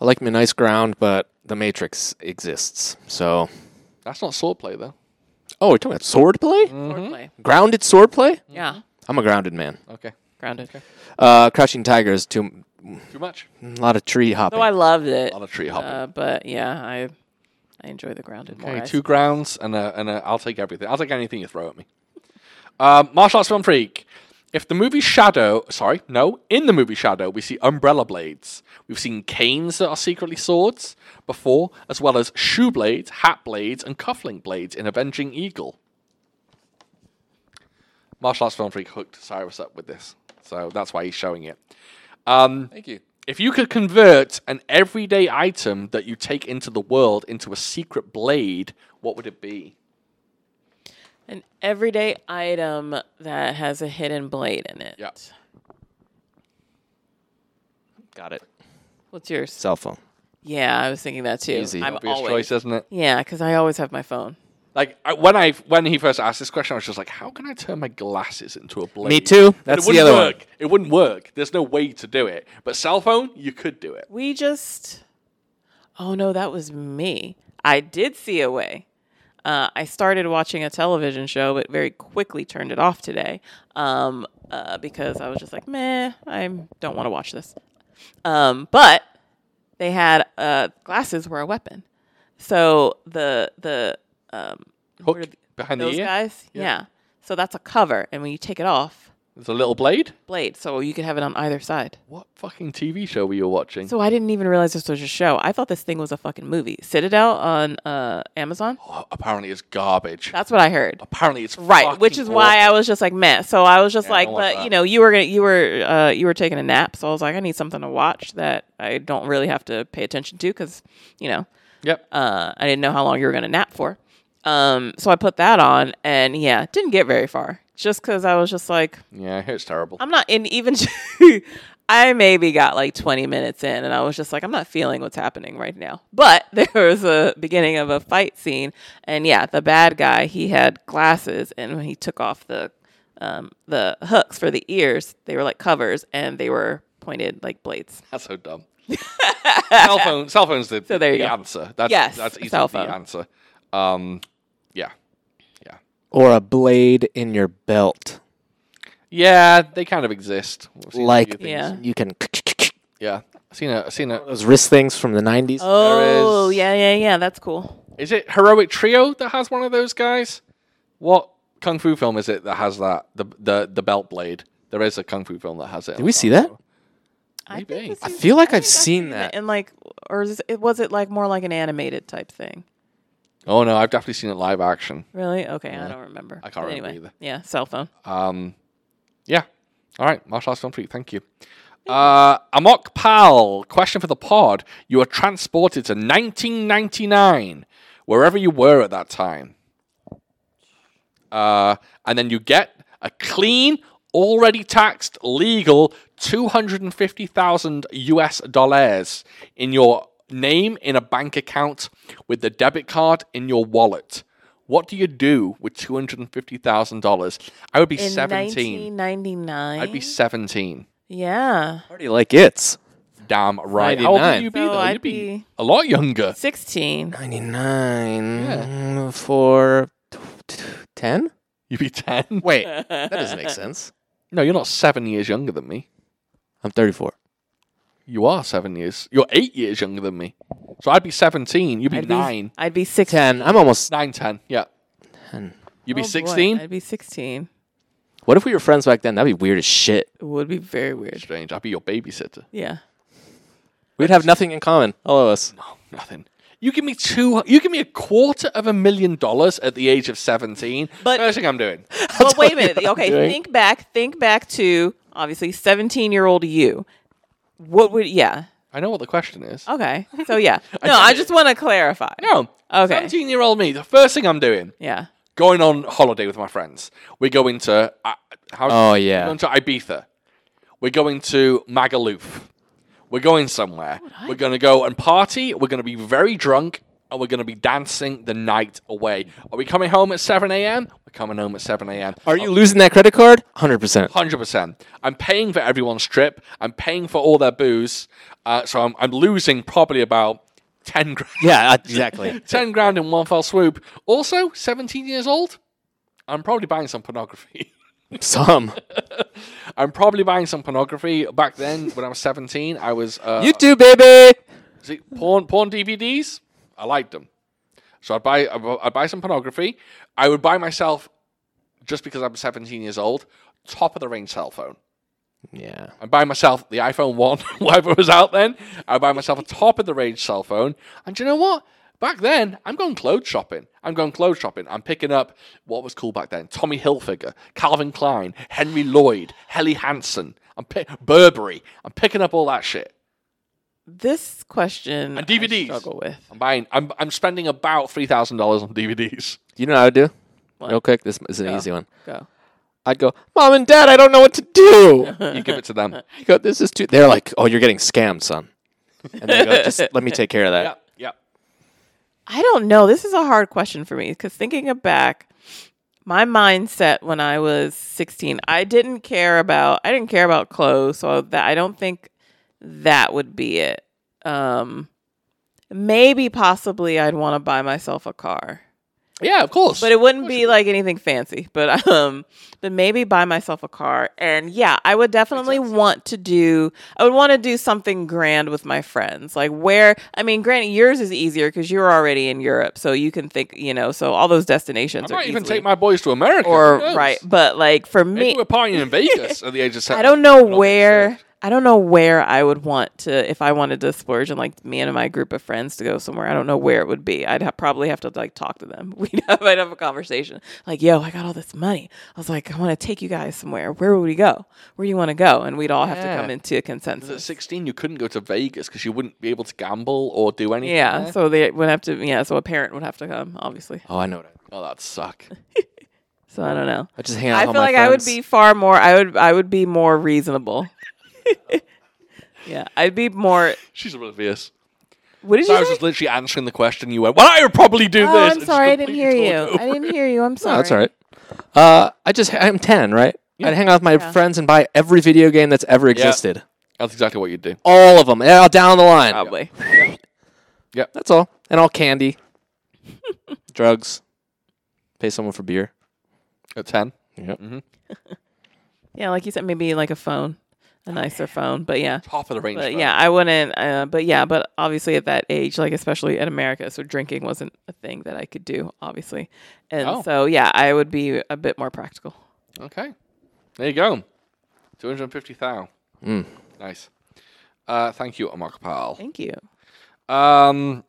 [SPEAKER 2] I like me nice ground, but the Matrix exists. So,
[SPEAKER 1] That's not swordplay though.
[SPEAKER 2] oh, we're talking about swordplay,
[SPEAKER 3] Swordplay.
[SPEAKER 1] Mm-hmm.
[SPEAKER 2] grounded swordplay.
[SPEAKER 3] Yeah.
[SPEAKER 2] I'm a grounded man.
[SPEAKER 1] Okay.
[SPEAKER 3] Mm-hmm. Grounded.
[SPEAKER 2] Uh, Crouching Tiger is too
[SPEAKER 1] Too much.
[SPEAKER 2] a lot of tree hopping.
[SPEAKER 3] Though I loved it.
[SPEAKER 1] On a tree hopping.
[SPEAKER 3] Uh, but yeah, I I enjoy the grounded more.
[SPEAKER 1] Okay,
[SPEAKER 3] I
[SPEAKER 1] two grounds and a, and a, I'll take everything. I'll take anything you throw at me. Um, martial arts film freak. If the movie Shadow, sorry, no, in the movie Shadow, we see umbrella blades. We've seen canes that are secretly swords before, as well as shoe blades, hat blades, and cufflink blades in Avenging Eagle. Martial arts film freak hooked Cyrus up with this, so that's why he's showing it. Um,
[SPEAKER 2] Thank you.
[SPEAKER 1] if you could convert an everyday item that you take into the world into a secret blade, what would it be?
[SPEAKER 3] An everyday item that has a hidden blade in it.
[SPEAKER 1] Yeah.
[SPEAKER 2] Got it.
[SPEAKER 3] What's yours?
[SPEAKER 2] Cell phone.
[SPEAKER 3] Yeah, I was thinking that too.
[SPEAKER 2] Easy.
[SPEAKER 3] I'm
[SPEAKER 1] Obvious
[SPEAKER 3] always.
[SPEAKER 1] choice, isn't it?
[SPEAKER 3] Yeah, because I always have my phone.
[SPEAKER 1] Like I, when I when he first asked this question, I was just like, "How can I turn my glasses into a blade?"
[SPEAKER 2] Me too.
[SPEAKER 1] But
[SPEAKER 2] That's
[SPEAKER 1] it
[SPEAKER 2] the
[SPEAKER 1] wouldn't
[SPEAKER 2] other
[SPEAKER 1] work.
[SPEAKER 2] one.
[SPEAKER 1] It wouldn't work. There's no way to do it. But cell phone, you could do it.
[SPEAKER 3] We just. Oh no, that was me. I did see a way. Uh, I started watching a television show, but very quickly turned it off today um, uh, because I was just like, meh, I don't want to watch this. Um, but they had uh, glasses were a weapon. So the the um,
[SPEAKER 1] Hook
[SPEAKER 3] what are the-
[SPEAKER 1] behind the
[SPEAKER 3] those
[SPEAKER 1] ear.
[SPEAKER 3] guys,
[SPEAKER 1] Yeah.
[SPEAKER 3] yeah. So that's a cover, and when you take it off,
[SPEAKER 1] There's a little blade.
[SPEAKER 3] blade. So you could have it on either side.
[SPEAKER 1] What fucking TV show were you watching?
[SPEAKER 3] So I didn't even realize this was a show. I thought this thing was a fucking movie. Citadel on uh, Amazon.
[SPEAKER 1] Oh, apparently, it's garbage.
[SPEAKER 3] That's what I heard.
[SPEAKER 1] apparently, it's
[SPEAKER 3] Right, which
[SPEAKER 1] fucking
[SPEAKER 3] is why I
[SPEAKER 1] awful.
[SPEAKER 3] was just like, meh. So I was just
[SPEAKER 1] Yeah, I
[SPEAKER 3] like,
[SPEAKER 1] don't want
[SPEAKER 3] but
[SPEAKER 1] that.
[SPEAKER 3] you know, you were gonna, you were, uh, you were taking a nap. So I was like, I need something to watch that I don't really have to pay attention to because, you know,
[SPEAKER 1] Yep.
[SPEAKER 3] uh, I didn't know how long you were gonna nap for. Um, so I put that on, and yeah, didn't get very far, just because I was just like,
[SPEAKER 1] Yeah, it's terrible.
[SPEAKER 3] I'm not in even. I maybe got like 20 minutes in, and I was just like, I'm not feeling what's happening right now. But there was a beginning of a fight scene, and yeah, the bad guy he had glasses, and when he took off the um, the hooks for the ears, they were like covers, and they were pointed like blades.
[SPEAKER 1] That's so dumb. cell phone, cell phone's the,
[SPEAKER 3] So there you
[SPEAKER 1] the
[SPEAKER 3] go.
[SPEAKER 1] answer. That's
[SPEAKER 3] Yes,
[SPEAKER 1] that's easily
[SPEAKER 3] cell
[SPEAKER 1] the
[SPEAKER 3] phone.
[SPEAKER 1] answer. Um, yeah, yeah,
[SPEAKER 2] Or a blade in your belt.
[SPEAKER 1] yeah. They kind of exist. We've seen a few
[SPEAKER 2] Like
[SPEAKER 1] things.
[SPEAKER 3] Yeah.
[SPEAKER 2] you can
[SPEAKER 1] yeah. I've seen a, I've seen a.
[SPEAKER 2] those wrist things from the 90s.
[SPEAKER 3] Oh
[SPEAKER 1] is-
[SPEAKER 3] yeah, yeah, yeah. That's cool.
[SPEAKER 1] Is it heroic trio that has one of those guys? What kung fu film is it that has that the the the belt blade? There is a kung fu film that has it.
[SPEAKER 2] Did we see that?
[SPEAKER 3] I,
[SPEAKER 1] Maybe.
[SPEAKER 3] think this
[SPEAKER 2] I
[SPEAKER 3] is-
[SPEAKER 2] feel like
[SPEAKER 3] think
[SPEAKER 2] I've seen
[SPEAKER 3] it
[SPEAKER 2] that.
[SPEAKER 3] in like, or is it, was it like more like an animated type thing?
[SPEAKER 1] Oh no, I've definitely seen it live action.
[SPEAKER 3] Really? Okay, I don't remember.
[SPEAKER 1] I can't
[SPEAKER 3] But
[SPEAKER 1] remember
[SPEAKER 3] anyway,
[SPEAKER 1] either.
[SPEAKER 3] Yeah, cell phone.
[SPEAKER 1] Um, yeah. All right. Martial arts film freak. Thank you. Uh, Amok Pal, question for the pod. You are transported to 1999, wherever you were at that time. Uh, and then you get a clean, already taxed, legal 250,000 US dollars in your name in a bank account with the debit card in your wallet. What do you do with $250,000? I would be
[SPEAKER 3] in
[SPEAKER 1] 17.
[SPEAKER 3] 1999.
[SPEAKER 1] I'd be 17.
[SPEAKER 3] yeah,
[SPEAKER 2] Already like it's
[SPEAKER 1] Damn right. How old would
[SPEAKER 2] 99.
[SPEAKER 1] you be
[SPEAKER 3] So
[SPEAKER 1] though?
[SPEAKER 3] I'd
[SPEAKER 1] You'd be,
[SPEAKER 3] be-
[SPEAKER 1] a lot younger.
[SPEAKER 3] 16.
[SPEAKER 2] 99 for 10?
[SPEAKER 1] You'd be ten.
[SPEAKER 2] Wait, that doesn't make sense.
[SPEAKER 1] No, you're not seven years younger than me.
[SPEAKER 2] I'm 34.
[SPEAKER 1] You are seven years. You're eight years younger than me. So I'd be seventeen. You'd be
[SPEAKER 3] I'd
[SPEAKER 1] nine.
[SPEAKER 3] Be, I'd be 16.
[SPEAKER 2] 10. I'm almost
[SPEAKER 1] Nine, ten. Yeah.
[SPEAKER 2] 10.
[SPEAKER 1] You'd
[SPEAKER 3] Oh,
[SPEAKER 1] be
[SPEAKER 3] boy,
[SPEAKER 1] sixteen.
[SPEAKER 3] I'd be 16.
[SPEAKER 2] What if we were friends back then? That'd be weird as shit.
[SPEAKER 3] It would be very weird.
[SPEAKER 1] Strange. I'd be your babysitter.
[SPEAKER 3] Yeah.
[SPEAKER 2] We'd have nothing in common. All of us.
[SPEAKER 1] No, Oh, nothing. You give me two. You give me a quarter of a million dollars at the age of seventeen.
[SPEAKER 3] But-
[SPEAKER 1] first thing I'm doing.
[SPEAKER 3] But wait a minute. Okay,
[SPEAKER 2] doing.
[SPEAKER 3] think back. Think back to obviously 17 year old you. What would, yeah.
[SPEAKER 1] I know what the question is.
[SPEAKER 3] Okay. So, yeah. No, I just want to clarify.
[SPEAKER 1] No.
[SPEAKER 3] Oh. Okay.
[SPEAKER 1] Seventeen-year-old me. The first thing I'm doing.
[SPEAKER 3] Yeah.
[SPEAKER 1] Going on holiday with my friends. We're going to. Uh, how,
[SPEAKER 2] Oh, yeah.
[SPEAKER 1] We're going to Ibiza. We're going to Magaluf. We're going somewhere. We're going to go and party. We're going to be very drunk. And we're going to be dancing the night away. Are we coming home at 7 a.m.? We're coming home at 7 a.m.
[SPEAKER 2] Are you losing that credit card? 100%.
[SPEAKER 1] Hundred percent. I'm paying for everyone's trip. I'm paying for all their booze. Uh, so I'm, I'm losing probably about ten grand.
[SPEAKER 2] Yeah, uh, exactly.
[SPEAKER 1] ten grand in one fell swoop. Also, seventeen years old. I'm probably buying some pornography.
[SPEAKER 2] Some.
[SPEAKER 1] I'm probably buying some pornography. Back then, when I was seventeen, I was uh,
[SPEAKER 2] You too, baby.
[SPEAKER 1] is it porn porn DVDs. I liked them, so I'd buy I'd bu- I'd buy some pornography. I would buy myself just because I'm seventeen years old, top of the range cell phone.
[SPEAKER 2] Yeah.
[SPEAKER 1] I buy myself the iPhone 1, whatever was out then. I buy myself a top of the range cell phone. And do you know what? Back then, I'm going clothes shopping. I'm going clothes shopping. I'm picking up what was cool back then Tommy Hilfiger, Calvin Klein, Henry Lloyd, Helly Hansen, I'm pi- Burberry. I'm picking up all that shit.
[SPEAKER 3] This question
[SPEAKER 1] And DVDs.
[SPEAKER 3] I struggle with.
[SPEAKER 1] I'm buying, I'm, I'm spending about $3,000 on DVDs.
[SPEAKER 2] You know what I would do?
[SPEAKER 3] What?
[SPEAKER 2] Real quick. This is an easy one.
[SPEAKER 3] Go.
[SPEAKER 2] I'd go, Mom and Dad, I don't know what to do.
[SPEAKER 1] You give it to them.
[SPEAKER 2] I go, this is too. They're like, oh, you're getting scammed, son. And they go, just let me take care of that.
[SPEAKER 1] Yeah, yeah.
[SPEAKER 3] I don't know. This is a hard question for me because thinking back, my mindset when I was 16, I didn't care about I didn't care about clothes, so that I don't think that would be it. Um, maybe possibly I'd want to buy myself a car,
[SPEAKER 1] Yeah, of course.
[SPEAKER 3] but it wouldn't be like anything fancy. But um, but maybe buy myself a car, and yeah, I would definitely want to do. I would want to do something grand with my friends, like where. I mean, granted, yours is easier because you're already in Europe, so you can think. You know, so all those destinations
[SPEAKER 1] I
[SPEAKER 3] are
[SPEAKER 1] might even
[SPEAKER 3] easily-
[SPEAKER 1] take my boys to America.
[SPEAKER 3] or
[SPEAKER 1] Who knows?
[SPEAKER 3] right, but like for
[SPEAKER 1] Maybe
[SPEAKER 3] me,
[SPEAKER 1] we're partying in Vegas at the age of seven.
[SPEAKER 3] I don't know where I don't know where I would want to if I wanted to splurge and like me and my group of friends to go somewhere. I don't know where it would be. I'd ha- probably have to like talk to them. We'd have I'd have a conversation like, "Yo, I got all this money. I was like, I want to take you guys somewhere. Where would we go? Where do you want to go?" And we'd all have
[SPEAKER 1] Yeah.
[SPEAKER 3] to come into a
[SPEAKER 1] At
[SPEAKER 3] consensus.
[SPEAKER 1] 16, you couldn't go to Vegas because you wouldn't be able to gamble or do anything.
[SPEAKER 3] yeah,
[SPEAKER 1] there.
[SPEAKER 3] so they would have to. Yeah, so a parent would have to come, obviously.
[SPEAKER 2] Oh, I know what I
[SPEAKER 1] Oh, that'd suck.
[SPEAKER 3] So I don't know.
[SPEAKER 2] I just hang out
[SPEAKER 3] I
[SPEAKER 2] with
[SPEAKER 3] feel
[SPEAKER 2] all my
[SPEAKER 3] like I would
[SPEAKER 2] friends.
[SPEAKER 3] be far more. I would. I would be more reasonable. yeah, I'd be more.
[SPEAKER 1] She's really fierce.
[SPEAKER 3] What did
[SPEAKER 1] So I
[SPEAKER 3] you
[SPEAKER 1] was
[SPEAKER 3] say?
[SPEAKER 1] just literally answering the question. You went, "Well, I would probably do
[SPEAKER 3] Oh,
[SPEAKER 1] this."
[SPEAKER 3] I'm sorry, I didn't hear you. I didn't hear you. I'm sorry.
[SPEAKER 2] Oh, that's all right. Uh, I just I'm ten, right? I'd hang out with my friends and buy every video game that's ever existed,
[SPEAKER 1] That's exactly what you'd do.
[SPEAKER 2] all of them, yeah, down the line.
[SPEAKER 3] Probably.
[SPEAKER 2] That's all, and all candy, drugs, pay someone for beer. Mm-hmm.
[SPEAKER 1] At ten,
[SPEAKER 2] Yep.
[SPEAKER 3] Yeah, like you said, maybe like a phone, a nicer phone. But yeah,
[SPEAKER 1] top of the range.
[SPEAKER 3] but
[SPEAKER 1] phone.
[SPEAKER 3] yeah, I wouldn't. Uh, but yeah, but obviously at that age, like especially in America, so drinking wasn't a thing that I could do, obviously. And
[SPEAKER 1] Oh.
[SPEAKER 3] so yeah, I would be a bit more practical.
[SPEAKER 1] Okay. There you go. Two hundred fifty thou. Nice. Uh, thank you, Mark Powell.
[SPEAKER 3] Thank you.
[SPEAKER 1] Um,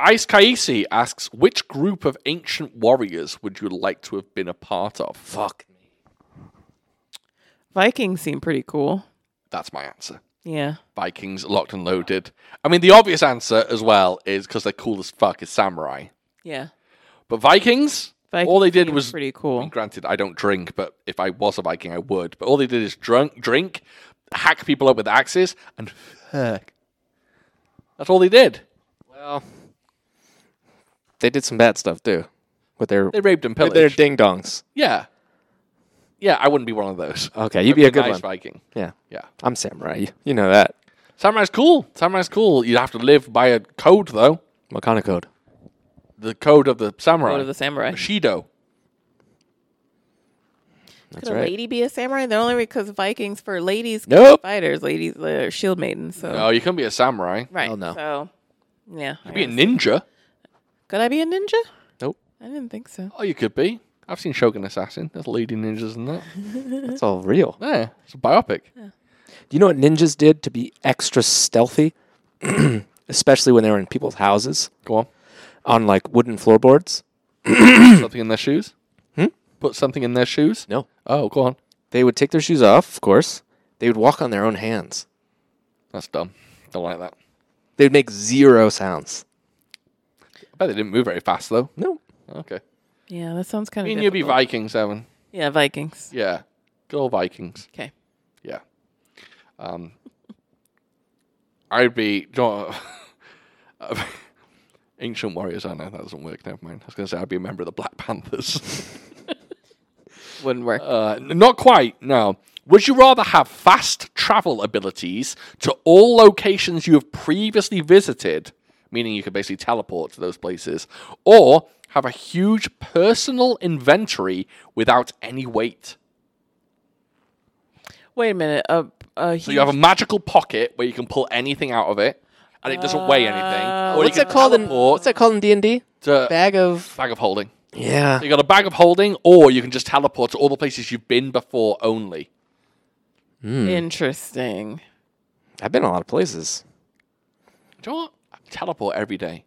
[SPEAKER 1] Ice Kaisi asks, which group of ancient warriors would you like to have been a part of?
[SPEAKER 2] Fuck me.
[SPEAKER 3] Vikings seem pretty cool.
[SPEAKER 1] That's my answer.
[SPEAKER 3] Yeah.
[SPEAKER 1] Vikings locked and loaded. I mean, the obvious answer as well is because they're cool as fuck is samurai.
[SPEAKER 3] Yeah.
[SPEAKER 1] But Vikings,
[SPEAKER 3] Vikings
[SPEAKER 1] all they did
[SPEAKER 3] seem
[SPEAKER 1] was.
[SPEAKER 3] pretty cool.
[SPEAKER 1] Granted, I don't drink, but if I was a Viking, I would. But all they did is drunk, drink, hack people up with axes, and fuck. That's all they did.
[SPEAKER 2] Well, they did some bad stuff too, with their
[SPEAKER 1] They raped and
[SPEAKER 2] with their
[SPEAKER 1] pillaged.
[SPEAKER 2] ding dongs.
[SPEAKER 1] yeah, yeah. I wouldn't be one of those.
[SPEAKER 2] Okay, you'd be a good
[SPEAKER 1] nice
[SPEAKER 2] one.
[SPEAKER 1] Viking.
[SPEAKER 2] Yeah,
[SPEAKER 1] Yeah,
[SPEAKER 2] I'm samurai. You, you know that
[SPEAKER 1] samurai's cool. Samurai's cool. You'd have to live by a code though.
[SPEAKER 2] what kind of code?
[SPEAKER 1] The code of the samurai.
[SPEAKER 3] Go to the samurai.
[SPEAKER 1] Bushido.
[SPEAKER 3] Could a
[SPEAKER 2] right.
[SPEAKER 3] lady be a samurai? The only because Vikings for ladies,
[SPEAKER 2] Nope.
[SPEAKER 3] fighters, ladies, uh, shield maidens. So
[SPEAKER 1] No, Oh, you couldn't be a samurai.
[SPEAKER 3] right.
[SPEAKER 2] Hell no.
[SPEAKER 3] So yeah. I
[SPEAKER 1] You'd Oh, be a
[SPEAKER 3] guess.
[SPEAKER 1] ninja.
[SPEAKER 3] Could I be a ninja?
[SPEAKER 2] Nope.
[SPEAKER 3] I didn't think so.
[SPEAKER 1] Oh, you could be. I've seen Shogun Assassin. There's lady ninjas and that.
[SPEAKER 2] That's all real.
[SPEAKER 1] Yeah, it's a biopic.
[SPEAKER 2] Do you know what ninjas did to be extra stealthy, especially when they were in people's houses
[SPEAKER 1] Go on.
[SPEAKER 2] on like wooden floorboards?
[SPEAKER 1] Put something in their shoes. Put something in their shoes.
[SPEAKER 2] No,
[SPEAKER 1] Oh, go on.
[SPEAKER 2] they would take their shoes off. Of course, they would walk on their own hands.
[SPEAKER 1] That's dumb. Don't like that.
[SPEAKER 2] They would make zero sounds.
[SPEAKER 1] I bet they didn't move very fast though.
[SPEAKER 2] No,
[SPEAKER 1] Okay.
[SPEAKER 3] Yeah, that sounds kind
[SPEAKER 1] I
[SPEAKER 3] of.
[SPEAKER 1] mean, you'd be Vikings, Evan.
[SPEAKER 3] Yeah, Vikings.
[SPEAKER 1] Yeah. Good old Vikings.
[SPEAKER 3] Okay.
[SPEAKER 1] Yeah. Um, I'd be you know, uh, ancient warriors. I know that doesn't work. Never mind. I was going to say I'd be a member of the Black Panthers.
[SPEAKER 3] Wouldn't work.
[SPEAKER 1] uh, n- not quite. No. Would you rather have fast travel abilities to all locations you have previously visited, meaning you could basically teleport to those places, or have a huge personal inventory without any weight?
[SPEAKER 3] Wait a minute. A, a
[SPEAKER 1] So you have a magical pocket where you can pull anything out of it, and it doesn't weigh anything. Or
[SPEAKER 2] what's
[SPEAKER 1] you
[SPEAKER 2] that
[SPEAKER 1] can
[SPEAKER 2] called in
[SPEAKER 1] teleport
[SPEAKER 2] What's that called in D and D?
[SPEAKER 1] to Uh, bag.
[SPEAKER 2] Bag of
[SPEAKER 1] of holding.
[SPEAKER 2] yeah.
[SPEAKER 1] You got a bag of holding, or you can just teleport to all the places you've been before only. Hmm.
[SPEAKER 3] interesting.
[SPEAKER 2] I've been a lot of places.
[SPEAKER 1] Do you know what? I teleport every day.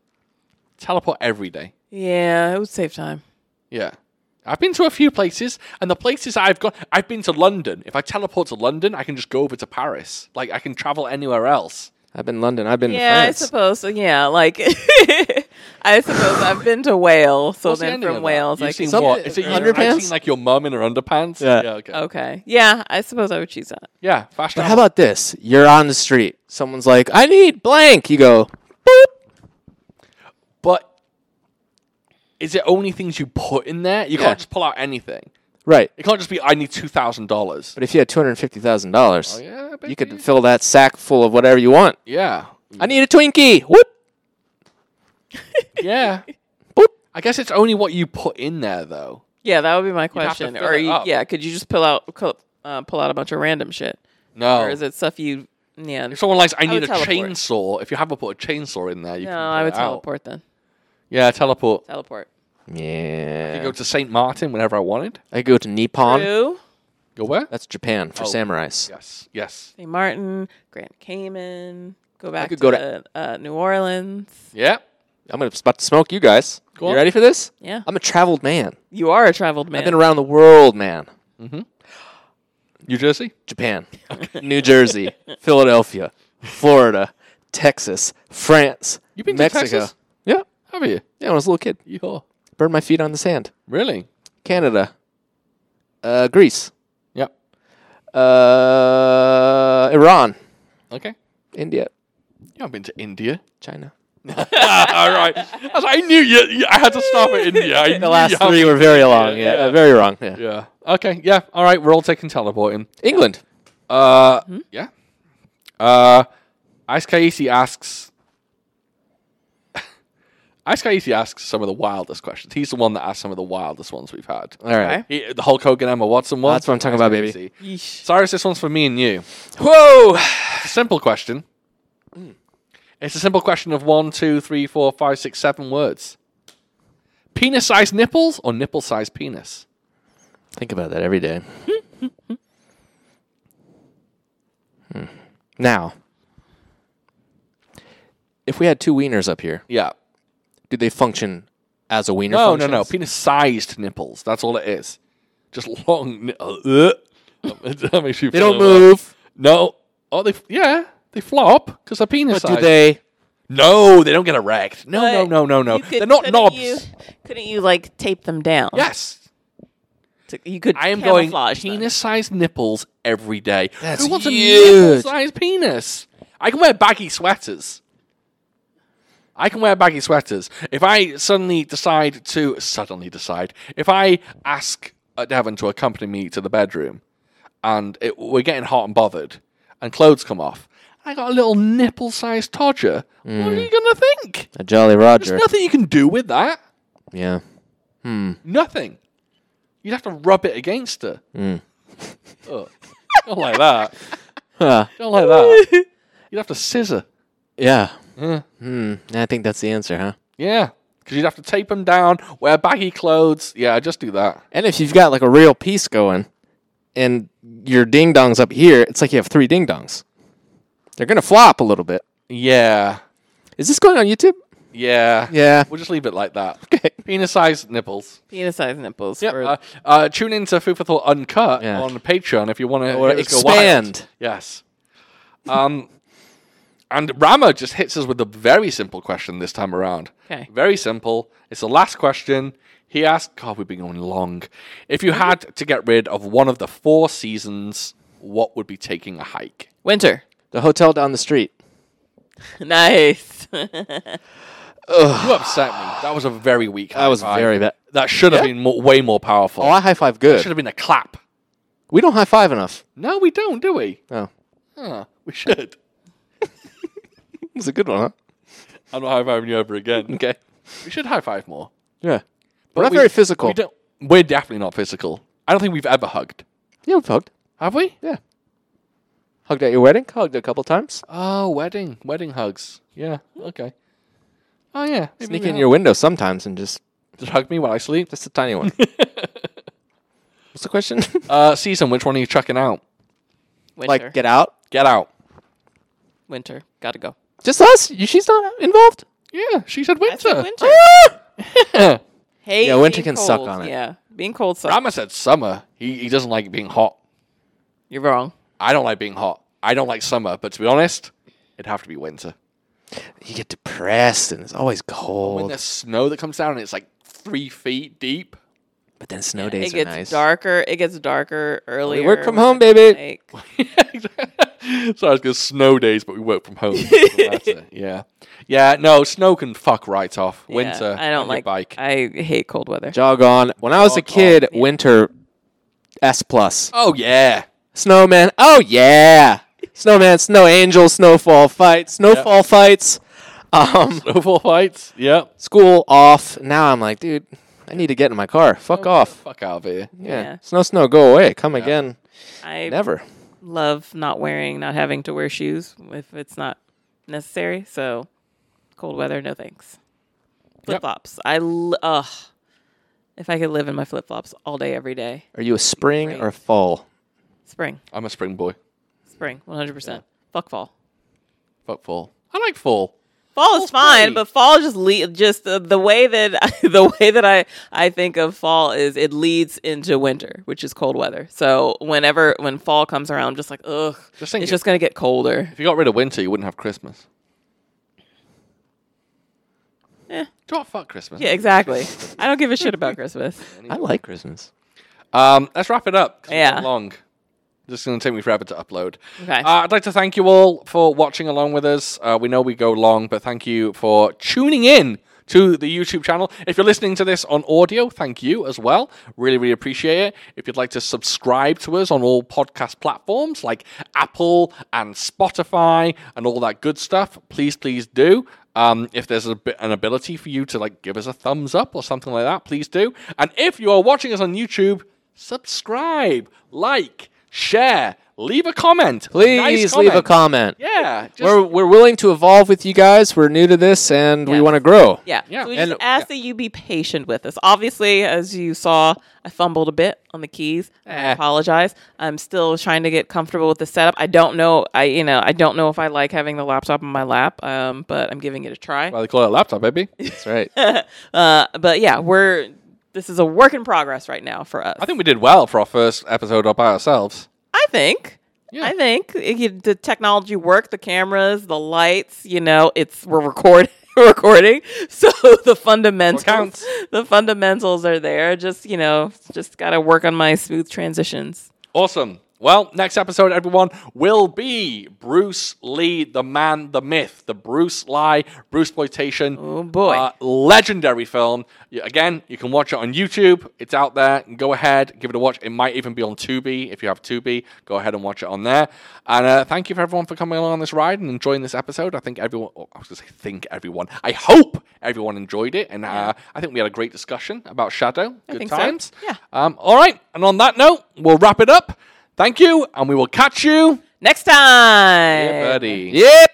[SPEAKER 1] Teleport every day.
[SPEAKER 3] Yeah, it would save time.
[SPEAKER 1] Yeah. I've been to a few places, and the places I've gone, I've been to London. If I teleport to London, I can just go over to Paris. Like I can travel anywhere else.
[SPEAKER 2] I've been London. I've been
[SPEAKER 3] Yeah, I
[SPEAKER 2] France.
[SPEAKER 3] suppose. So, yeah, like I suppose I've been to Wales, so
[SPEAKER 1] What's the
[SPEAKER 3] then
[SPEAKER 1] ending of that?
[SPEAKER 3] from Wales,
[SPEAKER 1] You've
[SPEAKER 3] I
[SPEAKER 1] seen
[SPEAKER 3] can.
[SPEAKER 2] Some-
[SPEAKER 1] what? Is it you- I've
[SPEAKER 2] Underpants?
[SPEAKER 1] seen like your mum in her underpants.
[SPEAKER 2] Yeah.
[SPEAKER 1] okay.
[SPEAKER 3] Okay. Yeah, I suppose I would choose that.
[SPEAKER 1] Yeah. Fast
[SPEAKER 2] But
[SPEAKER 1] travel.
[SPEAKER 2] how about this? You're on the street. Someone's like, "I need blank." You go, "Boop."
[SPEAKER 1] But is it only things you put in there? You
[SPEAKER 2] Yeah.
[SPEAKER 1] can't just pull out anything.
[SPEAKER 2] Right.
[SPEAKER 1] It can't just be I need two thousand dollars.
[SPEAKER 2] But if you had two hundred fifty thousand dollars,
[SPEAKER 1] Oh, Yeah,
[SPEAKER 2] you
[SPEAKER 1] baby.
[SPEAKER 2] could fill that sack full of whatever you want.
[SPEAKER 1] Yeah,
[SPEAKER 2] I need a Twinkie. Whoop.
[SPEAKER 1] yeah. I guess it's only what you put in there, though.
[SPEAKER 3] Yeah, that would be my
[SPEAKER 1] have to
[SPEAKER 3] question.
[SPEAKER 1] fill
[SPEAKER 3] Or
[SPEAKER 1] it
[SPEAKER 3] you,
[SPEAKER 1] up.
[SPEAKER 3] yeah, could you just pull out col- uh, pull out a bunch of random shit,
[SPEAKER 1] No.
[SPEAKER 3] or is it stuff you? Yeah.
[SPEAKER 1] if someone likes, I
[SPEAKER 3] would
[SPEAKER 1] need a
[SPEAKER 3] teleport.
[SPEAKER 1] chainsaw. If you haven't put a chainsaw in there, you
[SPEAKER 3] No,
[SPEAKER 1] can.
[SPEAKER 3] I
[SPEAKER 1] pull
[SPEAKER 3] would
[SPEAKER 1] it out.
[SPEAKER 3] teleport then.
[SPEAKER 1] Yeah, teleport.
[SPEAKER 3] Teleport.
[SPEAKER 1] I go
[SPEAKER 2] Yeah.
[SPEAKER 1] to Saint Martin whenever I wanted.
[SPEAKER 2] I go to Nippon.
[SPEAKER 3] True.
[SPEAKER 1] Go where?
[SPEAKER 2] That's Japan for
[SPEAKER 1] Oh,
[SPEAKER 2] samurais.
[SPEAKER 1] Yes, yes.
[SPEAKER 3] St. Martin, Grand Cayman. Go back
[SPEAKER 2] could
[SPEAKER 3] to,
[SPEAKER 2] go
[SPEAKER 3] uh, New Orleans.
[SPEAKER 1] Yeah.
[SPEAKER 2] I'm gonna about to smoke you guys.
[SPEAKER 1] on.
[SPEAKER 2] You ready for this?
[SPEAKER 3] Yeah,
[SPEAKER 2] I'm a traveled man.
[SPEAKER 3] you are a traveled man.
[SPEAKER 2] I've been around the world, man.
[SPEAKER 1] New Jersey.
[SPEAKER 2] Japan, New Jersey, Philadelphia, Florida, Texas, France,
[SPEAKER 1] You've been to
[SPEAKER 2] Mexico.
[SPEAKER 1] Texas?
[SPEAKER 2] Yeah,
[SPEAKER 1] Have you?
[SPEAKER 2] yeah. When I was a little kid,
[SPEAKER 1] Yeah.
[SPEAKER 2] burned my feet on the sand.
[SPEAKER 1] Really?
[SPEAKER 2] Canada, uh, Greece,
[SPEAKER 1] Yeah.
[SPEAKER 2] uh, Iran,
[SPEAKER 1] Okay.
[SPEAKER 2] India,
[SPEAKER 1] Yeah, I've been to India.
[SPEAKER 2] China.
[SPEAKER 1] All right. I, was like, I knew you, you- I had to stop at India. I
[SPEAKER 2] The last
[SPEAKER 1] knew
[SPEAKER 2] three
[SPEAKER 1] you
[SPEAKER 2] were very long. Yeah,
[SPEAKER 1] yeah.
[SPEAKER 2] uh, very wrong. Yeah.
[SPEAKER 1] had- Yeah. Okay. Yeah. All right. We're all taking teleporting.
[SPEAKER 2] England.
[SPEAKER 1] Uh,
[SPEAKER 2] Hmm?
[SPEAKER 1] Yeah. Uh, Ice Kaisi asks. Ice Kaisi asks some of the wildest questions. He's the one that asked some of the wildest ones we've had.
[SPEAKER 2] All right.
[SPEAKER 1] He, the Hulk Hogan Emma Watson one.
[SPEAKER 2] That's what I'm talking about, baby.
[SPEAKER 1] Kaisi.
[SPEAKER 3] Yeesh.
[SPEAKER 1] Cyrus, this one's for me and you.
[SPEAKER 2] Whoa.
[SPEAKER 1] It's a simple question. It's a simple question of one, two, three, four, five, six, seven words. Penis-sized nipples or nipple-sized penis?
[SPEAKER 2] Think about that every day. Hmm. Now, if we had two wieners up here,
[SPEAKER 1] Yeah.
[SPEAKER 2] do they function as a wiener?
[SPEAKER 1] No, no, no.
[SPEAKER 2] functions?
[SPEAKER 1] Penis-sized nipples. That's all it is. Just long. Ni- uh, uh. that makes you.
[SPEAKER 2] They don't move.
[SPEAKER 1] No. Oh, they. Yeah, they flop because they're penis
[SPEAKER 2] But do
[SPEAKER 1] sized.
[SPEAKER 2] they?
[SPEAKER 1] No, they don't get erect. No, no,
[SPEAKER 3] But
[SPEAKER 1] no, no, no.
[SPEAKER 3] you could-
[SPEAKER 1] They're not
[SPEAKER 3] couldn't
[SPEAKER 1] knobs.
[SPEAKER 3] You, couldn't you like tape them down?
[SPEAKER 1] Yes,
[SPEAKER 3] To- you could.
[SPEAKER 1] I am going
[SPEAKER 3] camouflage them.
[SPEAKER 1] penis-sized nipples every day.
[SPEAKER 2] That's
[SPEAKER 1] Who wants
[SPEAKER 2] huge.
[SPEAKER 1] a nipple-sized penis? I can wear baggy sweaters. I can wear baggy sweaters. If I suddenly decide to suddenly decide, if I ask uh, Devon to accompany me to the bedroom, and it, we're getting hot and bothered, and clothes come off, I got a little nipple-sized todger. What
[SPEAKER 2] Mm.
[SPEAKER 1] are you gonna think?
[SPEAKER 2] A Jolly Roger.
[SPEAKER 1] There's nothing you can do with that.
[SPEAKER 2] yeah.
[SPEAKER 1] Nothing. You'd have to rub it against her. Ugh. Don't like that.
[SPEAKER 2] Huh.
[SPEAKER 1] Don't like that. You'd have to scissor. Mm.
[SPEAKER 2] Yeah. Hmm. I think that's the answer, huh?
[SPEAKER 1] Yeah. because you'd have to tape them down, wear baggy clothes. Yeah, just do that.
[SPEAKER 2] And if you've got like a real piece going and your ding dongs up here, it's like you have three ding dongs. They're going to flop a little bit.
[SPEAKER 1] Yeah,
[SPEAKER 2] Is this going on YouTube?
[SPEAKER 1] yeah,
[SPEAKER 2] Yeah.
[SPEAKER 1] We'll just leave it like that. Okay. Penis-sized nipples.
[SPEAKER 3] Penis-sized nipples. for-
[SPEAKER 1] Uh, uh, tune in to Food for Thought Uncut
[SPEAKER 2] Yeah.
[SPEAKER 1] on Patreon if you want to
[SPEAKER 2] Or expand.
[SPEAKER 1] Yes. Um, and Rama just hits us with a very simple question this time around.
[SPEAKER 3] Okay.
[SPEAKER 1] Very simple. It's the last question. He asked, God, we've been going long. If you had to get rid of one of the four seasons, what would be taking a hike?
[SPEAKER 3] Winter.
[SPEAKER 2] The hotel down the street.
[SPEAKER 3] Nice.
[SPEAKER 1] You upset me. That was a very weak high
[SPEAKER 2] Ah. That was
[SPEAKER 1] five.
[SPEAKER 2] very bad.
[SPEAKER 1] That should have
[SPEAKER 2] Yeah?
[SPEAKER 1] been mo way more powerful.
[SPEAKER 2] Oh, I high five
[SPEAKER 1] should
[SPEAKER 2] good.
[SPEAKER 1] have been a clap.
[SPEAKER 2] We don't high five enough.
[SPEAKER 1] No, we don't, do we?
[SPEAKER 2] Oh,
[SPEAKER 1] Huh, we should.
[SPEAKER 2] it was a good one, huh?
[SPEAKER 1] I'm not high fiving you ever again.
[SPEAKER 2] Okay.
[SPEAKER 1] We should high five more.
[SPEAKER 2] Yeah.
[SPEAKER 1] But
[SPEAKER 2] We're not
[SPEAKER 1] we-
[SPEAKER 2] very physical.
[SPEAKER 1] We don't, we're definitely not physical. I don't think we've ever hugged.
[SPEAKER 2] Yeah, we've hugged.
[SPEAKER 1] Have we?
[SPEAKER 2] Yeah. Hugged at your wedding. Hugged a couple times.
[SPEAKER 1] Oh, wedding. Wedding hugs. Yeah. Okay. Oh, yeah. Maybe
[SPEAKER 2] Sneak
[SPEAKER 1] we
[SPEAKER 2] in
[SPEAKER 1] have.
[SPEAKER 2] your window sometimes and just
[SPEAKER 1] Just hug me while I sleep.
[SPEAKER 2] just a tiny one. What's the question?
[SPEAKER 3] Oh,
[SPEAKER 1] Uh, season, which one are you checking out?
[SPEAKER 3] Winter.
[SPEAKER 2] like get out.
[SPEAKER 1] Get out.
[SPEAKER 3] Winter. Gotta go.
[SPEAKER 2] Just us. You- She's not involved.
[SPEAKER 1] Yeah, she said
[SPEAKER 3] I said
[SPEAKER 1] winter.
[SPEAKER 3] winter. Hey,
[SPEAKER 2] Yeah,
[SPEAKER 3] being
[SPEAKER 2] winter can suck
[SPEAKER 3] cold.
[SPEAKER 2] on it.
[SPEAKER 3] Yeah, being cold sucks.
[SPEAKER 1] Rama said summer. He, he doesn't like being hot.
[SPEAKER 3] You're wrong.
[SPEAKER 1] I don't like being hot. I don't like summer, but to be honest, it'd have to be winter.
[SPEAKER 2] You get depressed and it's always
[SPEAKER 1] When
[SPEAKER 2] cold.
[SPEAKER 1] there's snow that comes down and it's like three feet deep.
[SPEAKER 2] But then snow
[SPEAKER 3] It
[SPEAKER 2] days are
[SPEAKER 3] gets
[SPEAKER 2] nice.
[SPEAKER 3] darker. It gets darker earlier.
[SPEAKER 2] work from
[SPEAKER 3] with
[SPEAKER 2] home,
[SPEAKER 3] the
[SPEAKER 2] baby.
[SPEAKER 3] like-
[SPEAKER 1] so I was going snow days, but we work from home. Doesn't matter. yeah, yeah. No, snow can fuck right off. Winter.
[SPEAKER 3] Yeah, I don't
[SPEAKER 1] on your
[SPEAKER 3] like.
[SPEAKER 1] bike.
[SPEAKER 3] I hate cold weather.
[SPEAKER 2] Jog on. When I was a
[SPEAKER 1] Jog on.
[SPEAKER 2] kid, winter S plus.
[SPEAKER 1] oh yeah.
[SPEAKER 2] Snowman. Oh yeah. Snowman, snow angel, snowfall fight, snowfall fights. Um,
[SPEAKER 1] Snowball fights. Yeah.
[SPEAKER 2] school off. Now I'm like, dude, I need to get in my car. Fuck off.
[SPEAKER 1] Fuck out of here.
[SPEAKER 2] Yeah.
[SPEAKER 3] Oh, Yeah.
[SPEAKER 2] Snow, snow, go away. Come again.
[SPEAKER 3] I
[SPEAKER 2] Never.
[SPEAKER 3] love not wearing, not having to wear shoes if it's not necessary. So cold weather, no thanks. Flip flops. I l- ugh. If I could live in my flip flops all day, every day,
[SPEAKER 2] Are you a spring or a fall?
[SPEAKER 3] spring,
[SPEAKER 1] I'm a spring boy.
[SPEAKER 3] spring, one hundred percent. Fuck fall.
[SPEAKER 1] Fuck fall. I like fall.
[SPEAKER 3] Fall is fine,
[SPEAKER 1] pretty.
[SPEAKER 3] but fall just lead just the, the way that the way that I I think of fall is it leads into winter, which is cold weather. So whenever when fall comes around, I'm just like ugh,
[SPEAKER 1] Just think
[SPEAKER 3] it's
[SPEAKER 1] it-
[SPEAKER 3] just gonna get colder.
[SPEAKER 1] If you got rid of winter, you wouldn't have Christmas.
[SPEAKER 3] Eh.
[SPEAKER 1] Do not fuck Christmas.
[SPEAKER 3] Yeah, exactly. I don't give a shit about Christmas.
[SPEAKER 2] I like Christmas.
[SPEAKER 1] Um, let's wrap it up. 'cause we've
[SPEAKER 3] Yeah.
[SPEAKER 1] gone Long. This is going to take me forever to upload.
[SPEAKER 3] Okay.
[SPEAKER 1] Uh, I'd like to thank you all for watching along with us. Uh, we know we go long, but thank you for tuning in to the YouTube channel. If you're listening to this on audio, thank you as well. Really, really appreciate it. If you'd like to subscribe to us on all podcast platforms like Apple and Spotify and all that good stuff, please, please do. Um, if there's a bit, an ability for you to like give us a thumbs up or something like that, please do. And if you are watching us on YouTube, subscribe, like, share, leave a comment.
[SPEAKER 2] Please
[SPEAKER 1] Nice
[SPEAKER 2] leave a comment.
[SPEAKER 1] Yeah, just,
[SPEAKER 2] We're, we're willing to evolve with you guys. We're new to this and we
[SPEAKER 3] Yes.
[SPEAKER 2] want to grow.
[SPEAKER 3] Yeah.
[SPEAKER 1] Yeah.
[SPEAKER 3] So we
[SPEAKER 2] And-
[SPEAKER 3] just ask that you be patient with us. Obviously, as you saw, I fumbled a bit on the keys. I
[SPEAKER 1] Eh.
[SPEAKER 3] apologize. I'm still trying to get comfortable with the setup. I don't know. I you know I don't know if I like having the laptop in my lap. Um, but I'm giving it a try.
[SPEAKER 1] well, they call it a laptop, baby.
[SPEAKER 2] That's right.
[SPEAKER 3] Uh, but yeah, we're this is a work in progress right now for us.
[SPEAKER 1] I think we did well for our first episode all by ourselves.
[SPEAKER 3] I think. I think it- you- the technology work, the cameras, the lights. You know, it's we're recording, recording. So the fundamentals,
[SPEAKER 1] counts.
[SPEAKER 3] the fundamentals are there. Just you know, just gotta work on my smooth transitions.
[SPEAKER 1] Awesome. Well, next episode, everyone, will be Bruce Lee, the man, the myth, the Bruce Lie, Bruce Exploitation. uh,
[SPEAKER 3] Oh, boy.
[SPEAKER 1] legendary film. Y- Again, you can watch it on YouTube. It's out there. Go ahead, give it a watch. It might even be on Tubi. If you have Tubi, go ahead and watch it on there. And uh, thank you for everyone for coming along on this ride and enjoying this episode. I think everyone, oh, I was going to say, think everyone. I hope everyone enjoyed it. And uh, I think we had a great discussion about Shadow. Good
[SPEAKER 3] think so.
[SPEAKER 1] times.
[SPEAKER 3] Yeah.
[SPEAKER 1] Um, all right. And on that note, we'll wrap it up. Thank you, and we will catch you,
[SPEAKER 3] Next time.
[SPEAKER 1] buddy.
[SPEAKER 2] yep.